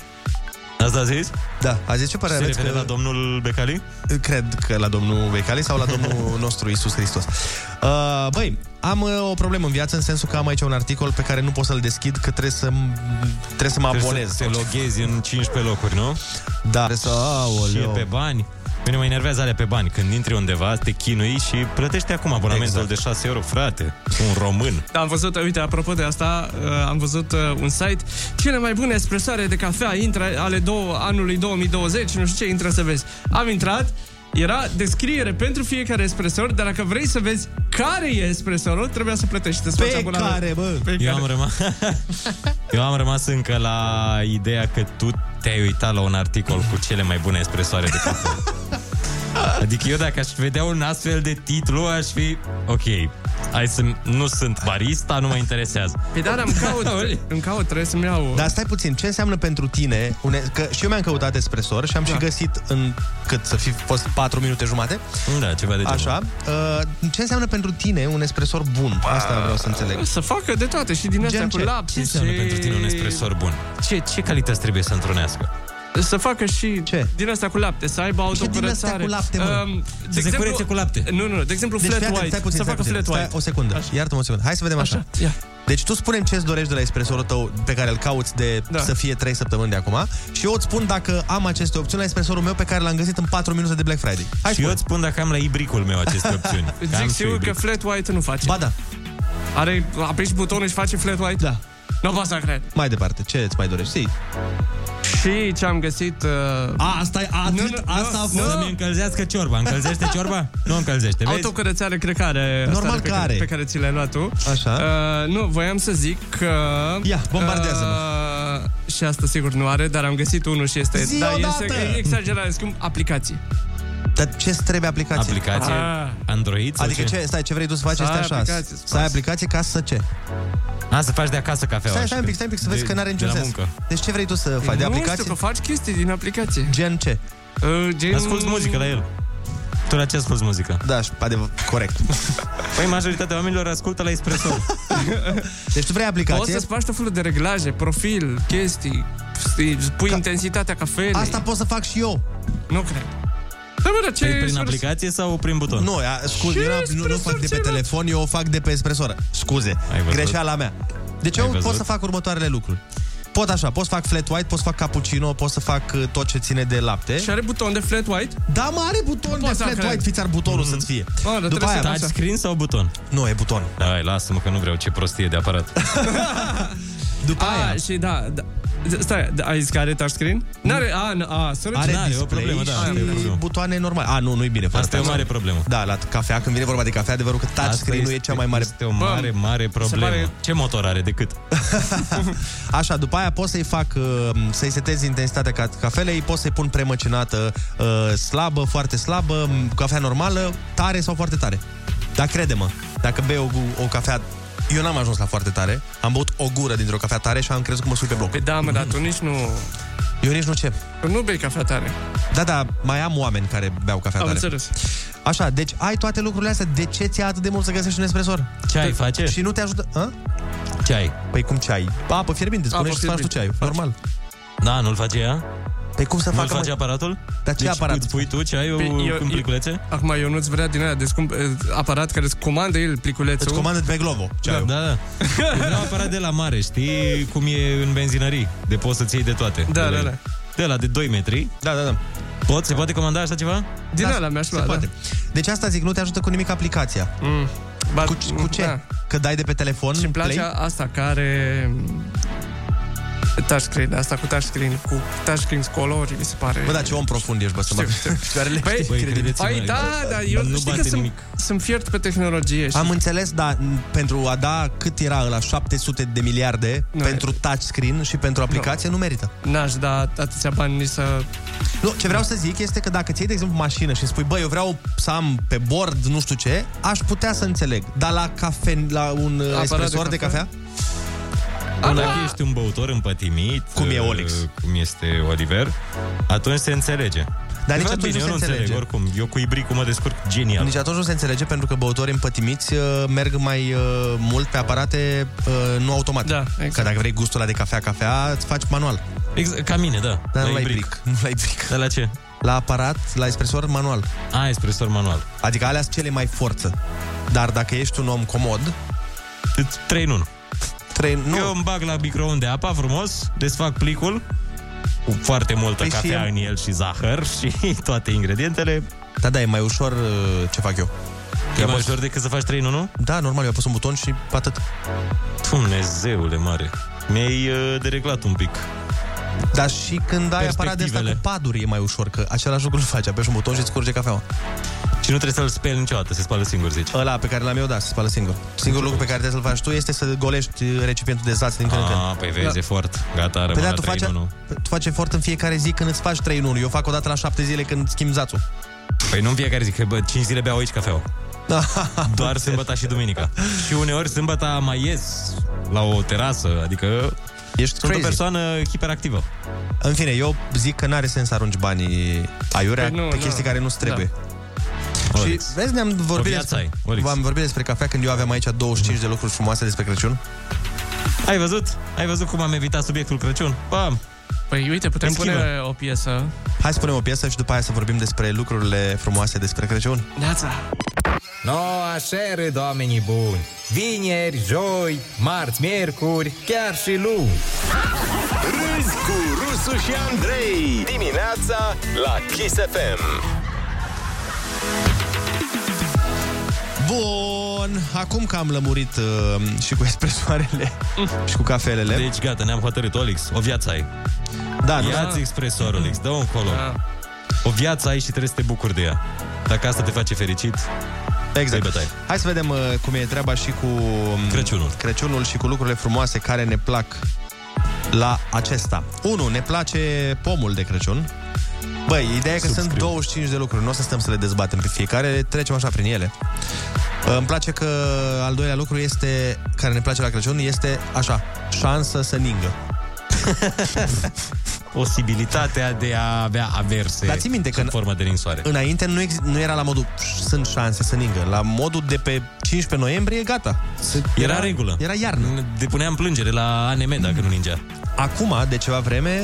[SPEAKER 8] Asta a zis?
[SPEAKER 7] Da, a zis ce părere
[SPEAKER 8] Se
[SPEAKER 7] aveți
[SPEAKER 8] referă la domnul Becali?
[SPEAKER 7] Cred că la domnul Becali sau la domnul
[SPEAKER 8] [laughs]
[SPEAKER 7] nostru Isus Hristos. Uh, băi, am uh, o problemă în viață în sensul că am aici un articol pe care nu pot să-l deschid, că trebuie să, trebuie să mă
[SPEAKER 8] Trebuie
[SPEAKER 7] abonez.
[SPEAKER 8] Să te loghezi în 15 locuri, nu?
[SPEAKER 7] Da. Trebuie să...
[SPEAKER 8] Și e
[SPEAKER 7] Aoleo.
[SPEAKER 8] pe bani. Bine, mă enervează alea pe bani. Când intri undeva, te chinui și plătește acum abonamentul
[SPEAKER 7] Exact.
[SPEAKER 8] de 6 euro, frate. Un român.
[SPEAKER 9] Am văzut, uite, apropo de asta, uh, am văzut uh, un site. Cele mai bune espresoare de cafea intră ale două, anului 2020, nu știu ce, intră să vezi. Am intrat, era descriere pentru fiecare espresor, dar dacă vrei să vezi care e espresorul, trebuia să plătești. Te
[SPEAKER 7] Pe care, bă?
[SPEAKER 9] Pe
[SPEAKER 8] Eu am, rămas, eu am rămas încă la ideea că tu te-ai uitat la un articol cu cele mai bune espresoare de cafea.
[SPEAKER 7] [laughs]
[SPEAKER 8] Adică eu dacă aș vedea un astfel de titlu, aș fi... Ok, hai să... Nu sunt barista, nu mă interesează.
[SPEAKER 9] Păi da, dar îmi
[SPEAKER 8] [laughs]
[SPEAKER 9] caut, îmi caut, trebuie să-mi iau... uh.
[SPEAKER 7] Dar stai puțin, ce înseamnă pentru tine? Une... Că și eu mi-am căutat espresor și am da. și găsit în cât să fi fost 4 minute jumate.
[SPEAKER 8] Da, ceva de genul.
[SPEAKER 7] Așa. Uh, ce înseamnă pentru tine un espresor bun? Asta vreau să înțeleg.
[SPEAKER 9] Să facă de toate și din astea
[SPEAKER 7] Gen
[SPEAKER 9] cu
[SPEAKER 7] ce?
[SPEAKER 9] lapte.
[SPEAKER 7] Ce înseamnă
[SPEAKER 9] și-
[SPEAKER 7] pentru
[SPEAKER 8] Pentru tine un espresor bun. Ce, ce calități trebuie să întrunească?
[SPEAKER 9] Să facă și ce? din asta cu lapte, să aibă autocurățare.
[SPEAKER 7] cu lapte, mă?
[SPEAKER 9] Um,
[SPEAKER 7] Să
[SPEAKER 9] de
[SPEAKER 7] se
[SPEAKER 9] exemplu-
[SPEAKER 7] curețe cu lapte.
[SPEAKER 9] Nu, nu, de exemplu
[SPEAKER 7] Deci,
[SPEAKER 9] flat
[SPEAKER 7] fii atent,
[SPEAKER 9] white.
[SPEAKER 7] stai puțin,
[SPEAKER 9] să
[SPEAKER 7] stai
[SPEAKER 9] facă
[SPEAKER 7] puțin.
[SPEAKER 9] flat
[SPEAKER 7] Stai
[SPEAKER 9] white.
[SPEAKER 7] o secundă. Iartă-mă o secundă. Hai să vedem așa.
[SPEAKER 9] Așa, ia.
[SPEAKER 7] Deci tu spunem ce-ți dorești de la espresorul tău pe care îl cauți de
[SPEAKER 9] Da.
[SPEAKER 7] da. să fie 3 săptămâni de acum și eu îți spun dacă am aceste opțiuni la espresorul meu pe care l-am găsit în 4 minute de Black Friday. Hai
[SPEAKER 8] și eu îți spun dacă am la ibricul meu aceste opțiuni. Că
[SPEAKER 9] Îți
[SPEAKER 8] am
[SPEAKER 9] Zic
[SPEAKER 8] și
[SPEAKER 9] sigur că
[SPEAKER 8] ibric.
[SPEAKER 9] flat white nu face. Ba
[SPEAKER 7] da.
[SPEAKER 9] Are, apeși butonul și face flat white?
[SPEAKER 7] Da.
[SPEAKER 9] Nu pot să cred.
[SPEAKER 7] Mai departe, ce îți mai dorești? Zi.
[SPEAKER 9] Și ce am găsit... Uh...
[SPEAKER 7] A, asta e atât?
[SPEAKER 8] Asta a fost. Să-mi încălzească ciorba. Încălzește ciorba? Nu încălzește, vezi?
[SPEAKER 9] Autocurățare, cred că are asta
[SPEAKER 8] Normal
[SPEAKER 9] pe
[SPEAKER 8] că
[SPEAKER 9] care,
[SPEAKER 8] are.
[SPEAKER 9] pe care ți l-ai luat tu.
[SPEAKER 7] Așa.
[SPEAKER 9] Uh, nu, voiam să zic că...
[SPEAKER 7] Ia, bombardează-mă.
[SPEAKER 9] Uh, și asta sigur nu are, dar am găsit unul și este...
[SPEAKER 7] Zi
[SPEAKER 9] da,
[SPEAKER 7] odată!
[SPEAKER 9] este e exagerat, e scump, aplicație.
[SPEAKER 7] Dar ce îți trebuie aplicație?
[SPEAKER 8] Aplicație?
[SPEAKER 9] Ah.
[SPEAKER 8] Android? sau
[SPEAKER 7] Adică ce? Stai, ce vrei tu să faci
[SPEAKER 8] Să
[SPEAKER 7] este
[SPEAKER 8] ai
[SPEAKER 7] așa.
[SPEAKER 8] aplicație, să
[SPEAKER 7] să ai aplicație ca să ce?
[SPEAKER 8] A, să faci de acasă cafea.
[SPEAKER 7] Stai, stai un pic, stai un pic, să vezi că n-are niciun
[SPEAKER 8] de la
[SPEAKER 7] sens.
[SPEAKER 8] muncă.
[SPEAKER 7] Deci ce vrei tu să faci? De
[SPEAKER 9] nu
[SPEAKER 7] aplicație?
[SPEAKER 9] știu că faci chestii din aplicație.
[SPEAKER 7] Gen ce?
[SPEAKER 9] Uh, gen...
[SPEAKER 8] Asculți muzică la el. Tu la ce asculti muzică?
[SPEAKER 7] Da, și adevăr, corect.
[SPEAKER 8] [laughs] Păi majoritatea oamenilor ascultă la espresso.
[SPEAKER 7] Deci tu vrei aplicație?
[SPEAKER 9] Poți să-ți faci tot felul de reglaje, profil, chestii, știi, îți pui intensitatea cafelei.
[SPEAKER 7] Asta pot să fac și eu.
[SPEAKER 9] Nu cred. Da, bă, dar ce...
[SPEAKER 8] Păi prin
[SPEAKER 9] sfârșit-
[SPEAKER 8] aplicație sau prin buton?
[SPEAKER 7] Nu, a, scuze,
[SPEAKER 8] Ce
[SPEAKER 7] eu nu, nu fac de pe telefon, eu o fac de pe espresoră. Scuze,
[SPEAKER 8] văzut?
[SPEAKER 7] greșeala mea. Deci
[SPEAKER 8] Ai
[SPEAKER 7] eu
[SPEAKER 8] văzut?
[SPEAKER 7] pot să fac următoarele lucruri. Pot Pot așa, pot să fac flat white, pot să fac cappuccino, pot să fac uh, tot ce ține de lapte.
[SPEAKER 9] Și are buton de flat white?
[SPEAKER 7] Da, mă, are buton
[SPEAKER 9] Poți
[SPEAKER 7] de
[SPEAKER 9] să
[SPEAKER 7] flat
[SPEAKER 9] cred.
[SPEAKER 7] white, fiți ar butonul mm-hmm. să-ți fie.
[SPEAKER 9] Mamă, dar
[SPEAKER 7] După
[SPEAKER 9] trebuie
[SPEAKER 7] aia,
[SPEAKER 9] să taci
[SPEAKER 7] așa.
[SPEAKER 9] screen
[SPEAKER 8] Mm. sau buton?
[SPEAKER 7] Nu, e buton.
[SPEAKER 8] Hai, lasă-mă că nu vreau ce prostie de aparat.
[SPEAKER 9] După a, aia. și da, da. Stai, da, ai zis că are touchscreen? N-are, a, n- a, să
[SPEAKER 7] Are
[SPEAKER 8] Da,
[SPEAKER 7] display
[SPEAKER 9] da,
[SPEAKER 7] și butoane normale. A, nu, nu e bine.
[SPEAKER 8] Asta e o mare problemă.
[SPEAKER 7] Da, la cafea, când vine vorba de cafea, adevărul că touchscreen-ul e cea mai mare...
[SPEAKER 8] Este o mare, mare problemă. Pare... Ce motor are decât?
[SPEAKER 7] Așa, după aia pot să-i fac, uh, să-i setez intensitatea ca- cafelei, pot să-i pun premăcinată, uh, slabă, foarte slabă, m, cafea normală, tare sau foarte tare. Dar crede-mă, dacă bei o, o cafea eu n-am ajuns la foarte tare, am băut o gură dintr-o cafea tare și am crezut că mă sui pe bloc. Păi
[SPEAKER 9] da, mă, dar tu nici nu...
[SPEAKER 7] Eu nici nu ce.
[SPEAKER 9] Nu bei cafea tare.
[SPEAKER 7] Da, da, mai am oameni care beau cafea
[SPEAKER 9] Am
[SPEAKER 7] tare.
[SPEAKER 9] înțeles.
[SPEAKER 7] Așa, deci ai toate lucrurile astea, de ce ți-a atât de mult să găsești un espresor?
[SPEAKER 8] Ce ai face?
[SPEAKER 7] Și nu te ajută... A?
[SPEAKER 8] Ce ai?
[SPEAKER 7] Păi cum ce ai? Apă fierbinte,
[SPEAKER 8] Apă
[SPEAKER 7] spune și faci tu ce ai,
[SPEAKER 8] fierbinte.
[SPEAKER 7] normal.
[SPEAKER 8] Da, nu-l face ea?
[SPEAKER 7] Păi cum să
[SPEAKER 8] nu-l
[SPEAKER 7] facă, mă?
[SPEAKER 8] face aparatul?
[SPEAKER 7] Dar ce
[SPEAKER 8] deci
[SPEAKER 7] aparat?
[SPEAKER 8] Îți pui tu ce ai,
[SPEAKER 9] Păi,
[SPEAKER 8] păi,
[SPEAKER 9] eu-
[SPEAKER 8] cu
[SPEAKER 9] eu-
[SPEAKER 8] pliculețe?
[SPEAKER 9] Acum eu nu-ți vrea din aia, deci cum, eh, aparat care îți comandă el pliculețul.
[SPEAKER 8] Îți comandă
[SPEAKER 7] pe Glovo.
[SPEAKER 8] Da, da,
[SPEAKER 9] [laughs]
[SPEAKER 8] da. Eu vreau aparat de la mare, știi cum e în benzinării, de poți să-ți iei de toate.
[SPEAKER 9] Da,
[SPEAKER 8] de
[SPEAKER 9] da,
[SPEAKER 8] la-
[SPEAKER 9] da.
[SPEAKER 8] De la de 2 metri.
[SPEAKER 7] Da, da, da.
[SPEAKER 8] Pot, se poate comanda așa ceva?
[SPEAKER 9] Din da, alea mi-aș lua,
[SPEAKER 7] Se
[SPEAKER 9] da.
[SPEAKER 7] poate. Deci asta zic, nu te ajută cu nimic aplicația.
[SPEAKER 9] Mm. Ba, cu,
[SPEAKER 7] Cu ce?
[SPEAKER 9] Da.
[SPEAKER 7] Că dai de pe telefon
[SPEAKER 9] Și îmi place
[SPEAKER 7] play?
[SPEAKER 9] asta care mm, touchscreen, asta cu touchscreen, cu touchscreen colori, mi se pare.
[SPEAKER 7] Bă, da, ce om profund ești, bă, să mă... [laughs]
[SPEAKER 9] Păi, păi da, dar eu nu știi că sunt, sunt fiert pe tehnologie. Și...
[SPEAKER 7] Am înțeles, dar n- pentru a da cât era la 700 de miliarde
[SPEAKER 9] Nu,
[SPEAKER 7] pentru touchscreen și pentru aplicație, nu, merită.
[SPEAKER 9] N-aș da atâția bani nici să...
[SPEAKER 7] Nu, ce vreau să zic este că dacă ți iei, de exemplu, mașină și spui, bă, eu vreau să am pe bord nu știu ce, aș putea să înțeleg. Dar la, cafe, la un
[SPEAKER 8] Aparat
[SPEAKER 7] Aparat
[SPEAKER 8] de
[SPEAKER 7] espresor de
[SPEAKER 8] cafea?
[SPEAKER 7] cafea?
[SPEAKER 8] Dar dacă ești un băutor împătimit, cum e Olix, cum este Oliver, atunci se înțelege.
[SPEAKER 7] Dar nici
[SPEAKER 8] Eu
[SPEAKER 7] atunci
[SPEAKER 8] bine,
[SPEAKER 7] nu
[SPEAKER 8] eu
[SPEAKER 7] se
[SPEAKER 8] nu înțeleg,
[SPEAKER 7] înțelege.
[SPEAKER 8] oricum. Eu cu ibricul mă descurc genial.
[SPEAKER 7] Nici atunci nu se înțelege pentru că băutorii împătimiți uh, merg mai uh, mult pe aparate uh, nu automate. Da, exact. Că dacă vrei gustul ăla de cafea, cafea, îți faci manual.
[SPEAKER 8] Exact, ca mine, da. La
[SPEAKER 7] Dar nu la
[SPEAKER 8] ibric.
[SPEAKER 7] ibric. [laughs] Nu la ibric.
[SPEAKER 8] Dar la ce?
[SPEAKER 7] La aparat, la espresor, manual.
[SPEAKER 8] A, espresor manual.
[SPEAKER 7] Adică alea sunt cele mai forță. Dar dacă ești un om comod...
[SPEAKER 8] 3 în 1.
[SPEAKER 7] 3 nu.
[SPEAKER 8] Eu îmi bag la microunde apa frumos, desfac plicul cu foarte multă
[SPEAKER 7] Păi și
[SPEAKER 8] cafea în
[SPEAKER 7] eu-
[SPEAKER 8] el și zahăr [laughs] și toate ingredientele.
[SPEAKER 7] Da, da, e mai ușor uh, ce fac eu.
[SPEAKER 8] E
[SPEAKER 7] Eu
[SPEAKER 8] mai
[SPEAKER 7] pot-
[SPEAKER 8] ușor decât să faci 3 în 1?
[SPEAKER 7] Da, normal, eu apăs un buton și atât.
[SPEAKER 8] Dumnezeule mare. Mi-ai uh, dereglat un pic.
[SPEAKER 7] Dar și când ai aparat de asta cu
[SPEAKER 8] Perspectivele.
[SPEAKER 7] paduri e mai ușor, că același lucru îl faci, apeși un buton și îți curge cafeaua.
[SPEAKER 8] Și nu trebuie să-l speli niciodată, se spală singur, zici.
[SPEAKER 7] Ăla pe care l-am eu, da, se spală singur. Singurul lucru pe care trebuie să-l faci tu este să golești uh, recipientul de zaț din când în când.
[SPEAKER 8] Ah, păi vezi,
[SPEAKER 7] Da.
[SPEAKER 8] efort. Gata,
[SPEAKER 7] Păi
[SPEAKER 8] rămâne
[SPEAKER 7] da,
[SPEAKER 8] la
[SPEAKER 7] tu
[SPEAKER 8] 3
[SPEAKER 7] faci,
[SPEAKER 8] în 1.
[SPEAKER 7] tu faci efort în fiecare zi când îți faci 3 în 1. Eu fac o dată la 7 zile când schimb zațul.
[SPEAKER 8] Păi nu în fiecare zi, că bă, 5 zile beau aici cafeaua.
[SPEAKER 7] Da.
[SPEAKER 8] [laughs] Doar sâmbăta și
[SPEAKER 7] [laughs]
[SPEAKER 8] duminica. Și uneori sâmbăta mai ies la o terasă, adică
[SPEAKER 7] Ești
[SPEAKER 8] sunt
[SPEAKER 7] crazy.
[SPEAKER 8] o persoană hiperactivă.
[SPEAKER 7] În fine, eu zic că n-are sens să arunci banii aiurea
[SPEAKER 8] Păi nu,
[SPEAKER 7] pe
[SPEAKER 8] nu.
[SPEAKER 7] chestii care nu-ți trebuie.
[SPEAKER 8] Da.
[SPEAKER 7] Și
[SPEAKER 8] Olix.
[SPEAKER 7] vezi, ne-am vorbit,
[SPEAKER 8] viață ai,
[SPEAKER 7] despre,
[SPEAKER 8] Olix.
[SPEAKER 7] v-am vorbit despre cafea când eu aveam aici 25 de lucruri frumoase despre Crăciun.
[SPEAKER 8] Ai văzut? Ai văzut cum am evitat subiectul Crăciun? Bam!
[SPEAKER 9] Păi uite, putem
[SPEAKER 8] Deschidă.
[SPEAKER 9] pune o piesă.
[SPEAKER 7] Hai să punem o piesă și după aia să vorbim despre lucrurile frumoase despre Crăciun.
[SPEAKER 9] Neața!
[SPEAKER 5] No, așa râd oamenii buni. Vineri, joi, marți, miercuri, chiar și luni.
[SPEAKER 6] Râzi cu Rusu și Andrei Dimineața la Kiss FM
[SPEAKER 7] Bun, acum că am lămurit uh, și cu [laughs] espresoarele și cu cafelele.
[SPEAKER 8] Deci gata, ne-am hotărât, Olix, o viață ai.
[SPEAKER 7] Da, nu-
[SPEAKER 8] Ia-ți
[SPEAKER 7] Da.
[SPEAKER 8] expresor, Olix, dă-o încolo.
[SPEAKER 7] Da.
[SPEAKER 8] O viață ai și trebuie să te bucuri de ea. Dacă asta te face fericit,
[SPEAKER 7] Exact.
[SPEAKER 8] Bătai.
[SPEAKER 7] Hai să vedem uh, cum e treaba și cu um,
[SPEAKER 8] Crăciunul.
[SPEAKER 7] Crăciunul și cu lucrurile frumoase care ne plac la acesta. 1. Ne place pomul de Crăciun. Băi, ideea e că sunt 25 de lucruri, nu o să stăm să le dezbatem pe fiecare, trecem așa prin ele. Uh, Îmi place că al doilea lucru este, care ne place la Crăciun, este așa, șansă să ningă.
[SPEAKER 8] [laughs] posibilitatea de a avea averse
[SPEAKER 7] Dar ții minte că
[SPEAKER 8] în
[SPEAKER 7] în-
[SPEAKER 8] formă de ninsoare.
[SPEAKER 7] Înainte nu, ex- nu era la modul "Pș, sunt șanse să ningă. La modul de pe 15 noiembrie, gata. Se-
[SPEAKER 8] Era, regulă.
[SPEAKER 7] Era iarnă.
[SPEAKER 8] Depuneam plângere la ANM dacă nu ningea.
[SPEAKER 7] Acum, de ceva vreme,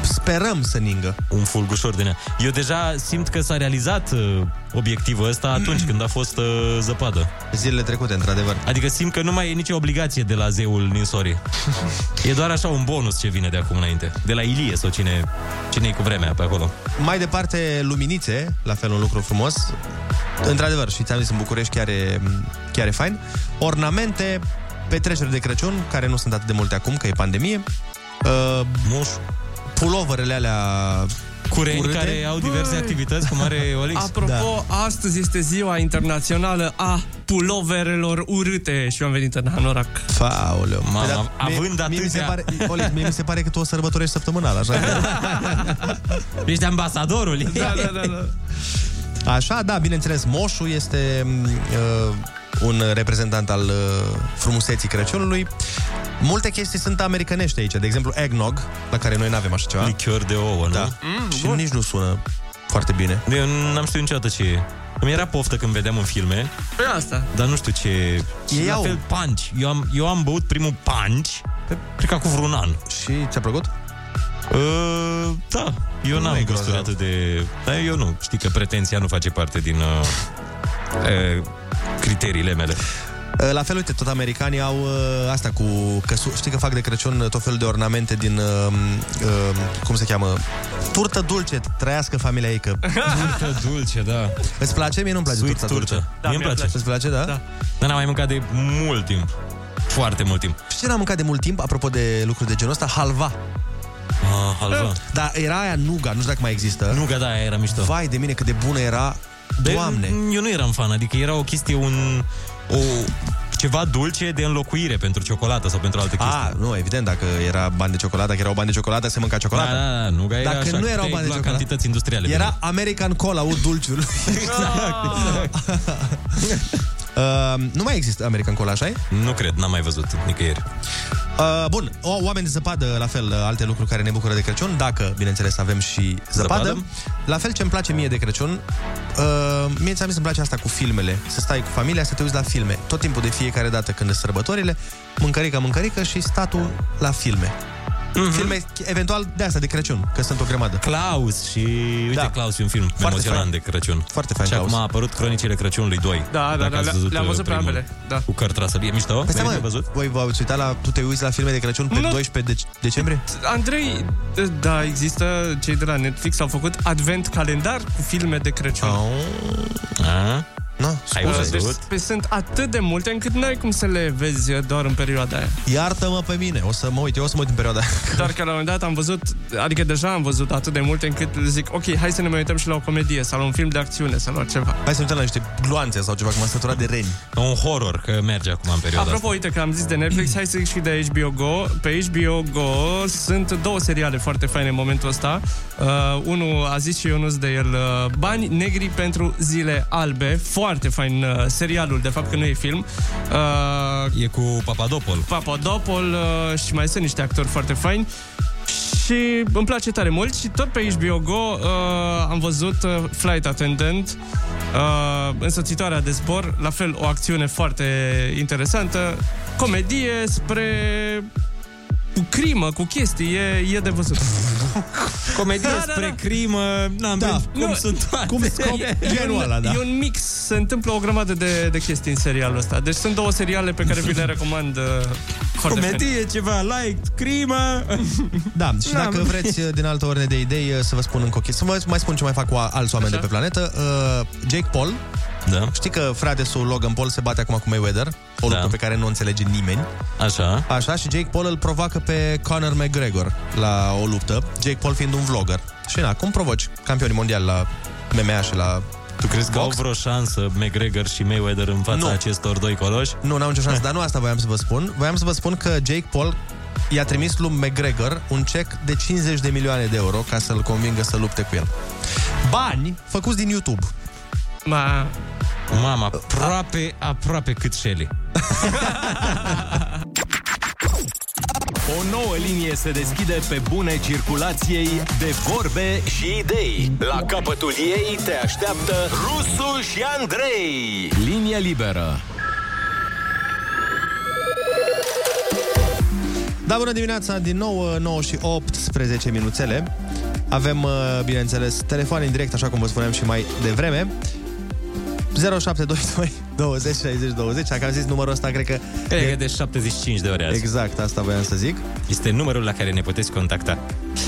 [SPEAKER 7] sperăm să ningă.
[SPEAKER 8] Un fulgușor din ea. Eu deja simt că s-a realizat uh, obiectivul ăsta atunci când a fost uh, zăpadă.
[SPEAKER 7] Zilele trecute, într-adevăr.
[SPEAKER 8] Adică simt că nu mai e nicio obligație de la zeul ninsorii.
[SPEAKER 7] [laughs]
[SPEAKER 8] e doar așa un bonus ce vine de acum înainte. De la Ilie sau cine, cine e cu vremea pe acolo.
[SPEAKER 7] Mai departe, luminițe, la fel un lucru frumos. Într-adevăr, și ți-am zis, în București chiar e, chiar e fain. Ornamente, petreceri de Crăciun, care nu sunt atât de multe acum, că e pandemie. Uh, Moș. Puloverele alea
[SPEAKER 8] Cureni
[SPEAKER 7] urâte.
[SPEAKER 8] care au diverse activități, cum are Olix.
[SPEAKER 9] Apropo, da. astăzi este ziua internațională a puloverelor urâte și eu am venit în Hanorac.
[SPEAKER 7] Faoleu,
[SPEAKER 8] Mamă,
[SPEAKER 7] Păi, dar mie-
[SPEAKER 8] da, având
[SPEAKER 7] mie mi se
[SPEAKER 8] atâția-
[SPEAKER 7] pare, Olic, mie mi se pare că tu o sărbătorești săptămânal, așa.
[SPEAKER 8] Ești ambasadorul. Da, da, da, da.
[SPEAKER 7] Așa, da, bineînțeles, moșul este m, uh, un reprezentant al uh, frumuseții Crăciunului. Multe chestii sunt americanești aici, de exemplu eggnog, la care noi nu avem așa ceva.
[SPEAKER 8] Lichior de ouă, nu?
[SPEAKER 7] Da.
[SPEAKER 8] Mm,
[SPEAKER 7] și
[SPEAKER 8] bun.
[SPEAKER 7] nici nu sună foarte bine.
[SPEAKER 8] Eu n-am știut niciodată ce e. Îmi era poftă când vedeam în filme.
[SPEAKER 9] Pe asta.
[SPEAKER 8] Dar nu știu ce...
[SPEAKER 7] Ei
[SPEAKER 8] Ei la
[SPEAKER 7] au-
[SPEAKER 8] fel punch. Eu am, eu am băut primul punch, pe- cred că acum vreun an.
[SPEAKER 7] Și ți-a plăcut?
[SPEAKER 8] Uh, da, eu
[SPEAKER 7] Nu
[SPEAKER 8] n-am
[SPEAKER 7] e
[SPEAKER 8] gustul
[SPEAKER 7] grozav.
[SPEAKER 8] atât de... Da, eu nu. Știi că pretenția nu face parte din
[SPEAKER 7] [laughs]
[SPEAKER 8] uh, uh, criteriile mele.
[SPEAKER 7] Uh, La fel, uite, tot americanii au uh, asta cu căsu... Știi că fac de Crăciun tot felul de ornamente din... Uh, uh, cum se cheamă? Turtă dulce, trăiască familia ei, că...
[SPEAKER 8] Turtă dulce, da.
[SPEAKER 7] Îți place? Mie nu-mi place
[SPEAKER 8] Sweet
[SPEAKER 7] turta
[SPEAKER 8] turtă.
[SPEAKER 7] dulce.
[SPEAKER 8] Da, Mie îmi place.
[SPEAKER 7] Îți place, da?
[SPEAKER 8] Da. Dar n-am mai mâncat de mult timp. Foarte mult timp.
[SPEAKER 7] Și ce n-am mâncat de mult timp, apropo de lucruri de genul ăsta? Halva. Eh.
[SPEAKER 8] Ah, halva.
[SPEAKER 7] Dar era aia nuga, nu știu dacă mai există.
[SPEAKER 8] Nuga, da, aia era mișto.
[SPEAKER 7] Vai de mine cât de bună era.
[SPEAKER 8] Dar
[SPEAKER 7] Doamne.
[SPEAKER 8] Eh, Eu, eu nu eram fan, adică era o chestie, un... O, ceva dulce de înlocuire pentru ciocolată sau pentru alte chestii.
[SPEAKER 7] A, Ah, nu, evident, dacă era bani de ciocolată, dacă erau bani de ciocolată, se mânca ciocolată.
[SPEAKER 8] Da, da, da, nu, că era
[SPEAKER 7] Dacă
[SPEAKER 8] așa,
[SPEAKER 7] nu
[SPEAKER 8] că
[SPEAKER 7] erau
[SPEAKER 8] te
[SPEAKER 7] bani de
[SPEAKER 8] lua
[SPEAKER 7] ciocolată.
[SPEAKER 8] cantități industriale.
[SPEAKER 7] Era American Cola, ul
[SPEAKER 8] [laughs]
[SPEAKER 7] dulciul.
[SPEAKER 8] exact, exact.
[SPEAKER 7] Uh, nu mai există American Cola, așa e?
[SPEAKER 8] Nu cred, n-am mai văzut nicăieri.
[SPEAKER 7] Uh, bun, o, oameni de zăpadă, la fel, uh, alte lucruri care ne bucură de Crăciun, dacă, bineînțeles, avem și zăpadă.
[SPEAKER 8] Zăpadă.
[SPEAKER 7] La fel ce îmi place mie de Crăciun, uh, mie ți-am zis îmi place asta cu filmele, să stai cu familia, să te uiți la filme. Tot timpul de fiecare dată când sunt sărbătorile, mâncărică, mâncărică și statul la filme.
[SPEAKER 8] Mhm.
[SPEAKER 7] Mm-hmm. Filme, eventual, de asta, de Crăciun, că sunt o grămadă.
[SPEAKER 8] Claus și... Uite, da. Claus e un film Foarte emoționant
[SPEAKER 7] fain.
[SPEAKER 8] de Crăciun.
[SPEAKER 7] Foarte fain,
[SPEAKER 8] Și acum
[SPEAKER 7] Claus.
[SPEAKER 8] a apărut Cronicile Crăciunului 2.
[SPEAKER 9] Da, da,
[SPEAKER 8] Dacă
[SPEAKER 9] da,
[SPEAKER 8] ați
[SPEAKER 9] le- le-am
[SPEAKER 8] uh,
[SPEAKER 9] văzut pe
[SPEAKER 8] primul.
[SPEAKER 9] ambele, da.
[SPEAKER 8] Cu căr trasă. E mișto?
[SPEAKER 7] Păi stai,
[SPEAKER 8] Merită
[SPEAKER 7] mă,
[SPEAKER 8] văzut?
[SPEAKER 7] voi v-ați uitat la... Tu te uiți la filme de Crăciun pe 12 de- decembrie?
[SPEAKER 9] Andrei, da, există, cei de la Netflix au făcut advent calendar cu filme de Crăciun.
[SPEAKER 8] A?
[SPEAKER 7] Nu,
[SPEAKER 8] Ai
[SPEAKER 9] Uh,
[SPEAKER 8] văzut?
[SPEAKER 9] deci, sunt atât de multe încât n-ai cum să le vezi uh, doar în perioada aia.
[SPEAKER 7] Iartă-mă pe mine, o să mă uit, eu o să mă uit în perioada
[SPEAKER 9] Doar că la un moment dat am văzut, adică deja am văzut atât de multe încât zic, ok, hai să ne mai uităm și la o comedie sau la un film de acțiune sau la ceva.
[SPEAKER 7] Hai să ne uităm la niște gloanțe sau ceva, că m-am săturat de reni.
[SPEAKER 8] Un horror, că merge acum în perioada
[SPEAKER 9] Apropo, uite că am zis de Netflix, hai să zic și de HBO Go. Pe HBO Go sunt două seriale foarte faine în momentul ăsta. Uh, unul a zis și Ionuț de el, uh, Bani negri pentru zile albe. Foarte fain uh, serialul, de fapt că nu e film. Uh,
[SPEAKER 8] e cu Papadopol.
[SPEAKER 9] Papadopol uh, și mai sunt niște actori foarte faini. Și îmi place tare mult și tot pe HBO Go uh, am văzut uh, Flight Attendant, uh, însoțitoarea de zbor, la fel o acțiune foarte interesantă, comedie spre cu crimă, cu chestii, e, e de văzut.
[SPEAKER 8] [laughs]
[SPEAKER 9] Da,
[SPEAKER 8] Comedie spre crimă, n-am da. cum
[SPEAKER 9] Nu,
[SPEAKER 8] sunt toate.
[SPEAKER 9] cum scop-
[SPEAKER 8] [laughs] E
[SPEAKER 9] e,
[SPEAKER 8] genul
[SPEAKER 9] un,
[SPEAKER 8] ăla, da.
[SPEAKER 9] e un mix, se întâmplă o grămadă de, de chestii în serialul ăsta. Deci sunt două seriale pe care vi le recomand uh, foarte fain.
[SPEAKER 8] Comedie, ceva, like, crimă.
[SPEAKER 7] Da, și
[SPEAKER 8] N-am.
[SPEAKER 7] dacă vreți din altă ordine de idei uh, să vă spun încă o chestie, să vă mai spun ce mai fac cu alți oameni de pe planetă. Uh, Jake Paul,
[SPEAKER 8] da.
[SPEAKER 7] știi că fratesul Logan Paul se bate acum cu Mayweather, o luptă pe care nu o înțelege nimeni.
[SPEAKER 8] Așa.
[SPEAKER 7] Așa, și Jake Paul îl provoacă pe Conor McGregor la o luptă, Jake Paul fiind un vlogger. Și na, cum provoci campionii mondiali la MMA și la
[SPEAKER 8] Tu crezi că au vreo șansă McGregor și Mayweather în fața
[SPEAKER 7] Nu.
[SPEAKER 8] acestor doi coloși?
[SPEAKER 7] Nu, n-am nicio șansă, dar nu asta voiam să vă spun. Voiam să vă spun că Jake Paul i-a trimis lui McGregor un cec de 50 de milioane de euro ca să-l convingă să lupte cu el. Bani făcuți din YouTube.
[SPEAKER 9] Ma...
[SPEAKER 8] Mama, aproape, aproape cât Shelly.
[SPEAKER 10] O nouă linie se deschide pe bune circulației de vorbe și idei.
[SPEAKER 6] La capătul ei te așteaptă Rusu și Andrei.
[SPEAKER 10] Linie liberă.
[SPEAKER 7] Da, bună dimineața, din nou 9 și 18 minuțele. Avem, uh, bineînțeles, telefoane în direct, așa cum vă spuneam și mai devreme. 0722 20 60 20 Dacă am zis numărul ăsta, cred că...
[SPEAKER 8] Cred că de 75 de ore azi.
[SPEAKER 7] Exact, asta voiam să zic.
[SPEAKER 8] Este numărul la care ne puteți contacta.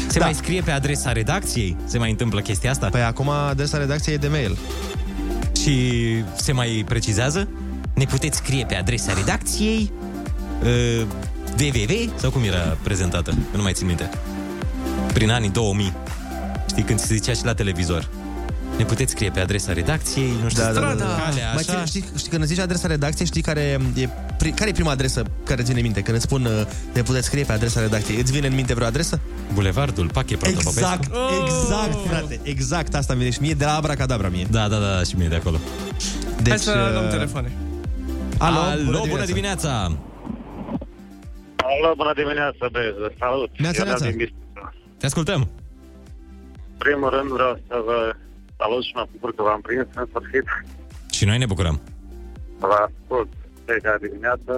[SPEAKER 8] Se da. mai scrie pe adresa redacției? Se mai întâmplă chestia asta?
[SPEAKER 7] Păi acum adresa redacției e de mail.
[SPEAKER 8] Și se mai precizează? Ne puteți scrie pe adresa redacției uh, www sau cum era prezentată? Nu mai țin minte. Prin anii 2000. Știi, când se zicea și la televizor. Ne puteți scrie pe adresa redacției, nu știu,
[SPEAKER 7] Da, da, da, da.
[SPEAKER 8] calea,
[SPEAKER 7] Mai
[SPEAKER 8] așa.
[SPEAKER 7] ține, știi, știi, când îți zici adresa redacției, știi care e, pri, care e prima adresă care ține minte? Când îți spun, uh, ne puteți scrie pe adresa redacției, îți vine în minte vreo adresă?
[SPEAKER 8] Bulevardul Pache Protopopescu.
[SPEAKER 7] Exact, exact, frate, exact asta îmi vine și mie de la Abracadabra mie.
[SPEAKER 8] Da, da, da, și mie de acolo.
[SPEAKER 7] Deci,
[SPEAKER 9] Hai să
[SPEAKER 7] uh,
[SPEAKER 9] luăm telefoane.
[SPEAKER 7] Alo,
[SPEAKER 8] Alo,
[SPEAKER 7] bună
[SPEAKER 8] bună dimineața!
[SPEAKER 13] Alo, bună dimineața, băieți, salut!
[SPEAKER 8] Neața,
[SPEAKER 13] Eu Dan
[SPEAKER 8] neața.
[SPEAKER 13] din Bistrița.
[SPEAKER 8] Te ascultăm!
[SPEAKER 13] În primul rând vreau să vă salut și mă bucur că v-am prins în sfârșit.
[SPEAKER 8] Și noi ne bucurăm.
[SPEAKER 13] Vă ascult fiecare dimineață.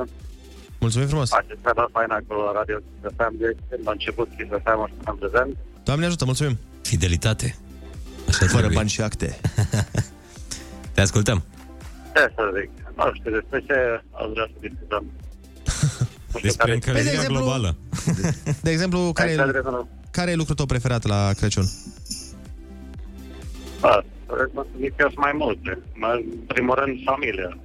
[SPEAKER 7] Mulțumim frumos!
[SPEAKER 13] Faceți treaba faină acolo la Radio Chisafam. De când a început Chisafam și am prezent.
[SPEAKER 7] Doamne ajută, mulțumim!
[SPEAKER 8] Fidelitate. Așa
[SPEAKER 7] Fără bani și acte.
[SPEAKER 8] [laughs] Te ascultăm.
[SPEAKER 13] Ce să zic? Nu știu despre ce aș vrea să
[SPEAKER 7] [laughs]
[SPEAKER 13] discutăm.
[SPEAKER 8] Despre
[SPEAKER 7] încălzirea Păi, de exemplu- globală. De exemplu, care e, care e lucrul tău preferat la Crăciun?
[SPEAKER 13] Da, mă să zic că sunt mai multe. Mă, În primul rând, familia.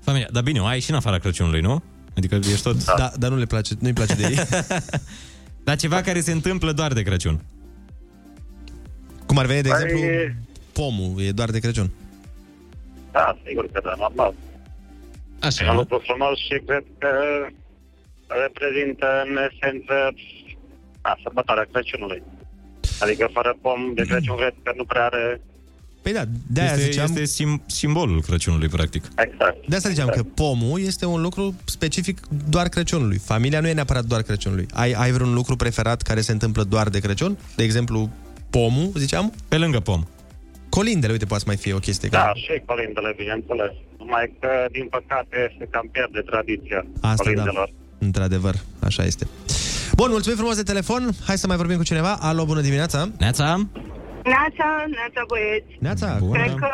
[SPEAKER 8] Familia, dar bine, o ai și în afara Crăciunului, nu? Adică ești tot...
[SPEAKER 7] Da, dar nu le place, nu-i place de ei.
[SPEAKER 8] [laughs] dar ceva care se întâmplă doar de Crăciun.
[SPEAKER 7] Cum ar veni, de
[SPEAKER 8] Păi-
[SPEAKER 7] exemplu, pomul, e doar de Crăciun.
[SPEAKER 13] Da, sigur că da, normal.
[SPEAKER 8] Așa.
[SPEAKER 13] E un lucru frumos și cred că reprezintă în esență a, sărbătoarea Crăciunului. Adică fără pom de
[SPEAKER 7] Mm.
[SPEAKER 13] Crăciun cred că nu prea are...
[SPEAKER 7] Păi da, de-aia
[SPEAKER 8] este,
[SPEAKER 7] ziceam-
[SPEAKER 8] Este sim- simbolul Crăciunului, practic.
[SPEAKER 13] Exact.
[SPEAKER 7] De asta ziceam că pomul este un lucru specific doar Crăciunului. Familia nu e neapărat doar Crăciunului. Ai, ai vreun lucru preferat care se întâmplă doar de Crăciun? De exemplu, pomul, ziceam?
[SPEAKER 8] Pe lângă pom.
[SPEAKER 7] Colindele, uite, poate să mai fie o chestie.
[SPEAKER 13] Da,
[SPEAKER 7] Care...
[SPEAKER 13] și colindele, bineînțeles. Numai că, din păcate, se cam pierde tradiția
[SPEAKER 7] Asta
[SPEAKER 13] colindelor.
[SPEAKER 7] da, într-adevăr, așa este. Bun, mulțumim frumos de telefon. Hai să mai vorbim cu cineva. Alo, bună dimineața!
[SPEAKER 8] Neața!
[SPEAKER 20] Neața, neața băieți.
[SPEAKER 7] Neața!
[SPEAKER 20] Cred că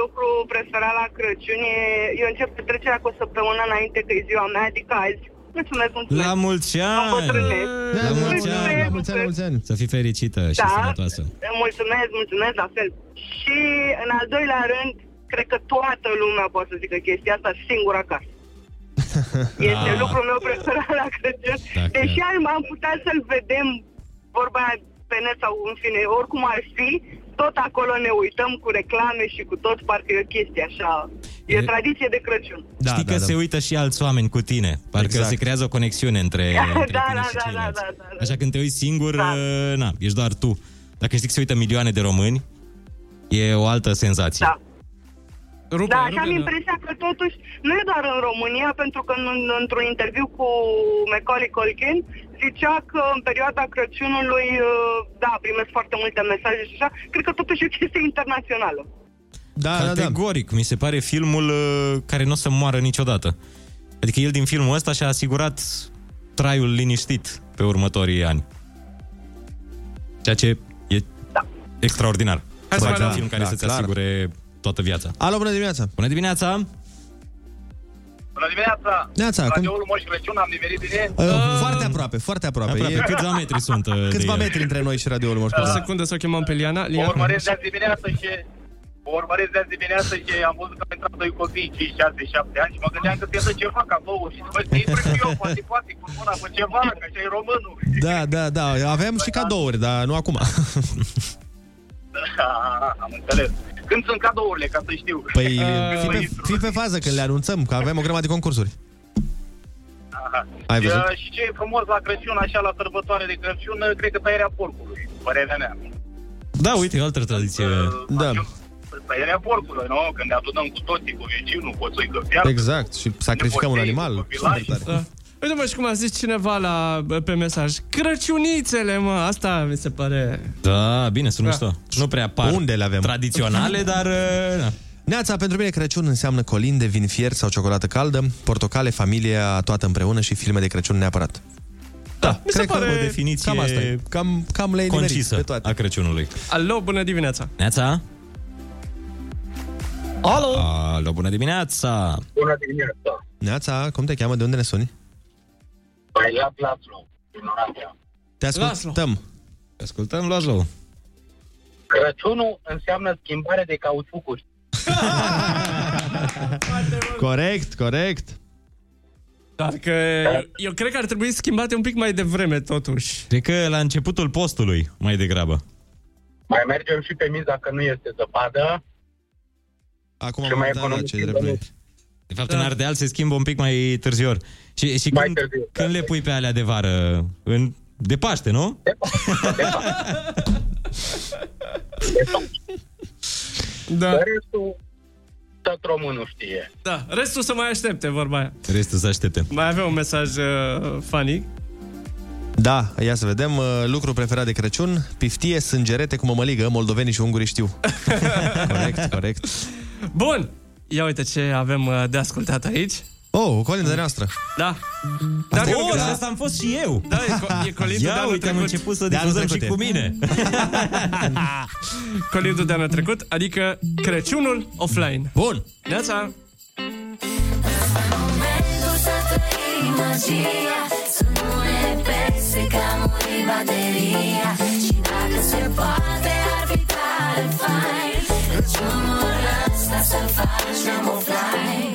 [SPEAKER 20] lucru preferat la Crăciun e... Eu încep petrecerea cu o săptămână înainte că e ziua mea, adică azi. Mulțumesc, mulțumesc.
[SPEAKER 8] La mulți ani!
[SPEAKER 20] Îmbătrânesc.
[SPEAKER 8] La mulți ani!
[SPEAKER 20] Mulțumesc, mulțumesc.
[SPEAKER 8] Să fii fericită și
[SPEAKER 20] Da.
[SPEAKER 8] sănătoasă.
[SPEAKER 20] Mulțumesc, mulțumesc, la fel. Și, în al doilea rând, cred că toată lumea poate să zică chestia asta singur acasă. Este
[SPEAKER 11] Ah.
[SPEAKER 20] lucrul meu preferat la Crăciun.
[SPEAKER 11] Dacă-
[SPEAKER 20] Deși am, am putea să-l vedem, vorba aia, pe net sau în fine, oricum ar fi, tot acolo ne uităm cu reclame și cu tot, parcă e o chestie așa. E,
[SPEAKER 8] E-
[SPEAKER 20] e tradiție de Crăciun.
[SPEAKER 8] Da, Știi da, că da. se uită și alți oameni cu tine. Parcă exact.
[SPEAKER 7] Exact.
[SPEAKER 8] se creează o conexiune între,
[SPEAKER 20] [laughs] Da,
[SPEAKER 8] între
[SPEAKER 20] da,
[SPEAKER 8] tine
[SPEAKER 20] da,
[SPEAKER 8] și
[SPEAKER 20] da, da,
[SPEAKER 8] ceilalți.
[SPEAKER 20] da, da.
[SPEAKER 8] Așa când te uiți singur, da. na, ești doar tu. Dacă știi că se uită milioane de români, e o altă senzație. Da.
[SPEAKER 20] da, și am impresia că totuși nu e doar în România, pentru că în, în- într-un interviu cu Macaulay Culkin zicea că în perioada Crăciunului, uh, da, primesc foarte multe mesaje și așa, cred că totuși e o chestie internațională.
[SPEAKER 7] Da,
[SPEAKER 8] Categoric, da, da. mi se pare filmul uh, care nu o să moară niciodată. Adică el din filmul ăsta și-a asigurat traiul liniștit pe următorii ani. Ceea ce e da. extraordinar. Hai să
[SPEAKER 7] mai
[SPEAKER 8] faci un
[SPEAKER 7] luăm.
[SPEAKER 8] film care
[SPEAKER 7] Da,
[SPEAKER 8] să-ți
[SPEAKER 7] clar.
[SPEAKER 8] asigure toată viața.
[SPEAKER 7] Alo, bună dimineața!
[SPEAKER 8] Bună dimineața!
[SPEAKER 14] Bună dimineața!
[SPEAKER 7] Neața, cum-
[SPEAKER 14] Radioul Moș Crăciun, am nimerit bine?
[SPEAKER 7] Uh, foarte aproape, foarte aproape.
[SPEAKER 8] aproape. Câțiva metri sunt, uh, de
[SPEAKER 7] Câțiva
[SPEAKER 8] ele?
[SPEAKER 7] metri între noi și radioul Moș
[SPEAKER 9] O
[SPEAKER 7] Crăciun.
[SPEAKER 14] Da.
[SPEAKER 9] secundă să o chemăm pe Liana.
[SPEAKER 14] O
[SPEAKER 9] Liana.
[SPEAKER 14] urmăresc de azi dimineață și... O urmăresc de azi dimineață și am văzut că au intrat doi copii, 5, 6, 7 ani și mă gândeam că piesă ceva cadou și bă, ți eu, poate, poate, cu mâna, cu ceva, că așa e românul. [laughs]
[SPEAKER 7] Da, da, da, aveam și cadouri, dar nu acum. [laughs]
[SPEAKER 14] Da, am înțeles. Când sunt cadourile, ca să știu?
[SPEAKER 7] Păi,
[SPEAKER 14] [laughs] Când
[SPEAKER 7] fii
[SPEAKER 14] mă
[SPEAKER 7] pe, fii pe fază când le anunțăm, că avem o grămadă de concursuri.
[SPEAKER 14] Aha.
[SPEAKER 7] Ai văzut?
[SPEAKER 14] Uh, și ce e frumos la Crăciun, așa, la sărbătoare de Crăciun, uh, cred că tăierea porcului, părerea mea.
[SPEAKER 8] Da, uite, e o altă tradiție.
[SPEAKER 7] Da,
[SPEAKER 14] Tăierea porcului, nu? Când ne adunăm cu toții, cu vecinul, cu o țuică fiartă.
[SPEAKER 7] exact. Și sacrificăm un animal. Super tare.
[SPEAKER 9] Da. Uite-mă și cum a zis cineva la, pe mesaj. Crăciunițele, mă! Asta mi se pare...
[SPEAKER 8] Da, bine, sunt
[SPEAKER 9] Da.
[SPEAKER 8] mișto. Nu prea par
[SPEAKER 7] Unde le avem? [laughs]
[SPEAKER 8] tradiționale, dar... uh, Na.
[SPEAKER 7] Neața, pentru mine Crăciun înseamnă colinde, vin fier sau ciocolată caldă, portocale, familia toată împreună și filme de Crăciun neapărat. Da,
[SPEAKER 8] Mi se pare o definiție
[SPEAKER 7] cam asta e. Cam, cam le-ai nimerit
[SPEAKER 8] concisă
[SPEAKER 7] pe toate.
[SPEAKER 8] a Crăciunului.
[SPEAKER 9] Alo, bună dimineața!
[SPEAKER 8] Neața?
[SPEAKER 9] Alo!
[SPEAKER 8] Alo, bună dimineața!
[SPEAKER 15] Bună dimineața!
[SPEAKER 7] Neața, cum te cheamă? De unde ne suni?
[SPEAKER 15] Băiat Laslo, din Oradea.
[SPEAKER 7] Te ascultăm.
[SPEAKER 8] Te ascultăm, Lazlo.
[SPEAKER 15] Crăciunul înseamnă schimbare de cauciucuri.
[SPEAKER 7] Corect, corect.
[SPEAKER 9] Dar că eu cred că ar trebui schimbate un pic mai devreme, totuși.
[SPEAKER 8] Cred că la începutul postului, mai degrabă.
[SPEAKER 15] Mai mergem și pe miza că nu este zăpadă.
[SPEAKER 7] Acum
[SPEAKER 15] și mai economic.
[SPEAKER 8] ce drept De fapt, da. în Ardeal se schimbă un pic mai târziu. Și, și când, târziu, da. când le pui pe alea de vară? În, de Paște, nu? De
[SPEAKER 9] Da.
[SPEAKER 15] Restul, tot românul știe.
[SPEAKER 9] Da, restul să mai aștepte, vorba aia.
[SPEAKER 8] Restul să așteptăm.
[SPEAKER 9] Mai avem un mesaj uh, funny.
[SPEAKER 7] Da, ia să vedem. uh, Lucru preferat de Crăciun, piftie, sângerete cu mămăligă, moldovenii și ungurii știu. corect, corect.
[SPEAKER 9] Bun! Ia uite ce avem uh, de ascultat aici.
[SPEAKER 7] Oh, o colindă noastră.
[SPEAKER 9] Da.
[SPEAKER 8] Dar
[SPEAKER 9] eu-
[SPEAKER 8] oh, și asta am fost și eu.
[SPEAKER 9] Da, e, co- e colindul de
[SPEAKER 8] Ia
[SPEAKER 9] anul
[SPEAKER 8] uite, am
[SPEAKER 9] trecut.
[SPEAKER 8] început să
[SPEAKER 9] De anul
[SPEAKER 8] difuzăm și cu
[SPEAKER 9] trecut, e.
[SPEAKER 8] mine.
[SPEAKER 9] [laughs] Colindul de anul trecut, adică Crăciunul offline.
[SPEAKER 7] Bun!
[SPEAKER 9] Neața!
[SPEAKER 11] Pentru să trăim magia Să nu ne pese că a murit bateria Și dacă se poate ar fi tare fain Crăciunul ăsta să facem offline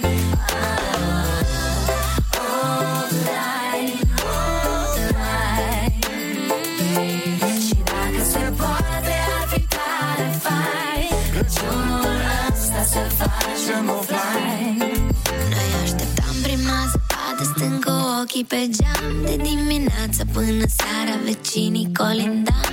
[SPEAKER 11] Ah, offline, offline. Și dacă se poate ar fi tare fain Crăciunul ăsta să facem offline noi așteptam prima zăpadă Stângă ochii pe geam De dimineață până seara Vecinii colindam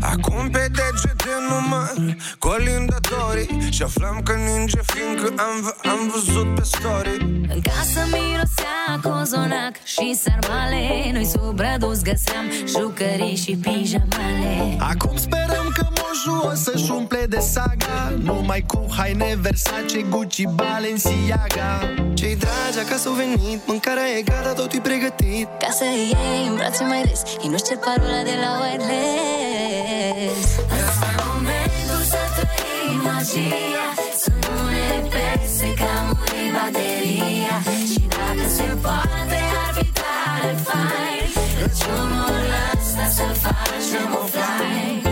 [SPEAKER 16] Acum pe degete număr colindătorii Și aflăm că ninge fiindcă am, v- am văzut pe story
[SPEAKER 11] În casă mirosea cozonac Și sarmale Noi sub rădus găseam Jucării și pijamale
[SPEAKER 16] Acum sperăm că moșul o să-și umple de saga Numai cu haine Versace, Gucci, Balenciaga Cei dragi acasă au venit, mâncarea e gata, totul e pregătit
[SPEAKER 11] Ca să iei în brațe mai des Ei nu-și cer parola de la wireless Ăsta e momentul să trăim magia Să nu ne pese că a murit bateria Și dacă se poate ar fi tare fain Crăciunul ăsta să facem offline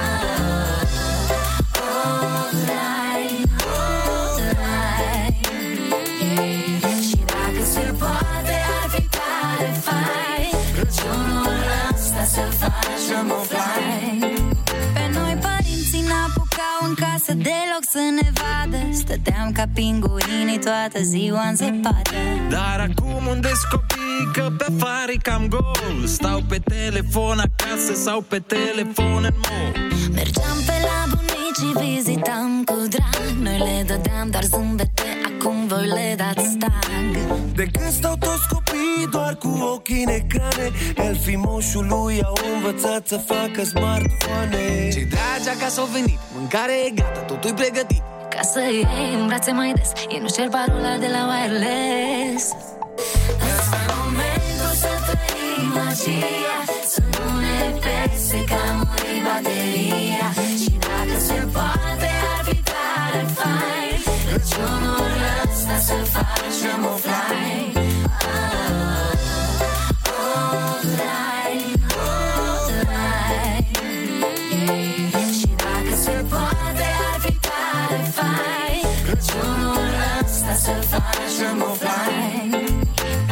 [SPEAKER 11] Ah, offline, offline. Și dacă se poate ar fi tare fain Crăciunul ăsta să facem offline Pe noi părinții n-apucau în casă deloc să ne vadă Stăteam ca pinguinii toată ziua în zăpadă
[SPEAKER 16] Dar acum unde copii că pe afară e cam gol Stau pe telefon acasă sau pe telefon în mall
[SPEAKER 11] Mergeam pe la bunicii, vizitam cu drag Noi le dădeam dar zâmbete, acum voi le dați stag
[SPEAKER 16] De când stau toți copiii doar cu ochii în ecrane Elfii moșului au învățat să facă smartphone Cei dragi acasă au venit, mâncare e gata, totul e pregătit
[SPEAKER 11] Ca să iei în brațe mai des Ei nu cer parola de la wireless Ăsta e momentul să trăim magia Să nu ne pese că a murit bateria Și dacă se poate ar fi tare fain Crăciunul ăsta să facem offline Ah, offline, offline. Și dacă se poate ar fi tare fain Crăciunul ăsta să facem offline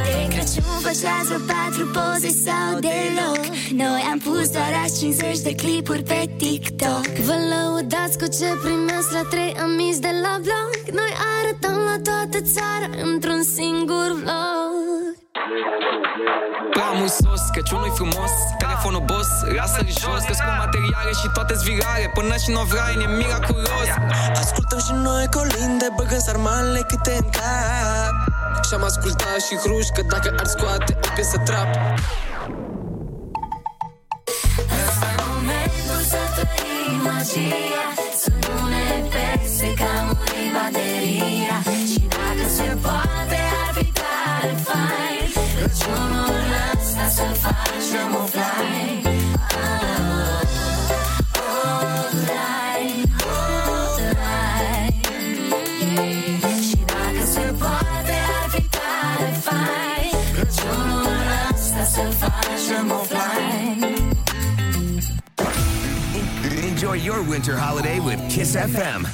[SPEAKER 11] De Crăciun pășează patru poze sau deloc Noi am pus doar azi 50 de clipuri pe TikTok Vă lăudați cu ce primesc la trei amici de la vlog Noi arătăm la toată țara într-un singur vlog
[SPEAKER 23] Plamul sos, Crăciunul frumos Telefonul boss, lasă jos Că cu materiale și toate zvirare Până și novrai, e miraculos
[SPEAKER 16] Ascultăm și noi colinde, băgăm sarmale câte în cap
[SPEAKER 23] Și-am ascultat și hruș Că dacă ar scoate o piesă trap
[SPEAKER 11] Ăsta e momentul să trăim magia Să nu ne pese că a murit bateria Și dacă se poate ar fi tare fain Crăciunul ăsta să facem offline
[SPEAKER 1] Enjoy your winter holiday with Kiss FM.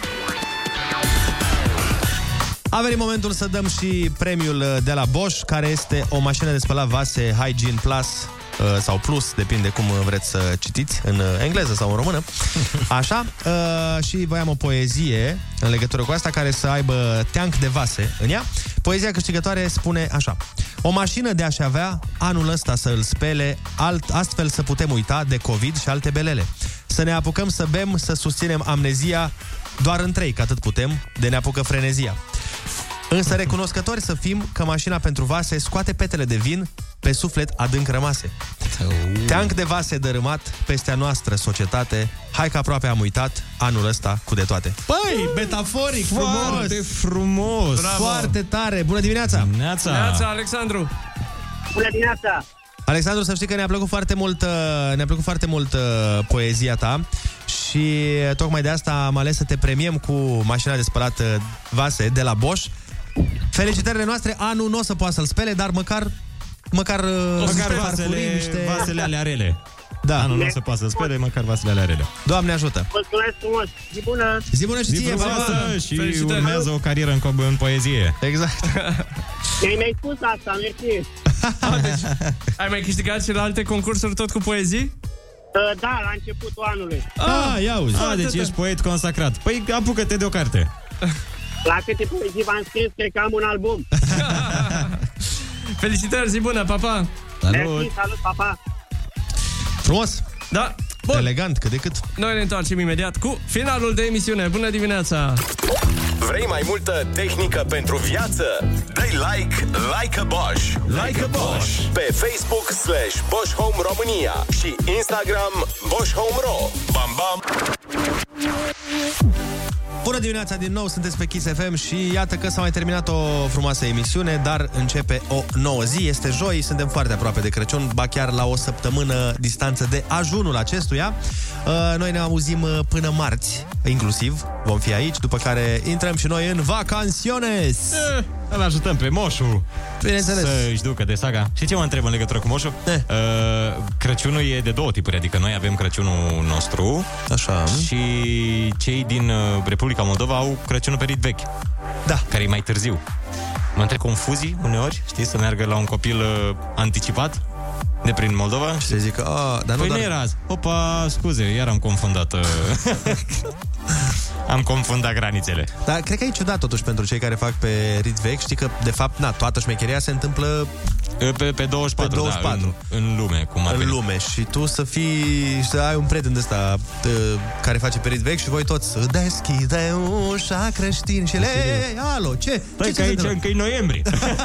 [SPEAKER 7] A venit momentul să dăm și premiul uh, de la Bosch, care este o mașină de spălat vase Hygiene Plus uh, sau plus, depinde cum uh, vreți să citiți, în uh, engleză sau în română. Așa, uh, și voiam o poezie în legătură cu asta, care să aibă teanc de vase în ea. Poezia câștigătoare spune așa. O mașină de aș avea, anul ăsta să îl spele, alt, astfel să putem uita de COVID și alte belele. Să ne apucăm să bem, să susținem amnezia, doar în trei, că atât putem, de ne apucă frenezia. Însă recunoscători să fim că mașina pentru vase scoate petele de vin pe suflet adânc rămase. Teanc de vase dărâmat peste a noastră societate, hai că aproape am uitat anul ăsta cu de toate.
[SPEAKER 5] Păi, metaforic,
[SPEAKER 7] Foarte
[SPEAKER 5] frumos!
[SPEAKER 7] Bravo. Foarte tare! Bună dimineața! Dimineața!
[SPEAKER 9] Neața, Alexandru!
[SPEAKER 2] Bună dimineața!
[SPEAKER 7] Alexandru, să știi că ne-a plăcut foarte mult, uh, ne-a plăcut foarte mult uh, poezia ta și uh, tocmai de asta am ales să te premiem cu mașina de spălat uh, vase de la Bosch. Felicitările noastre, anul nu o să poată să-l spele, dar măcar măcar, uh,
[SPEAKER 8] Măcar
[SPEAKER 7] speli
[SPEAKER 8] vasele,
[SPEAKER 7] farfurii, niște-
[SPEAKER 8] vasele alea rele.
[SPEAKER 7] Da.
[SPEAKER 8] Anul nu o să poată să spele, măcar vasele alea rele.
[SPEAKER 7] Doamne ajută!
[SPEAKER 2] Mulțumesc frumos! Zi bună!
[SPEAKER 7] Zi bună
[SPEAKER 8] Zi frumoasă și urmează o carieră în, co- în poezie. Ah,
[SPEAKER 7] Exact.
[SPEAKER 2] Ei mi-ai spus asta, mersi!
[SPEAKER 9] Ai mai câștigat și la alte concursuri tot cu poezii?
[SPEAKER 2] Uh, Da, la începutul anului.
[SPEAKER 8] Ah, ia uzi. Ah,
[SPEAKER 2] Foarte
[SPEAKER 8] deci
[SPEAKER 2] tare.
[SPEAKER 8] ești poet consacrat. Păi apucă-te de o carte.
[SPEAKER 2] La câte poezii v-am scris, cred că am un album.
[SPEAKER 9] Felicitări, zi bună, pa, pa!
[SPEAKER 2] Mersi, salut, papa!
[SPEAKER 7] Frumos!
[SPEAKER 9] Da! Bun.
[SPEAKER 7] Elegant, cât de cât.
[SPEAKER 9] Noi ne întoarcem imediat cu finalul de emisiune. Bună dimineața!
[SPEAKER 6] Vrei mai multă tehnică pentru viață? dă like, like a Bosch. Like a Bosch. Pe Facebook slash Bosch Home România și Instagram Bosch Home Ro. Bam, bam.
[SPEAKER 7] Bună dimineața din nou, sunteți pe Kiss FM și iată că s-a mai terminat o frumoasă emisiune, dar începe o nouă zi, este joi, suntem foarte aproape de Crăciun, ba chiar la o săptămână distanță de ajunul acestuia. Uh, Noi ne auzim uh, până marți, inclusiv, vom fi aici, după care intrăm și noi în vacanciones!
[SPEAKER 8] Eh, Îl ajutăm pe moșu
[SPEAKER 7] Bineînțeles. Eh.
[SPEAKER 8] Să își ducă de saga Și ce mă întreb în legătură cu moșu? Uh, Crăciunul e de două tipuri Adică noi avem Crăciunul nostru
[SPEAKER 7] Așa
[SPEAKER 8] Și cei din uh, Republica Moldova Au Crăciunul perit vechi
[SPEAKER 7] Da
[SPEAKER 8] Care e mai târziu Mă întreb confuzii uneori Știi, să meargă la un copil uh, anticipat de prin Moldova Și
[SPEAKER 7] să zică, a, dar nu,
[SPEAKER 8] păi
[SPEAKER 7] dar-
[SPEAKER 8] nu era azi Opa, scuze, iar am confundat uh, [laughs] Am confundat granițele
[SPEAKER 7] Dar cred că e ciudat totuși pentru cei care fac pe rit vechi, știi că de fapt, na, toată șmecheria se întâmplă
[SPEAKER 8] pe, pe 24,
[SPEAKER 7] pe 24.
[SPEAKER 8] Da, în, în lume cum ar
[SPEAKER 7] în
[SPEAKER 8] veni.
[SPEAKER 7] lume și tu să fii să ai un prieten de ăsta uh, care face perit vechi și voi toți să deschide ușa creștin și le alo, ce?
[SPEAKER 8] Păi
[SPEAKER 7] ce
[SPEAKER 8] că aici încă e noiembrie.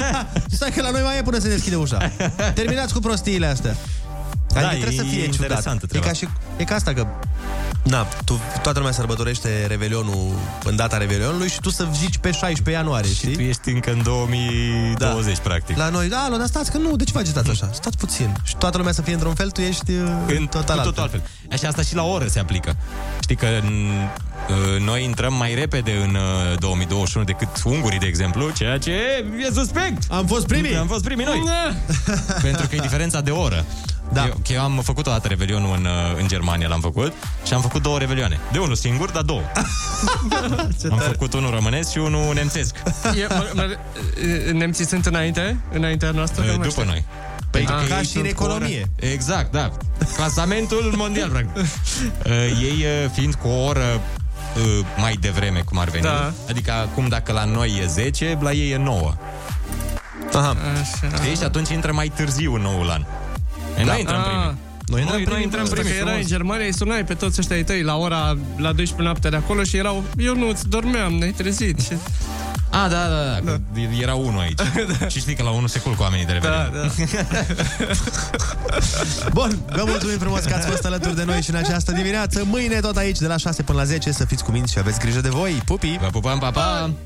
[SPEAKER 7] [laughs] Stai că la noi mai e până se deschide
[SPEAKER 8] [laughs]
[SPEAKER 7] ușa. Terminați cu prostiile astea.
[SPEAKER 8] Da,
[SPEAKER 7] Adică
[SPEAKER 8] e
[SPEAKER 7] trebuie să fie
[SPEAKER 8] interesantă
[SPEAKER 7] ciudat. E ca, și, e ca asta că Na, tu, toată lumea sărbătorește Revelionul în data Revelionului și tu să zici pe 16 ianuarie, știi?
[SPEAKER 8] Tu ești încă în 2020, da. practic.
[SPEAKER 7] La noi, da, alo, dar stați că nu, de ce faceți asta așa? Stați puțin. Și toată lumea să fie într-un fel, tu ești uh,
[SPEAKER 8] în total,
[SPEAKER 7] altfel.
[SPEAKER 8] total altfel. Așa asta și la oră se aplică. Știi că în- uh, noi intrăm mai repede în uh, 2021 decât ungurii, de exemplu, ceea ce
[SPEAKER 7] [laughs]
[SPEAKER 8] e suspect.
[SPEAKER 7] Am fost primii.
[SPEAKER 8] Am fost primii noi. Pentru că e diferența de oră. Da. Eu, că eu am făcut o dată revelionul în, uh, în Germania, l-am făcut, și am făcut două revelioane. De unul singur, dar două.
[SPEAKER 4] [laughs]
[SPEAKER 8] am făcut unul românesc și unul nemțesc.
[SPEAKER 9] E, mă, mă, e, nemții sunt înainte? Înaintea noastră? Păi,
[SPEAKER 8] E,
[SPEAKER 9] Că nu
[SPEAKER 8] Eh, după
[SPEAKER 9] știu.
[SPEAKER 8] noi. Pentru că ei sunt cu o oră- Exact, da. Clasamentul mondial, practic. Uh, Ei uh, fiind cu o oră uh, mai devreme, cum ar veni.
[SPEAKER 9] Da.
[SPEAKER 8] Adică acum dacă la noi e 10, la ei e 9.
[SPEAKER 7] Aha.
[SPEAKER 9] Așa.
[SPEAKER 8] Știi? Și atunci intră mai târziu în noul an. Da.
[SPEAKER 9] Exact.
[SPEAKER 8] Noi intrăm primii. intrăm primii,
[SPEAKER 9] Ah. Păi,
[SPEAKER 7] Noi
[SPEAKER 9] intrăm
[SPEAKER 8] asta
[SPEAKER 9] primii.
[SPEAKER 8] e
[SPEAKER 9] Că erai
[SPEAKER 8] frumos.
[SPEAKER 9] în Germania, îi sunai pe toți ăștia ai tăi la ora, la 12 noaptea de acolo și erau, eu nu, îți dormeam, ne-ai trezit. Și...
[SPEAKER 8] A, da, da, da, da. Era unul aici. da. Și știi că la unul se culcă oamenii de revedere. [laughs]
[SPEAKER 9] Da, da.
[SPEAKER 7] Bun, vă mulțumim frumos că ați fost alături de noi și în această dimineață. Mâine tot aici de la 6 până la 10 să fiți cu minți și aveți grijă de voi. Pupi! Vă
[SPEAKER 8] pupăm, pa, pa!